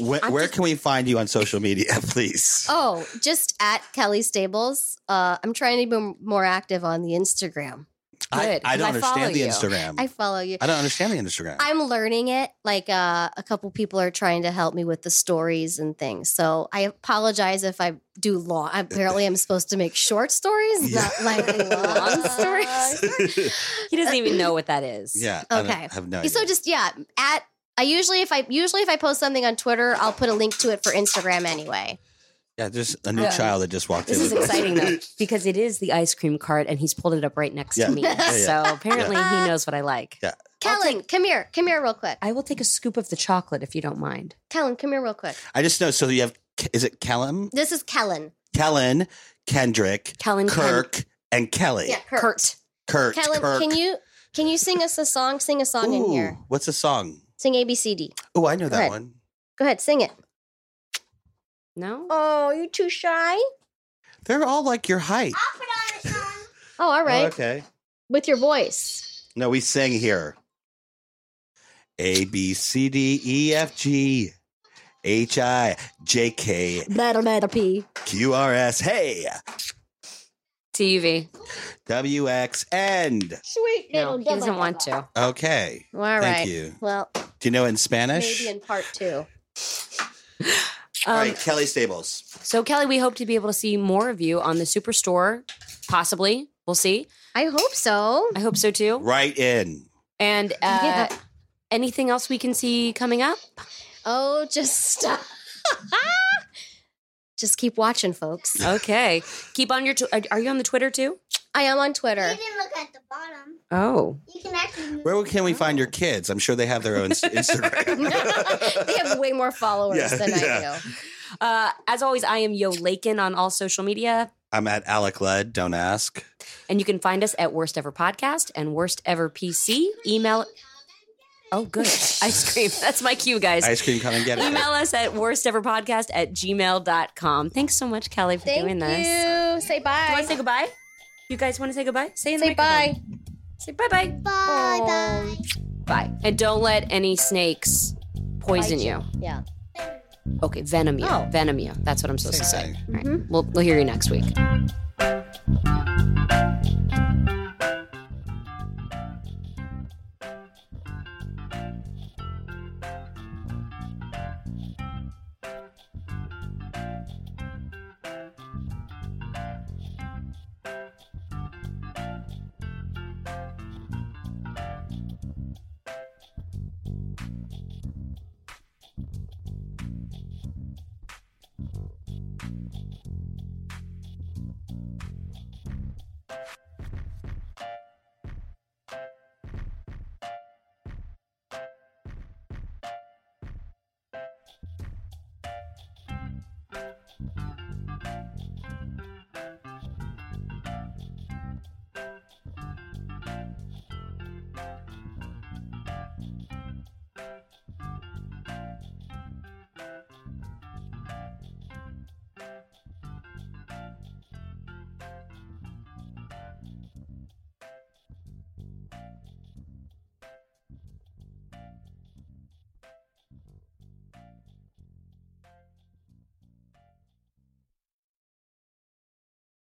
[SPEAKER 2] where where can we find you on social media, please?
[SPEAKER 3] Oh, just at Kelly Stables. Uh, I'm trying to be more active on the Instagram.
[SPEAKER 2] I,
[SPEAKER 1] good,
[SPEAKER 2] I don't
[SPEAKER 1] 'cause I follow
[SPEAKER 2] understand the
[SPEAKER 1] you.
[SPEAKER 2] Instagram.
[SPEAKER 3] I follow you.
[SPEAKER 2] I don't understand the Instagram.
[SPEAKER 3] I'm learning it. Like uh, a couple people are trying to help me with the stories and things. So I apologize if I do long. I apparently am supposed to make short stories,
[SPEAKER 2] Yeah.
[SPEAKER 3] not like long stories.
[SPEAKER 1] he doesn't even know what that is.
[SPEAKER 2] yeah. I don't-
[SPEAKER 3] Okay.
[SPEAKER 2] I have no
[SPEAKER 3] So
[SPEAKER 2] idea.
[SPEAKER 3] just yeah, at I usually if I usually if I post something on Twitter, I'll put a link to it for Instagram anyway.
[SPEAKER 2] yeah, there's a new
[SPEAKER 1] Yeah.
[SPEAKER 2] child that just walked
[SPEAKER 1] Oh. This
[SPEAKER 2] in.
[SPEAKER 1] is exciting though because it is the ice cream cart, and he's pulled it up right next
[SPEAKER 2] Yeah.
[SPEAKER 1] to me.
[SPEAKER 2] Yeah, yeah.
[SPEAKER 1] So apparently
[SPEAKER 3] Ah.
[SPEAKER 1] he knows what I like.
[SPEAKER 2] Yeah.
[SPEAKER 3] Kellen, come here, come here real quick.
[SPEAKER 1] I will take a scoop of the chocolate if you don't mind.
[SPEAKER 3] Kellen, come here real quick.
[SPEAKER 2] I just know. So you have, is it Kellum?
[SPEAKER 3] This is Kellen.
[SPEAKER 2] Kellen, Kendrick,
[SPEAKER 1] Kellen Ken-
[SPEAKER 2] Kirk, and Kelly.
[SPEAKER 3] Yeah,
[SPEAKER 1] Kurt.
[SPEAKER 2] Kurt,
[SPEAKER 3] Kellen,
[SPEAKER 2] Kirk.
[SPEAKER 3] can you can you sing us a song? Sing a song in
[SPEAKER 2] Ooh,
[SPEAKER 3] here.
[SPEAKER 2] What's the song?
[SPEAKER 3] Sing A B C D.
[SPEAKER 2] Oh, I know that
[SPEAKER 3] ahead.
[SPEAKER 2] one.
[SPEAKER 3] Go ahead, sing it.
[SPEAKER 1] No.
[SPEAKER 4] Oh, you too shy?
[SPEAKER 2] They're all like your height.
[SPEAKER 4] I'll put on a song.
[SPEAKER 3] Oh, all
[SPEAKER 2] Oh,
[SPEAKER 3] right.
[SPEAKER 2] okay.
[SPEAKER 3] With your voice.
[SPEAKER 2] No, we sing here. A B C D E F G H I J K
[SPEAKER 3] Better, better P.
[SPEAKER 2] Q R S Hey
[SPEAKER 1] TV.
[SPEAKER 2] W X End.
[SPEAKER 4] Sweet
[SPEAKER 1] No,
[SPEAKER 4] little
[SPEAKER 1] he doesn't want to.
[SPEAKER 2] Okay.
[SPEAKER 3] All right.
[SPEAKER 2] Thank you.
[SPEAKER 3] Well,
[SPEAKER 2] Do you know it in Spanish?
[SPEAKER 3] maybe in part two.
[SPEAKER 2] all
[SPEAKER 1] Um,
[SPEAKER 2] right, Kelly Stables.
[SPEAKER 1] So Kelly, we hope to be able to see more of you on the Superstore, possibly. We'll see.
[SPEAKER 3] I hope so.
[SPEAKER 1] I hope so
[SPEAKER 3] Oh.
[SPEAKER 1] too.
[SPEAKER 2] Right in.
[SPEAKER 1] And uh,
[SPEAKER 3] Yeah.
[SPEAKER 1] anything else we can see coming up?
[SPEAKER 3] Oh, just stop. just keep watching, folks.
[SPEAKER 1] Okay. Keep on your. Tw- are- are you on the Twitter too?
[SPEAKER 3] I am on Twitter.
[SPEAKER 4] You didn't look at the bottom.
[SPEAKER 1] Oh,
[SPEAKER 4] You can actually. move-
[SPEAKER 2] Where can we find
[SPEAKER 3] Oh.
[SPEAKER 2] your kids? I'm sure they have their own s- Instagram.
[SPEAKER 3] they have way more followers
[SPEAKER 2] Yeah,
[SPEAKER 3] than
[SPEAKER 2] yeah.
[SPEAKER 3] I do.
[SPEAKER 1] uh, as always, I am Yo Lakin on all social media.
[SPEAKER 2] I'm at Alec Led. Don't ask.
[SPEAKER 1] And you can find us at Worst Ever Podcast and Worst Ever PC. Email. Oh, good. Ice cream. That's my cue, guys.
[SPEAKER 2] Ice cream, come and get it.
[SPEAKER 1] Email us at worsteverpodcast at gmail.com. Thanks so much, Kelly, for
[SPEAKER 3] Thank
[SPEAKER 1] doing this.
[SPEAKER 3] you. Say bye.
[SPEAKER 1] Do you want to say goodbye? You guys want to say goodbye? Say, it in the
[SPEAKER 3] say bye.
[SPEAKER 1] microphone. Say bye bye.
[SPEAKER 4] Bye bye.
[SPEAKER 1] Bye. And don't let any snakes poison
[SPEAKER 3] Bite
[SPEAKER 1] you.
[SPEAKER 3] Yeah.
[SPEAKER 1] Okay, venom you.
[SPEAKER 3] Oh.
[SPEAKER 1] Venom you. That's what I'm supposed to say.
[SPEAKER 2] Bye.
[SPEAKER 1] All right. We'll, we'll hear you next week.